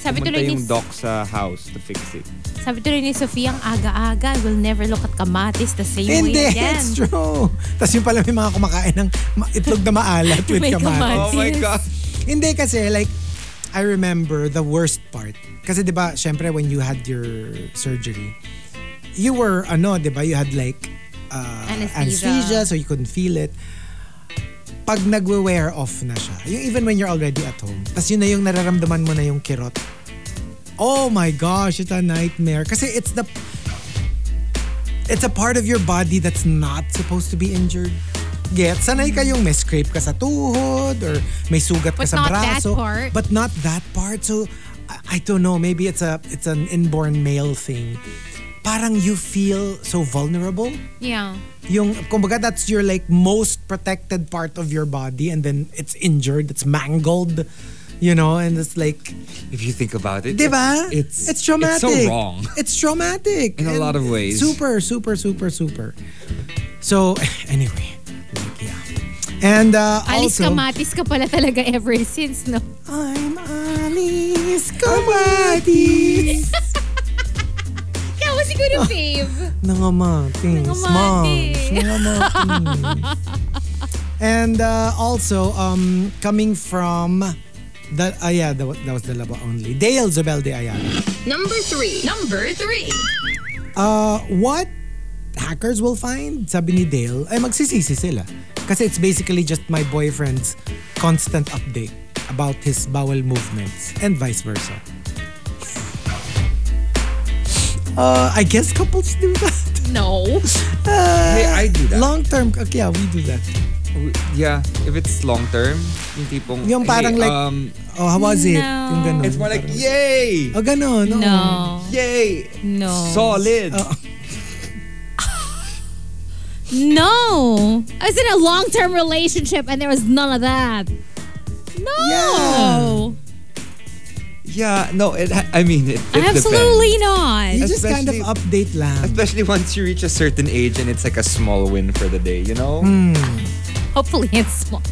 Speaker 2: Sabi
Speaker 3: pumunta
Speaker 2: tuloy ni,
Speaker 3: yung doc sa house to fix it.
Speaker 2: sabi tuloy ni Sofia, ang aga-aga, I will never look at kamatis the same
Speaker 1: Hindi,
Speaker 2: way
Speaker 1: *laughs*
Speaker 2: again.
Speaker 1: it's true. Tapos yung pala may mga kumakain ng ma- itlog na
Speaker 3: *laughs*
Speaker 1: maalat with
Speaker 2: May
Speaker 1: kamatis.
Speaker 2: kamatis.
Speaker 3: Oh my god.
Speaker 1: Hindi kasi like I remember the worst part. Kasi 'di ba, syempre when you had your surgery, you were ano, 'di ba, you had like uh,
Speaker 2: Anesthesia.
Speaker 1: anesthesia so you couldn't feel it. Pag nagwe-wear off na siya, yung even when you're already at home, tas yun na yung nararamdaman mo na yung kirot. Oh my gosh, it's a nightmare. Kasi it's the it's a part of your body that's not supposed to be injured. Get, sanay kayong may scrape ka sa tuhod or may sugat
Speaker 2: Mm-hmm. But
Speaker 1: ka sa
Speaker 2: not that
Speaker 1: braso.
Speaker 2: part.
Speaker 1: But not that part. So, I, I don't know. Maybe it's a it's an inborn male thing. Parang you feel so vulnerable.
Speaker 2: Yeah.
Speaker 1: Yung, kumbaga, that's your like most protected part of your body and then it's injured, it's mangled. You know, and it's like,
Speaker 3: If you think about it,
Speaker 1: diba?
Speaker 3: It's
Speaker 1: it's traumatic.
Speaker 3: It's so wrong.
Speaker 1: It's traumatic
Speaker 3: In a
Speaker 1: and
Speaker 3: lot of ways.
Speaker 1: Super, super, super, super. So *laughs* anyway, like, yeah. And uh,
Speaker 2: Alis
Speaker 1: also,
Speaker 2: kamatis ka pala talaga ever since, no?
Speaker 1: I'm Alice
Speaker 2: *laughs*
Speaker 1: Kamatis.
Speaker 2: Kaya mo
Speaker 4: Oh.
Speaker 2: siguro fave.
Speaker 1: Nangamatis. Moms.
Speaker 2: Nangamatis.
Speaker 1: Nangamatis. and uh, also, um, coming from the, ah yeah, that, wa- that was the laba only. Dale Zobel de Ayala.
Speaker 4: Number three. Number three.
Speaker 1: Uh, what hackers will find, sabi ni Dale, ay magsisisi sila. Kasi it's basically just my boyfriend's constant update about his bowel movements and vice versa. Uh, I guess couples do that.
Speaker 2: No.
Speaker 1: Uh,
Speaker 3: *laughs* Hey, I do that.
Speaker 1: Long term, okay, yeah, we do that.
Speaker 3: w- yeah, if it's long term, yung tipong
Speaker 1: Yung parang
Speaker 3: hey,
Speaker 1: like-
Speaker 3: um
Speaker 1: Oh, how was it?
Speaker 9: No.
Speaker 1: Yung ganun.
Speaker 3: it's more like yay!
Speaker 1: Oh, ganun. oo.
Speaker 9: No.
Speaker 3: Yay!
Speaker 9: No.
Speaker 3: Solid.
Speaker 1: Oh.
Speaker 9: No.
Speaker 2: I was in a long term relationship and there was none of that.
Speaker 9: No.
Speaker 3: Yeah, no, it I mean it, it
Speaker 9: Absolutely
Speaker 1: You
Speaker 9: not.
Speaker 1: just kind of
Speaker 3: Especially-
Speaker 1: update lang.
Speaker 3: depends. Especially once you reach a certain age and it's like a small win for the day, you know?
Speaker 2: Hopefully it's small.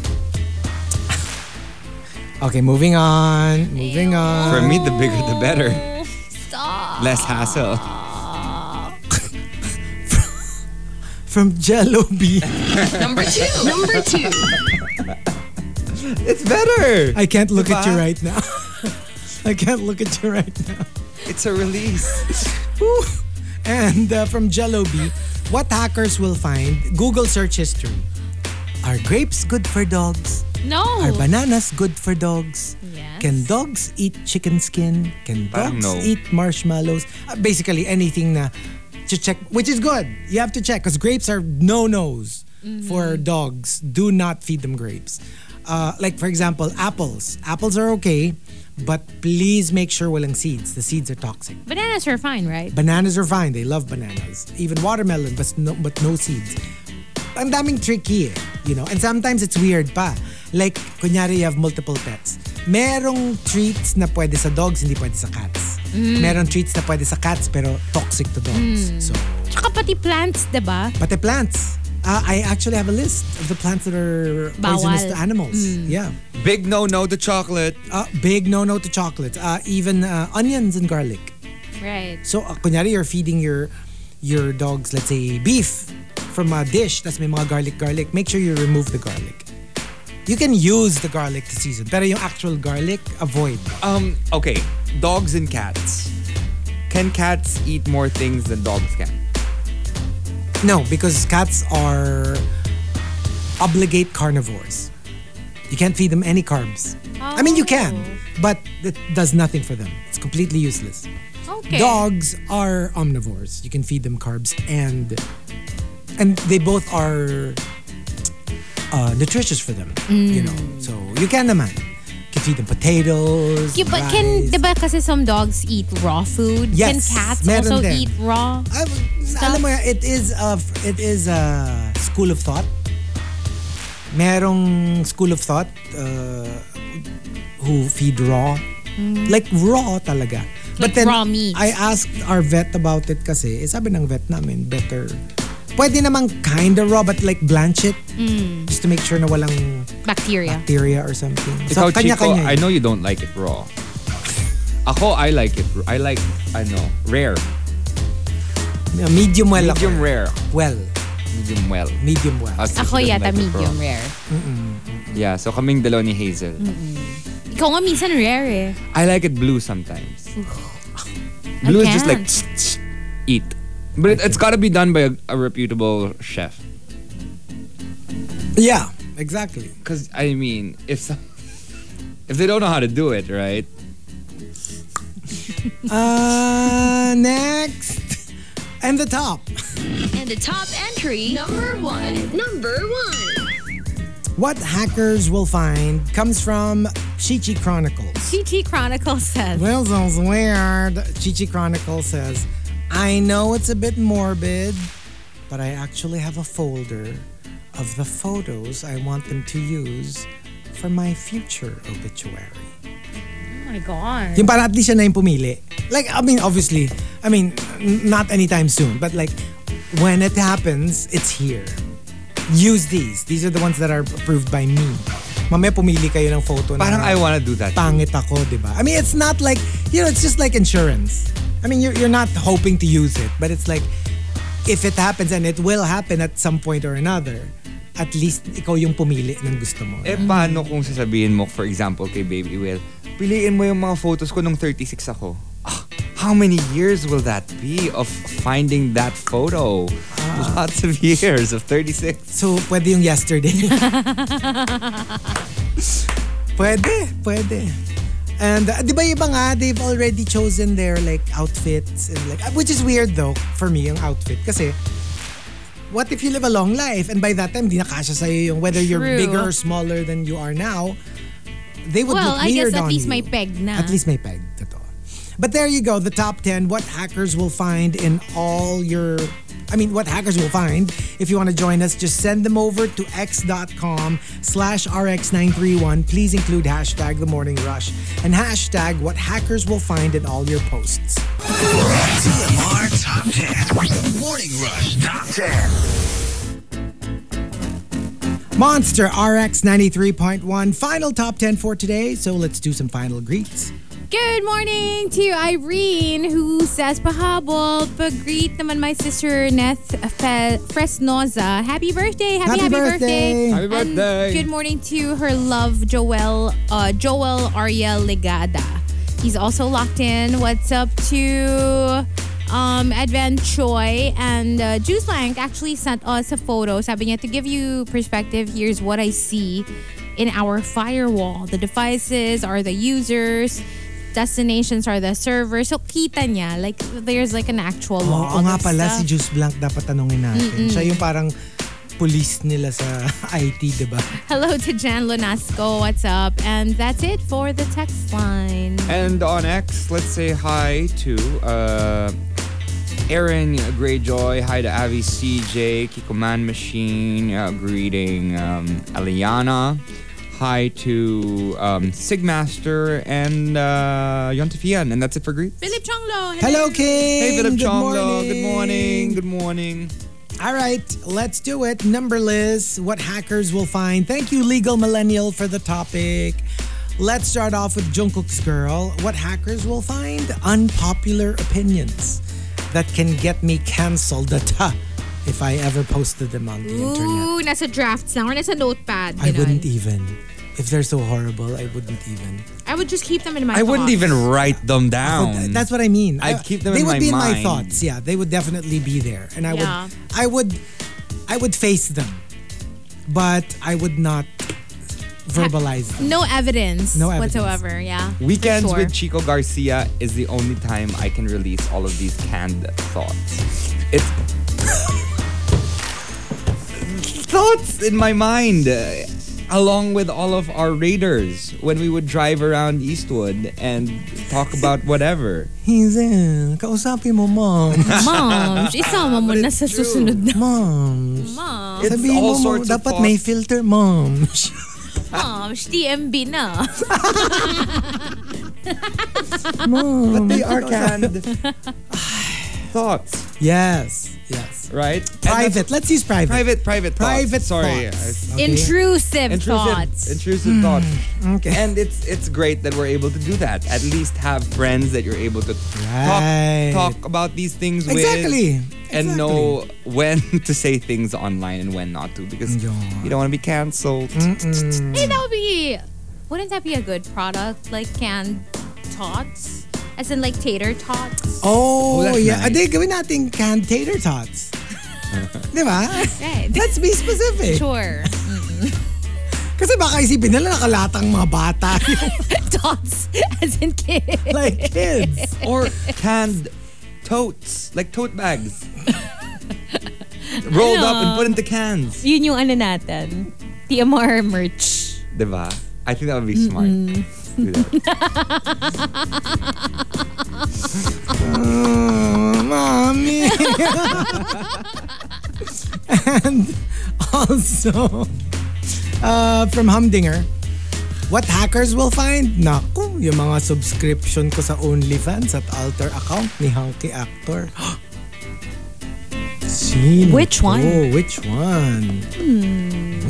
Speaker 1: Okay, moving on. Moving on.
Speaker 3: For me, the bigger the better.
Speaker 2: Stop.
Speaker 3: Less hassle.
Speaker 1: From Jello B.
Speaker 4: Number two. Number two.
Speaker 3: It's better.
Speaker 1: I can't look at you
Speaker 3: Diba?
Speaker 1: right now. *laughs* I can't look at you right now.
Speaker 3: It's a release.
Speaker 1: Whew. And uh, from Jello B, what hackers will find Google search history. Are grapes good for dogs?
Speaker 2: No.
Speaker 1: Are bananas good for dogs?
Speaker 2: Yes.
Speaker 1: Can dogs eat chicken skin? Can
Speaker 3: Parang
Speaker 1: dogs
Speaker 3: no.
Speaker 1: eat marshmallows? Uh, basically anything na to check, which is good. You have to check because grapes are no nos
Speaker 2: Mm-hmm.
Speaker 1: for dogs. Do not feed them grapes. Uh, like for example, apples. Apples are okay, but please make sure walang seeds. The seeds are toxic.
Speaker 2: Bananas are fine, right?
Speaker 1: Bananas are fine. They love bananas. Even watermelon, but no, but no seeds. Ang daming tricky eh, you know? And sometimes it's weird pa. Like, kunyari you have multiple pets. Merong treats na pwede sa dogs, hindi pwede sa cats. Merong treats na pwede sa cats, pero toxic to dogs. So,
Speaker 2: Tsaka pati plants, di ba?
Speaker 1: but the plants. Uh, I actually have a list of the plants that are poisonous
Speaker 2: Bawal.
Speaker 1: to animals. Yeah.
Speaker 3: Big no no to chocolate.
Speaker 1: Uh, big no-no to chocolate. Uh, even uh, onions and garlic.
Speaker 2: Right.
Speaker 1: So, uh, kunyari, you're feeding your your dogs, let's say, beef from a dish that's may mga garlic-garlic, make sure you remove the garlic. You can use the garlic to season. Pero yung actual garlic, avoid.
Speaker 3: Um, okay. Dogs and cats. Can cats eat more things than dogs can?
Speaker 1: No, because cats are obligate carnivores. You can't feed them any carbs. I mean, you can, but it does nothing for them. It's completely useless.
Speaker 2: Okay.
Speaker 1: Dogs are omnivores. You can feed them carbs and and they both are uh, nutritious for them.
Speaker 2: Mm.
Speaker 1: You know, so you can naman. You can feed them potatoes.
Speaker 2: Yeah, but can,
Speaker 1: rice.
Speaker 2: di ba kasi some dogs eat raw food? Can
Speaker 1: Yes,
Speaker 2: cats
Speaker 1: meron
Speaker 2: also
Speaker 1: din.
Speaker 2: eat raw?
Speaker 1: I, alam mo, yan, it is a it is a school of thought. Merong school of thought uh, who feed raw. Like raw talaga.
Speaker 2: Hmm. Like raw meat.
Speaker 1: I asked our vet about it kasi. Eh, sabi ng vet namin, better. Pwede namang kinda raw but like blanch it.
Speaker 2: Hmm.
Speaker 1: Just to make sure na walang
Speaker 2: Bacteria.
Speaker 1: bacteria or something.
Speaker 3: Ikaw, Chico,
Speaker 1: kanya-kanya eh.
Speaker 3: I
Speaker 1: yun.
Speaker 3: know you don't like it raw. Ako, I like it. I like, I know, rare.
Speaker 1: Medium well ako.
Speaker 3: Medium rare.
Speaker 1: Well.
Speaker 3: Medium well.
Speaker 1: Medium well.
Speaker 3: Ah, so
Speaker 2: Ako
Speaker 3: she doesn't
Speaker 2: yata
Speaker 3: like it raw.
Speaker 2: medium rare.
Speaker 3: Yeah, so kaming dalawa ni Hazel.
Speaker 2: Ikaw nga minsan rare eh.
Speaker 3: I like it blue sometimes. blue is just like,
Speaker 2: can't.
Speaker 3: tsk, tsk, eat. But it, it's gotta be done by a, a reputable chef.
Speaker 1: yeah, exactly.
Speaker 3: Because, I mean, if some, if they don't know how to do it, right?
Speaker 1: Uh, next. And the top.
Speaker 4: And the top entry. Number one. Number one.
Speaker 1: What hackers will find comes from Chichi Chronicles.
Speaker 2: TT Chronicle says.
Speaker 1: Well, sounds weird. Chichi Chronicle says, I know it's a bit morbid, but I actually have a folder of the photos I want them to use for my future obituary.
Speaker 2: Oh my God.
Speaker 1: Yung para at least siya na yung pumili. Like, I mean, obviously, I mean, n- not anytime soon, but like, when it happens, it's here. Use these. These are the ones that are approved by me. Mamaya pumili kayo ng photo na
Speaker 3: Parang I wanna do that.
Speaker 1: pangit ako, di ba? I mean, it's not like, you know, it's just like insurance. I mean, you're, you're not hoping to use it, but it's like, if it happens, and it will happen at some point or another, at least ikaw yung pumili ng gusto mo.
Speaker 3: Eh, paano kung sasabihin mo, for example, kay Baby Will, piliin mo yung mga photos ko nung 36 ako. Ah, how many years will that be of finding that photo? Lots of years of 36.
Speaker 1: So, pwede yung
Speaker 2: *laughs*
Speaker 1: yesterday. pwede, pwede. And uh, di ba iba nga, they've already chosen uh, their like outfits and like, which is weird though for me, yung outfit. Kasi what if you live a long life and by that time, di na kasha sa'yo yung whether you're
Speaker 2: True.
Speaker 1: bigger or smaller than you are now, they would
Speaker 2: Well,
Speaker 1: look
Speaker 2: I
Speaker 1: weird
Speaker 2: guess at
Speaker 1: on
Speaker 2: least
Speaker 1: you.
Speaker 2: may peg na.
Speaker 1: At least may peg. Totoo. But there you go, the top 10, what hackers will find in all your... I mean, what hackers will find. If you want to join us, just send them over to x.com slash rx931. Please include hashtag the morning rush and hashtag what hackers will find in all your posts.
Speaker 10: TMR Top 10. Morning Rush Top 10.
Speaker 1: Monster RX 93.1, final top 10 for today. So let's do some final greets.
Speaker 2: Good morning to Irene who says, Pahabol, pag-greet naman my sister Neth Fe- Fresnoza. Happy birthday! Happy, happy, birthday!
Speaker 3: Happy
Speaker 2: And
Speaker 3: birthday.
Speaker 2: good morning to her love, Joel, uh, Joel Ariel Legada. He's also locked in. What's up to um, Advan Choi and uh, Juice Blank actually sent us a photo. Sabi niya, to give you perspective, here's what I see in our firewall. The devices are the users. Destinations are the servers. So, kita niya. Like, there's like an actual
Speaker 1: Oo
Speaker 2: wall.
Speaker 1: nga
Speaker 2: of
Speaker 1: pala,
Speaker 2: stuff.
Speaker 1: si Juice Blanc dapat tanungin natin. Siya yung parang police nila sa *laughs* IT, di ba?
Speaker 2: Hello to Jan Lunasco. What's up? And that's it for the text line.
Speaker 3: And on X, let's say hi to uh, Aaron Greyjoy, hi to Avi CJ, Kiko Man Machine, uh, greeting um, Aliana, hi to um, Sigmaster and uh, Yontifian. And that's it for greets.
Speaker 2: Philip Chonglo.
Speaker 1: Hello, King!
Speaker 3: Hey, Philip
Speaker 1: Good
Speaker 3: Chonglo.
Speaker 1: morning.
Speaker 3: Good morning. Good morning.
Speaker 1: All right, let's do it. Numberless, what hackers will find. Thank you, Legal Millennial, for the topic. Let's start off with Jungkook's girl. What hackers will find? Unpopular opinions that can get me canceled *laughs* the ta if I ever posted them on the internet.
Speaker 2: Ooh, nasa drafts lang or nasa notepad.
Speaker 1: I
Speaker 2: ganun.
Speaker 1: wouldn't
Speaker 3: e-
Speaker 1: even. If they're so horrible, I wouldn't even.
Speaker 2: I would just keep them in my
Speaker 3: I wouldn't
Speaker 2: thoughts.
Speaker 3: even write them down.
Speaker 1: But that's what I mean.
Speaker 3: I'd
Speaker 1: I-
Speaker 3: keep them
Speaker 1: They
Speaker 3: in
Speaker 1: would
Speaker 3: my
Speaker 1: be in my
Speaker 3: mind.
Speaker 1: thoughts. Yeah, they would definitely be there, and I
Speaker 2: Yeah.
Speaker 1: would, I would, I would face them, but I would not verbalize them.
Speaker 2: No evidence.
Speaker 1: No evidence.
Speaker 2: Whatsoever, yeah. for
Speaker 3: Weekends
Speaker 2: sure.
Speaker 3: with Chico Garcia is the only time I can release all of these canned thoughts. It's *laughs* thoughts in my mind, uh, along with all of our raiders when we would drive around Eastwood and
Speaker 1: *laughs*
Speaker 3: talk about whatever.
Speaker 1: He's in. Kausapin mo, mom. *laughs*
Speaker 3: *laughs*
Speaker 2: Moms, isama mo na sa susunod na
Speaker 1: mom.
Speaker 2: moms.
Speaker 3: It's
Speaker 1: Sabihin
Speaker 3: all
Speaker 1: mo, mom,
Speaker 3: sorts of
Speaker 1: dapat
Speaker 3: thoughts.
Speaker 1: may filter, mom. *laughs*
Speaker 2: Moms, TMB na.
Speaker 1: mom. *laughs*
Speaker 3: They are canned *sighs* thoughts,
Speaker 1: Yes, yes.
Speaker 3: right? And that's-
Speaker 1: Private. Let's use private.
Speaker 3: Private, private, thoughts.
Speaker 1: Private
Speaker 3: Sorry,
Speaker 1: thoughts.
Speaker 3: I-
Speaker 1: Okay.
Speaker 2: Intrusive,
Speaker 3: intrusive
Speaker 2: thoughts.
Speaker 3: intrusive thoughts.
Speaker 1: *sighs* Okay.
Speaker 3: And it's it's great that we're able to do that. At least have friends that you're able to
Speaker 1: Right.
Speaker 3: talk talk about these things
Speaker 1: Exactly.
Speaker 3: with. And know when *laughs* to say things online and when not to because
Speaker 1: Yeah. Mm.
Speaker 3: you don't want to be canceled.
Speaker 2: Hey, that would be. Wouldn't that be a good product? Like canned tots? As in, like tater tots?
Speaker 1: Oh,
Speaker 3: Oh, that's
Speaker 1: yeah.
Speaker 3: nice.
Speaker 1: Ade, gawin natin canned tater *laughs* tots. Di ba?
Speaker 2: Right.
Speaker 1: Let's be
Speaker 3: Eh.
Speaker 1: specific.
Speaker 2: *laughs*
Speaker 3: *laughs*
Speaker 2: Sure.
Speaker 1: Kasi baka isipin nila nakalatang mga bata. *laughs*
Speaker 2: *laughs* tots, *laughs* as in kids.
Speaker 1: like kids.
Speaker 3: *laughs* Or canned totes, like tote
Speaker 1: *laughs*
Speaker 3: bags. Rolled up and put into cans.
Speaker 2: Yun yung ano natin. TMR merch.
Speaker 3: Diba? I think that would be smart. Let's do that.
Speaker 1: Oh, mommy. *laughs* and also, uh, from Humdinger, what hackers will find? Naku, yung mga subscription ko sa OnlyFans at alter account ni Hunky Actor. *gasps* Sino
Speaker 2: Which one?
Speaker 1: to? Which one?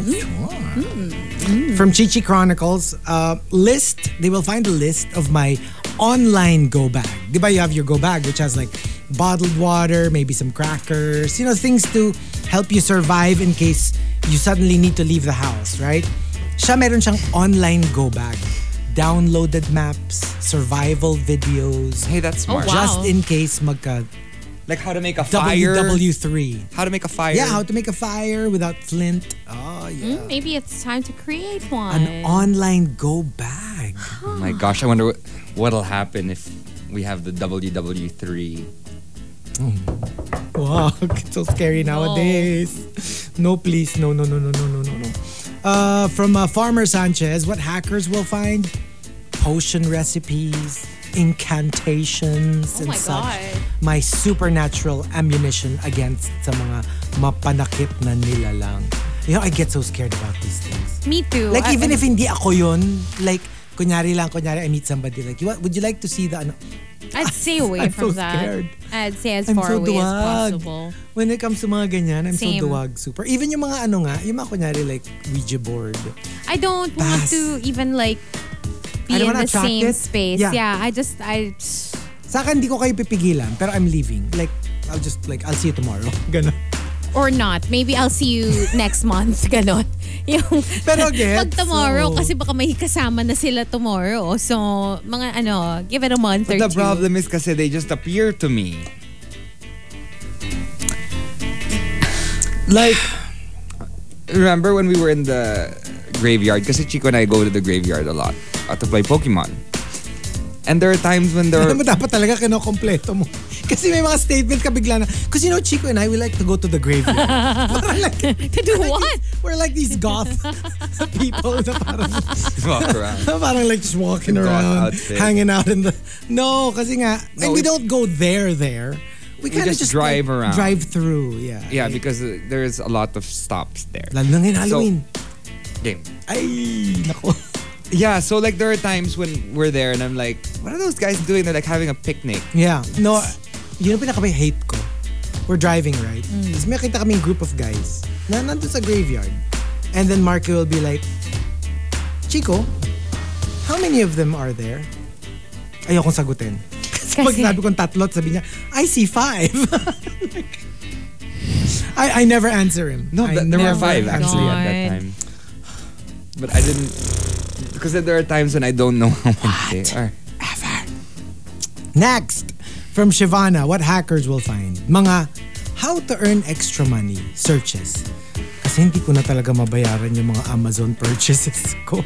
Speaker 1: Which one? From Chichi Chronicles, uh, list, they will find a list of my online go bag. Diba you have your go bag, which has like bottled water, maybe some crackers, you know, things to help you survive in case you suddenly need to leave the house, right? Siya meron siyang online go bag. Downloaded maps, survival videos,
Speaker 3: Hey,
Speaker 1: *laughs*
Speaker 3: that's smart.
Speaker 2: wow.
Speaker 1: just in case magka
Speaker 3: Like how to make a fire.
Speaker 1: WW3.
Speaker 3: How to make a fire.
Speaker 1: Yeah, how to make a fire without flint. Oh, yeah.
Speaker 2: Maybe it's time to create one.
Speaker 1: An online go bag.
Speaker 3: Oh my gosh, I wonder what, what'll happen if we have the WW3.
Speaker 1: walk. *laughs* It's so scary nowadays. No, please. No, no, no, no, no, no, no, no. Uh, from uh, Farmer Sanchez, what hackers will find? Potion recipes, incantations,
Speaker 8: Oh
Speaker 1: and
Speaker 8: my
Speaker 1: such.
Speaker 8: God.
Speaker 1: My supernatural ammunition against sa mga mapanakit na nilalang. You know, I get so scared about these things.
Speaker 8: Me too.
Speaker 1: Like
Speaker 8: I-
Speaker 1: even if hindi ako yun, like kunyari lang, kunyari I meet somebody like, you want, would you like to see the ano?
Speaker 8: I'd stay away
Speaker 1: I'm
Speaker 8: from
Speaker 1: so
Speaker 8: that.
Speaker 1: scared.
Speaker 8: I'd stay as
Speaker 1: I'm
Speaker 8: far
Speaker 1: so
Speaker 8: away as
Speaker 1: duwag.
Speaker 8: possible.
Speaker 1: When it comes to mga ganyan, I'm
Speaker 8: Same.
Speaker 1: so duwag super. Even yung mga ano nga, yung mga kunyari like Ouija board.
Speaker 8: I don't want
Speaker 1: Pass.
Speaker 8: to even like be
Speaker 1: I don't
Speaker 8: in
Speaker 1: wanna
Speaker 8: the
Speaker 1: attract
Speaker 8: same
Speaker 1: it.
Speaker 8: space.
Speaker 1: Yeah.
Speaker 8: Yeah. I just I
Speaker 1: Sa akin, di ko kayo pipigilan, pero I'm leaving. Like, I'll just like, I'll see you tomorrow. *laughs* Ganun.
Speaker 8: or not. Maybe I'll see you *laughs* next month. Ganon. Yung
Speaker 1: *laughs*
Speaker 8: *laughs*
Speaker 1: Pero gets,
Speaker 8: pag tomorrow
Speaker 1: so-
Speaker 8: kasi baka may kasama na sila tomorrow. So mga ano, give it a month
Speaker 3: But
Speaker 8: or
Speaker 3: the
Speaker 8: two.
Speaker 3: problem is kasi they just appear to me. Like, remember when we were in the graveyard? Kasi Chico and I go to the graveyard a lot uh, to play Pokemon. And there are times when *laughs* there are...
Speaker 1: Alam mo, dapat talaga kinokompleto mo. *laughs* Kasi may mga statement ka bigla na, because you know, Chico and I, we like to go to the graveyard.
Speaker 8: *laughs*
Speaker 1: Parang like,
Speaker 8: To do what?
Speaker 1: we're like these goth *laughs* people na parang,
Speaker 3: Walk around.
Speaker 1: *laughs* Parang like just walking
Speaker 3: Gone
Speaker 1: around,
Speaker 3: outfit.
Speaker 1: hanging out in the... No, kasi nga, and we
Speaker 3: it's-
Speaker 1: don't go there, there. We, kind of
Speaker 3: just drive around.
Speaker 1: Drive through, yeah.
Speaker 3: Yeah, because uh, there's a lot of stops there.
Speaker 1: Lalo na ngayon, Halloween.
Speaker 3: Game.
Speaker 1: Ay, nako.
Speaker 3: Yeah, so like there are times when we're there and I'm like, what are those guys doing? They're like having a picnic.
Speaker 1: Yeah. No, yun ang pinaka-hate ko. We're driving, right? Tapos may kita kaming group of guys na nandun sa graveyard. And then Marky will be like, Chico, how many of them are there? Ayokong sagutin. Kasi pag
Speaker 8: *laughs* Kasi-
Speaker 1: sinabi kong tatlo, at sabi niya, I see five. *laughs* Like, I, I never answer him.
Speaker 3: No,
Speaker 1: I
Speaker 3: th- there were
Speaker 1: never
Speaker 3: five actually at that
Speaker 8: God.
Speaker 3: time. But I didn't. Because there are times when I don't know *laughs* how many they are.
Speaker 1: Next, from Shivana, what hackers will find? Mga how to earn extra money searches. Kasi hindi ko na talaga mabayaran yung mga Amazon purchases ko.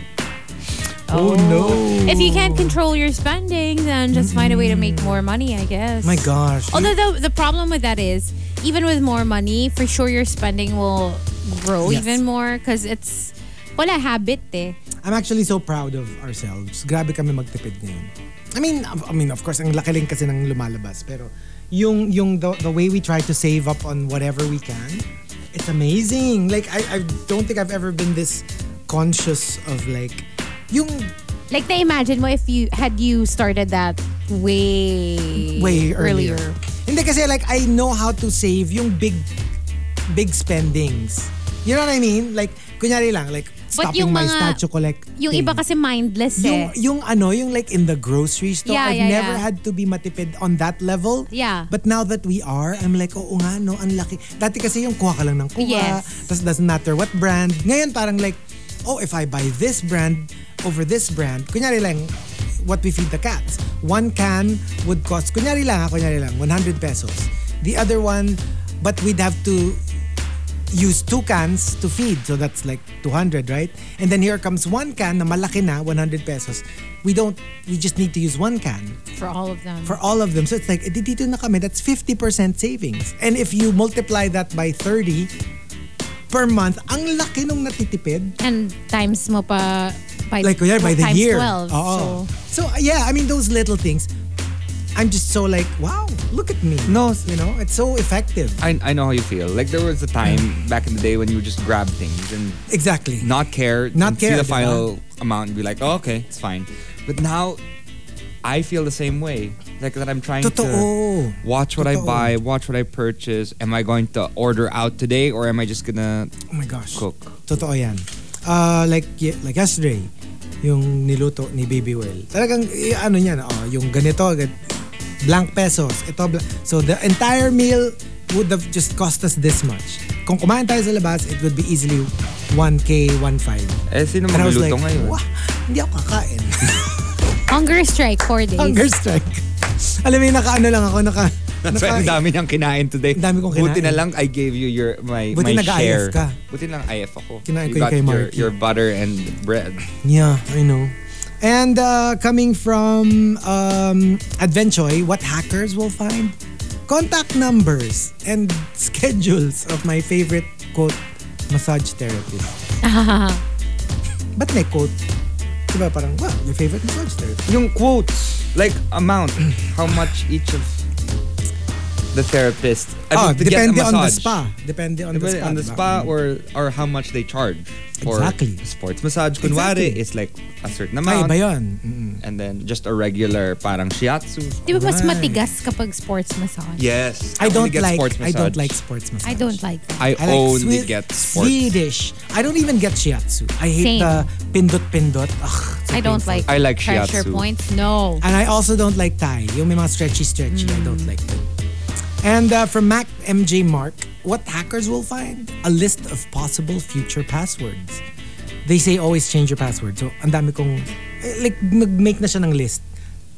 Speaker 1: Oh, no.
Speaker 8: If you can't control your spending, then just find a way to make more money, I guess.
Speaker 1: Mm-hmm. My gosh.
Speaker 8: Although the, the problem with that is, even with more money, for sure your spending will grow
Speaker 1: Yes.
Speaker 8: even more because it's wala habit eh.
Speaker 1: I'm actually so proud of ourselves. Grabe kami magtipid ngayon. I mean, of- I mean, of course, ang laki rin kasi ng lumalabas. Pero yung, yung the, the way we try to save up on whatever we can, it's amazing. Like, I, I don't think I've ever been this conscious of like, yung
Speaker 8: Like na imagine mo if you had you started that way
Speaker 1: way earlier. Hindi kasi like I know how to save yung big big spendings. You know what I mean? Like kunyari lang like
Speaker 8: But
Speaker 1: stopping
Speaker 8: yung
Speaker 1: my
Speaker 8: mga-
Speaker 1: statue collect.
Speaker 8: Yung iba kasi mindless
Speaker 1: yung,
Speaker 8: eh.
Speaker 1: yung ano, yung like in the grocery store,
Speaker 8: Yeah,
Speaker 1: I've
Speaker 8: yeah,
Speaker 1: never
Speaker 8: yeah.
Speaker 1: had to be matipid on that level.
Speaker 8: Yeah.
Speaker 1: But now that we are, I'm like, oo nga, no, ang laki. Dati kasi yung kuha ka lang ng kuha,
Speaker 8: Yes.
Speaker 1: tas doesn't matter what brand. Ngayon parang like, oh, if I buy this brand over this brand, kunyari lang, what we feed the cats. One can would cost, kunyari lang ha, kunyari lang, 100 pesos. The other one, but we'd have to use two cans to feed. So that's like 200, right? And then here comes one can na malaki na, 100 pesos. We don't, we just need to use one can
Speaker 8: for all of them.
Speaker 1: for all of them. So it's like, eh, di- dito na kami, that's 50% savings. And if you multiply that by 30 per month, ang laki nung natitipid.
Speaker 8: and times mo pa by,
Speaker 1: Like, kunyari, by the
Speaker 8: times
Speaker 1: year.
Speaker 8: 12. So
Speaker 1: Oo. So, yeah, I mean, those little things. I'm just so like, wow, look at me.
Speaker 3: No,
Speaker 1: You know, it's so effective.
Speaker 3: I, I know how you feel. Like there was a time back in the day when you would just grab things and
Speaker 1: Exactly.
Speaker 3: not care,
Speaker 1: Not
Speaker 3: and see
Speaker 1: care,
Speaker 3: the
Speaker 1: diba?
Speaker 3: final amount and be like, oh, okay, it's fine. But now, I feel the same way. Like that, I'm trying
Speaker 1: Totoo.
Speaker 3: to watch what
Speaker 1: Totoo.
Speaker 3: I buy, watch what I purchase. Am I going to order out today, or am I just gonna?
Speaker 1: Oh my gosh.
Speaker 3: Cook.
Speaker 1: Totoo yan. Uh, like, ye- like yesterday, yung niluto ni Baby Well. Talagang, eh, ano niyan, oh, yung ganito, gan- blank pesos. Ito, bla- so the entire meal would have just cost us this much. Kung kumain tayo sa labas, it would be easily 1K, 1.5.
Speaker 3: Eh, sino
Speaker 1: And I was like,
Speaker 3: magluluto ngayon?
Speaker 1: wah, hindi ako
Speaker 3: *laughs*
Speaker 1: kakain.
Speaker 8: hunger strike four days.
Speaker 1: Hunger strike. Alam mo, yung nakaano lang ako, naka...
Speaker 3: That's why ang dami niyang kinain today.
Speaker 1: Ang dami kong
Speaker 3: Buti
Speaker 1: kinain.
Speaker 3: na lang I gave you your my
Speaker 1: Buti
Speaker 3: my
Speaker 1: nag-IF
Speaker 3: share.
Speaker 1: ka.
Speaker 3: Buti lang IF ako.
Speaker 1: Kinain
Speaker 3: you
Speaker 1: ko yung
Speaker 3: got
Speaker 1: kay
Speaker 3: your,
Speaker 1: Marky.
Speaker 3: your butter and bread.
Speaker 1: Yeah, I know. And uh, coming from um, Advenchoy, what hackers will find? contact numbers and *laughs* schedules of my favorite quote massage
Speaker 8: *laughs*
Speaker 1: therapist. Ba't may quote? Diba parang, wow, your favorite massage therapist.
Speaker 3: Yung quotes, like amount, how much each of the therapist. I
Speaker 1: Ah,
Speaker 3: mean, to get a
Speaker 1: depende on the
Speaker 3: massage.
Speaker 1: spa. Depende on the
Speaker 3: Depende
Speaker 1: spa.
Speaker 3: on the
Speaker 1: diba? Mm.
Speaker 3: spa or or how much they charge for
Speaker 1: Exactly.
Speaker 3: sports massage.
Speaker 1: Exactly.
Speaker 3: Kunwari, it's like a
Speaker 1: Ay,
Speaker 3: certain amount.
Speaker 1: Ah, iba yun. Mm.
Speaker 3: and then just a regular parang shiatsu.
Speaker 8: Di ba mas
Speaker 1: Right.
Speaker 8: matigas kapag sports massage?
Speaker 3: Yes.
Speaker 1: I don't
Speaker 3: only get
Speaker 1: like
Speaker 3: sports
Speaker 1: I don't
Speaker 3: massage.
Speaker 1: like sports massage.
Speaker 8: I don't like that.
Speaker 3: I,
Speaker 1: I like
Speaker 3: only
Speaker 1: Swi-
Speaker 3: get sports.
Speaker 1: Swedish. I don't even get shiatsu. I
Speaker 8: Same.
Speaker 1: hate the pindot-pindot. Ugh, so
Speaker 8: I don't like
Speaker 1: painful.
Speaker 3: I like
Speaker 8: pressure
Speaker 3: shiatsu.
Speaker 8: points. No.
Speaker 1: And I also don't like Thai. Yung may mga stretchy-stretchy. I
Speaker 8: Mm.
Speaker 1: don't like them. And uh, from Mac MJ Mark, what hackers will find? A list of possible future passwords. They say always change your password. So, ang dami kong... eh, Like, nag-make na siya ng list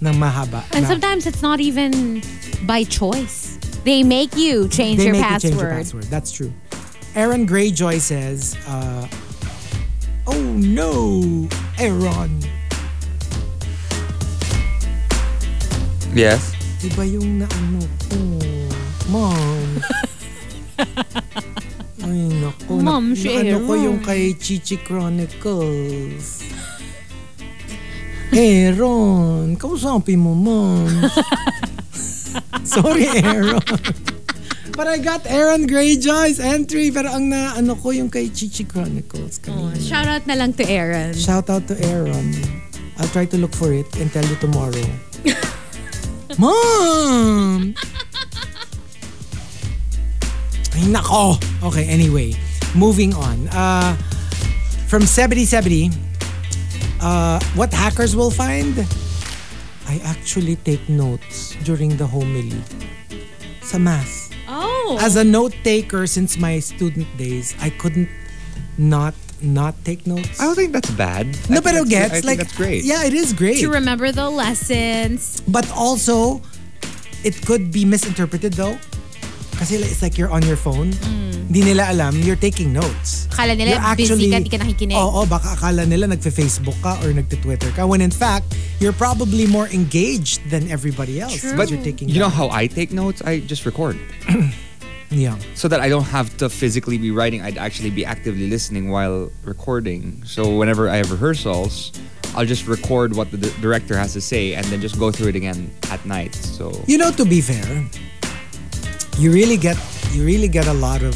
Speaker 1: ng mahaba.
Speaker 8: And
Speaker 1: na-
Speaker 8: sometimes it's not even by choice. They make you change,
Speaker 1: they
Speaker 8: your,
Speaker 1: make
Speaker 8: password.
Speaker 1: you change your password. That's true. Aaron Greyjoy says, uh, "Oh no, Aaron."
Speaker 3: Yes.
Speaker 1: Iba yung naano ko.
Speaker 8: *laughs*
Speaker 1: Mom. Ay, naku.
Speaker 8: Mom,
Speaker 1: na,
Speaker 8: si
Speaker 1: naano ko
Speaker 8: Aaron.
Speaker 1: yung kay Chichi Chronicles. Aaron, kausapin mo,
Speaker 8: *laughs*
Speaker 1: mom. Sorry, Aaron. But I got Aaron Greyjoy's entry. Pero ang naano ko yung kay Chichi Chronicles kanina.
Speaker 8: Shout out na lang to Aaron.
Speaker 1: Shout out to Aaron. I'll try to look for it and tell you tomorrow. Mom! Ay, nako! Okay, anyway. Moving on. Uh, from 7070, uh, what hackers will find? I actually take notes during the homily. Sa mass
Speaker 8: Oh.
Speaker 1: as a note taker since my student days, I couldn't not not take notes.
Speaker 3: I don't think that's bad. I
Speaker 1: no,
Speaker 3: think
Speaker 1: pero
Speaker 3: that's- I
Speaker 1: gets
Speaker 3: think
Speaker 1: like
Speaker 3: that's great.
Speaker 1: Yeah, it is great.
Speaker 8: to remember the lessons.
Speaker 1: But also, it could be misinterpreted though. Kasi like, it's like you're on your phone. Hindi nila alam, you're taking notes.
Speaker 8: Mm. Akala nila busy ka, di ka nakikinig.
Speaker 1: Oo, baka akala nila nagfe-Facebook ka or nagte-Twitter ka. When in fact, you're probably more engaged than everybody else.
Speaker 8: True.
Speaker 1: because
Speaker 3: But
Speaker 1: you're taking
Speaker 3: you know
Speaker 1: down.
Speaker 3: how I take notes? I just record.
Speaker 1: Yeah.
Speaker 3: so that I don't have to physically be writing. I'd actually be actively listening while recording. So whenever I have rehearsals, I'll just record what the di- director has to say and then just go through it again at night. So
Speaker 1: You know, to be fair, you really get you really get a lot of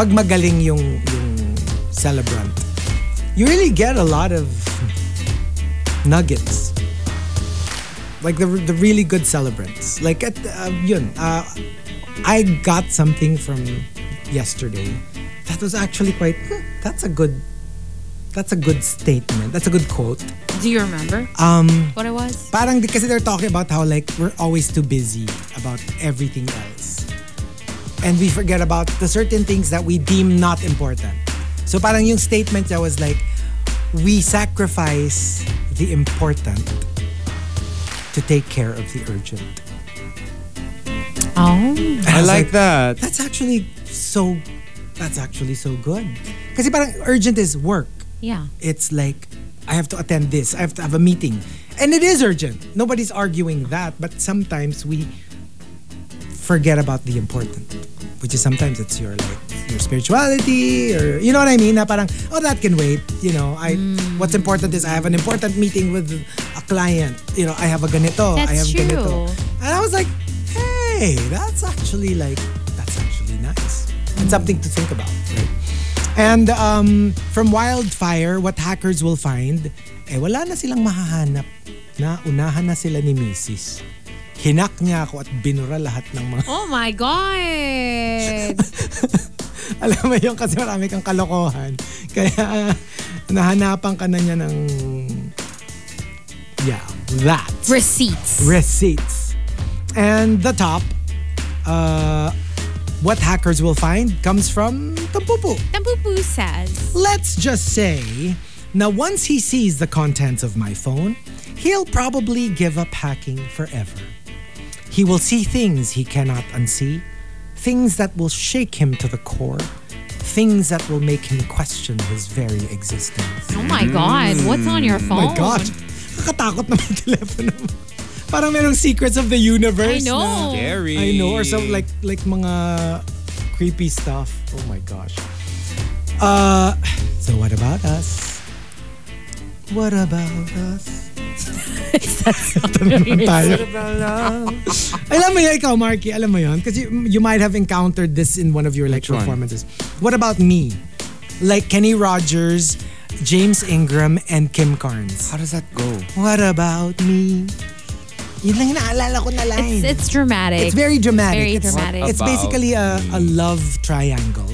Speaker 1: pag magaling yung yung celebrant. You really get a lot of nuggets. Like the the really good celebrants. Like at uh, yun, uh, I got something from yesterday that was actually quite "Hmm, that's a good that's a good statement. That's a good quote.
Speaker 8: Do you remember
Speaker 1: Um
Speaker 8: what it was?
Speaker 1: parang because they're talking about how like we're always too busy about everything else and we forget about the certain things that we deem not important so parang yung statement niya was like we sacrifice the important to take care of the urgent
Speaker 8: Oh.
Speaker 3: I
Speaker 1: was
Speaker 3: like that.
Speaker 1: that's actually so that's actually so good kasi parang urgent is work
Speaker 8: Yeah.
Speaker 1: it's like I have to attend this, I have to have a meeting. And it is urgent. Nobody's arguing that, but sometimes we forget about the important, which is sometimes it's your like your spirituality or you know what I mean? Na parang oh that can wait, you know. I
Speaker 8: Mm.
Speaker 1: what's important is I have an important meeting with a client. You know, I have a ganito, I have
Speaker 8: That's
Speaker 1: ganito.
Speaker 8: true.
Speaker 1: And I was like, "Hey, that's actually like that's actually nice. And something to think about." Right? And um, from wildfire, what hackers will find, eh wala na silang mahahanap na unahan na sila ni Mrs. Hinak niya ako at binura lahat ng mga...
Speaker 2: *laughs*
Speaker 8: Oh my God.
Speaker 1: Alam mo yun kasi marami kang kalokohan. Kaya nahanapan ka na niya ng... Yeah, that.
Speaker 8: *laughs* Receipts.
Speaker 1: Receipts. And the top, uh, what hackers will find comes from Tampupu.
Speaker 8: Tampupu says.
Speaker 1: Let's just say, now once he sees the contents of my phone, he'll probably give up hacking forever. He will see things he cannot unsee, things that will shake him to the core, things that will make him question his very existence.
Speaker 8: Oh my God. What's on your phone?
Speaker 1: Oh my gosh, kakatakot naman yung telepono mo. Parang merong secrets of the universe.
Speaker 2: I know.
Speaker 1: na-
Speaker 7: Scary.
Speaker 1: I know. Or some like like mga creepy stuff. Oh my gosh. Uh, so what about us? What about
Speaker 2: *laughs*
Speaker 1: us? Ito naman tayo. alam mo yun, ikaw, Marky, alam mo yun? Kasi you, you might have encountered this in one of your like
Speaker 3: Which one?
Speaker 1: performances. What about me? Like Kenny Rogers, James Ingram, and Kim Carnes.
Speaker 3: How does that go?
Speaker 1: What about me? Yun lang yung naalala ko na line.
Speaker 2: It's, it's dramatic.
Speaker 1: It's very dramatic.
Speaker 2: Very
Speaker 1: it's,
Speaker 2: dramatic.
Speaker 1: It's
Speaker 7: About
Speaker 1: basically a, a love triangle.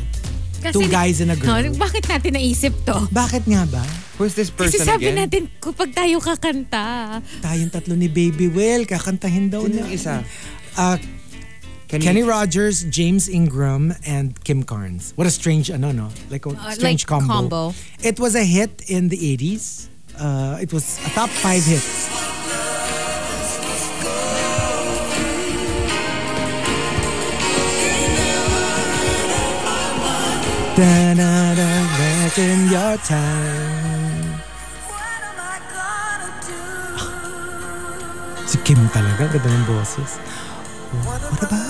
Speaker 2: Kasi-
Speaker 1: Two guys
Speaker 8: *laughs*
Speaker 1: and a girl.
Speaker 2: No, bakit natin naisip to?
Speaker 1: Bakit nga ba?
Speaker 3: Who's this
Speaker 2: Kasi
Speaker 3: person
Speaker 2: sabi
Speaker 3: again?
Speaker 2: natin, kapag tayo kakanta,
Speaker 1: Tayong tatlo ni Baby Will, kakantahin daw
Speaker 3: Sino
Speaker 1: niya.
Speaker 3: yung isa?
Speaker 1: Ah,
Speaker 3: Can
Speaker 1: Kenny Rogers, James Ingram, and Kim Carnes. What a strange, ano, no? Like a strange
Speaker 2: like
Speaker 1: combo.
Speaker 2: combo.
Speaker 1: It was a hit in the 80s. Uh, it was a top five hit. Da-na-na, imagine your time. Si Kim talaga, ganda ng boses. What about?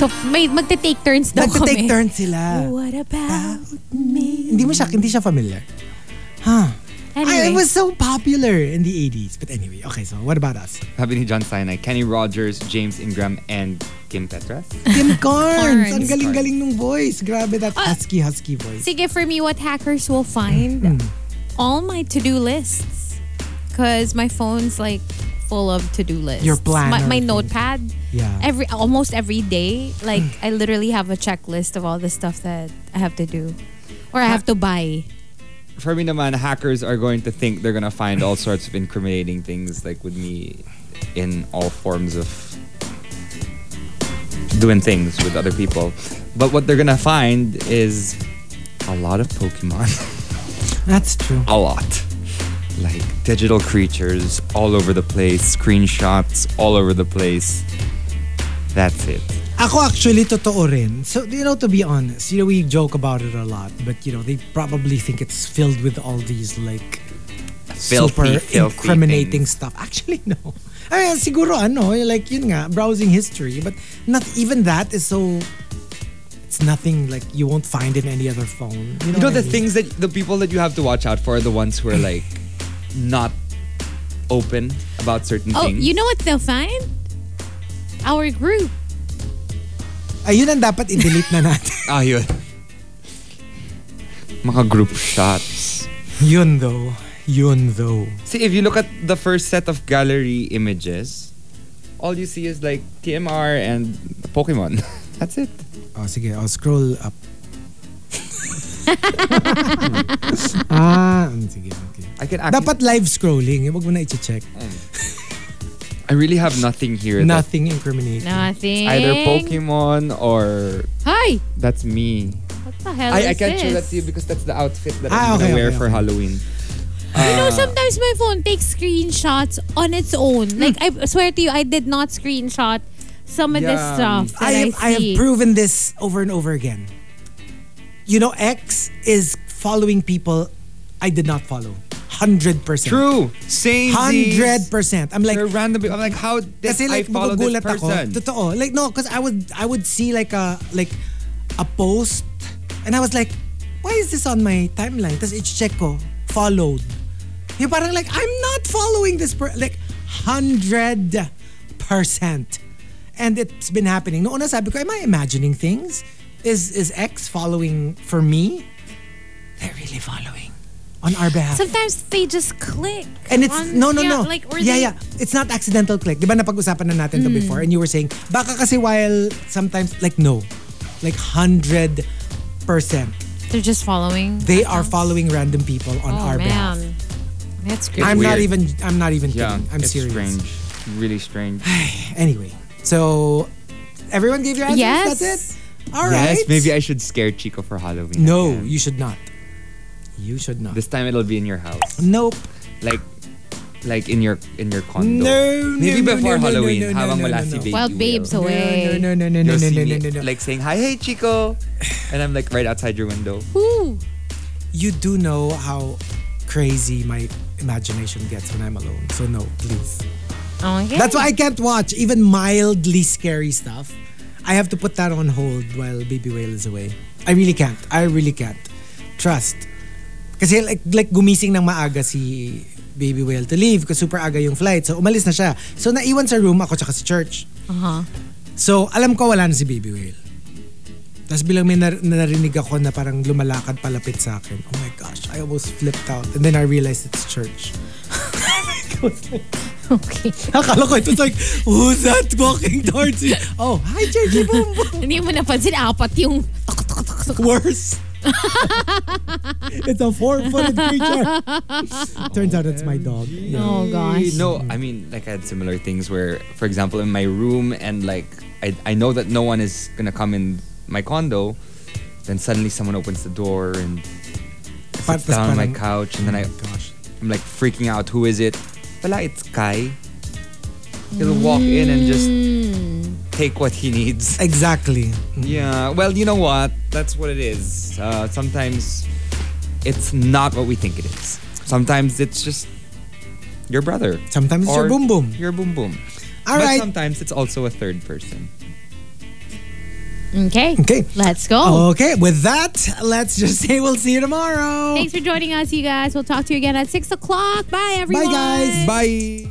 Speaker 2: so may magte-take turns daw
Speaker 1: Nagte-take
Speaker 2: kami.
Speaker 1: turns sila.
Speaker 2: What about?
Speaker 1: Hindi mo siya, hindi siya familiar. Huh. I,
Speaker 2: Anyway,
Speaker 1: it was so popular in the 80s. But anyway, okay, so what about us?
Speaker 3: Sabi ni John Sinai, Kenny Rogers, James Ingram, and Kim Petras.
Speaker 1: Kim Carnes! Ang
Speaker 2: Carnes.
Speaker 1: galing-galing nung voice. Grabe that husky-husky voice.
Speaker 2: sige for me, what hackers will find
Speaker 1: Hmm.
Speaker 2: all my to-do lists. Cause my phone's like full of to-do lists.
Speaker 1: Your
Speaker 2: My,
Speaker 1: planner
Speaker 2: my
Speaker 1: thing.
Speaker 2: notepad.
Speaker 1: Yeah. Hmm.
Speaker 2: Every almost every day, like I literally have a checklist of all the stuff that I have to do, or I have to buy.
Speaker 3: For me naman, hackers are going to think they're gonna find all sorts of incriminating things like with me in all forms of doing things with other people. But what they're gonna find is a lot of Pokemon. *laughs*
Speaker 1: That's true.
Speaker 3: a lot. Like digital creatures all over the place, screenshots all over the place. That's it.
Speaker 1: Ako actually, totoo rin. So, you know, to be honest, you know, we joke about it a lot. But, you know, they probably think it's filled with all these, like, super incriminating stuff. *laughs* Actually, no. I mean, siguro ano, like yun nga, browsing history. But not even that is so... It's nothing like you won't find in any other phone. You know,
Speaker 3: You know
Speaker 1: what I
Speaker 3: the
Speaker 1: mean?
Speaker 3: things that the people that you have to watch out for are the ones who are like not open about certain
Speaker 2: Oh,
Speaker 3: things.
Speaker 2: you know what they'll find? Our group.
Speaker 1: Ayun ang dapat i-delete na natin.
Speaker 3: ah, yun. Mga group shots.
Speaker 1: *laughs* yun though. Yun though.
Speaker 3: See, if you look at the first set of gallery images, all you see is like TMR and Pokemon. *laughs* That's it.
Speaker 1: Oh, sige. Oh, scroll up. *laughs* ah, mm, sige. Okay.
Speaker 3: I can actually
Speaker 1: Dapat live scrolling. Eh, Huwag mo na i-check.
Speaker 3: I really have nothing here. that-
Speaker 1: Nothing incriminating.
Speaker 2: Nothing.
Speaker 3: either Pokemon or
Speaker 2: Hi.
Speaker 3: that's me.
Speaker 2: What the hell is
Speaker 3: I, I can't
Speaker 2: this?
Speaker 3: show that to you because that's the outfit that
Speaker 1: Oh, Ah,
Speaker 3: I'm gonna
Speaker 1: okay,
Speaker 3: wear
Speaker 1: okay,
Speaker 3: for
Speaker 1: okay.
Speaker 3: Halloween.
Speaker 2: You
Speaker 1: Ah.
Speaker 2: know, sometimes my phone takes screenshots on its own. Like,
Speaker 1: Hmm.
Speaker 2: I swear to you, I did not screenshot some of this
Speaker 3: Yeah.
Speaker 2: stuff
Speaker 1: I
Speaker 2: that I,
Speaker 1: have, I have
Speaker 2: see.
Speaker 1: proven this over and over again. You know, X is following people I did not follow. 100%.
Speaker 3: True. Same.
Speaker 1: 100%. I'm like,
Speaker 3: You're randomly. I'm like, how did
Speaker 1: kasi like,
Speaker 3: I follow this
Speaker 1: magugulat ako.
Speaker 3: person?
Speaker 1: Totoo. Like, no, because I would, I would see like a, like, a post and I was like, why is this on my timeline? Tapos i-check ko, followed. Yung parang like, I'm not following this per Like, 100%. And it's been happening. Noong una sabi ko, am I imagining things? Is is X following for me? They're really following on our behalf.
Speaker 2: Sometimes they just click.
Speaker 1: And it's
Speaker 2: on-
Speaker 1: no no
Speaker 2: yeah,
Speaker 1: no.
Speaker 2: Like, or
Speaker 1: yeah
Speaker 2: they- Mm.
Speaker 1: yeah. It's not accidental click. 'Di ba napag-usapan na natin to before and you were saying baka kasi while sometimes like no. Like 100%
Speaker 2: They're just following.
Speaker 1: they are following random people on
Speaker 2: oh,
Speaker 1: our behalf.
Speaker 2: man. That's crazy.
Speaker 1: I'm not
Speaker 3: weird.
Speaker 1: even I'm not even
Speaker 3: yeah,
Speaker 1: kidding. I'm
Speaker 3: it's
Speaker 1: serious.
Speaker 3: strange. Really strange.
Speaker 1: Anyway. So everyone gave your answers.
Speaker 2: Yes.
Speaker 1: That's it. All right.
Speaker 3: yes, maybe I should scare Chico for Halloween.
Speaker 1: No,
Speaker 3: again.
Speaker 1: you should not. You should not.
Speaker 3: This time it'll be in your house,
Speaker 1: nope.
Speaker 3: like, like in your in your condo.
Speaker 1: No,
Speaker 3: Maybe
Speaker 1: no, no,
Speaker 3: before
Speaker 1: no, no,
Speaker 3: Halloween,
Speaker 1: no, no,
Speaker 3: habang
Speaker 1: no,
Speaker 3: wala
Speaker 1: no,
Speaker 3: si
Speaker 1: no.
Speaker 3: baby.
Speaker 2: Wild
Speaker 3: Will.
Speaker 2: babes away.
Speaker 1: No no no no no
Speaker 3: You'll
Speaker 1: no
Speaker 3: see
Speaker 1: no
Speaker 3: me,
Speaker 1: no, no.
Speaker 3: like saying hi, hey
Speaker 1: *sighs*
Speaker 3: Chico, and I'm like right outside your window.
Speaker 2: Ooh.
Speaker 1: you do know how crazy my imagination gets when I'm alone. So no, please.
Speaker 2: Okay.
Speaker 1: That's why I can't watch even mildly scary stuff. I have to put that on hold while Baby Whale is away. I really can't. I really can't. Trust. Kasi like, like gumising ng maaga si Baby Whale to leave kasi super aga yung flight. So umalis na siya. So naiwan sa room ako tsaka sa church.
Speaker 2: Uh-huh.
Speaker 1: So alam ko wala na si Baby Whale. Tapos bilang may nar- narinig ako na parang lumalakad palapit sa akin. Oh my gosh, I almost flipped out. And then I realized it's church.
Speaker 2: Okay. *laughs*
Speaker 1: Akala ko it was like, who's that walking towards you? Oh, hi, Churchy Boom
Speaker 3: *laughs*
Speaker 1: Boom.
Speaker 2: Hindi mo napansin, apat yung... *laughs* tok, tok, tok, tok.
Speaker 1: Worse. it's a four-footed creature. Turns out it's my dog. Yeah.
Speaker 2: Oh, gosh.
Speaker 3: No, I mean, like I had similar things where, for example, in my room, and like I, I know that no one is gonna come in my condo, then suddenly someone opens the door and
Speaker 1: Parang-
Speaker 3: sits down on my
Speaker 1: parang-
Speaker 3: couch, and then I,
Speaker 1: Gosh.
Speaker 3: I'm like freaking out. Who is it? Pala, it's Kai. He'll walk in and just
Speaker 1: Hmm.
Speaker 3: take what he needs. *laughs*
Speaker 1: Exactly.
Speaker 3: Yeah. Well, you know what? That's what it is. Uh, sometimes it's not what we think it is. Sometimes it's just your brother.
Speaker 1: Sometimes it's your
Speaker 3: Or
Speaker 1: boom boom.
Speaker 3: Your boom boom.
Speaker 1: All
Speaker 3: but
Speaker 1: right.
Speaker 3: sometimes it's also a third person.
Speaker 2: Okay.
Speaker 1: Okay.
Speaker 2: Let's go.
Speaker 1: Okay, with that, let's just say we'll see you tomorrow.
Speaker 2: Thanks for joining us, you guys. We'll talk to you again at 6 o'clock. Bye, everyone.
Speaker 1: Bye, guys.
Speaker 3: Bye.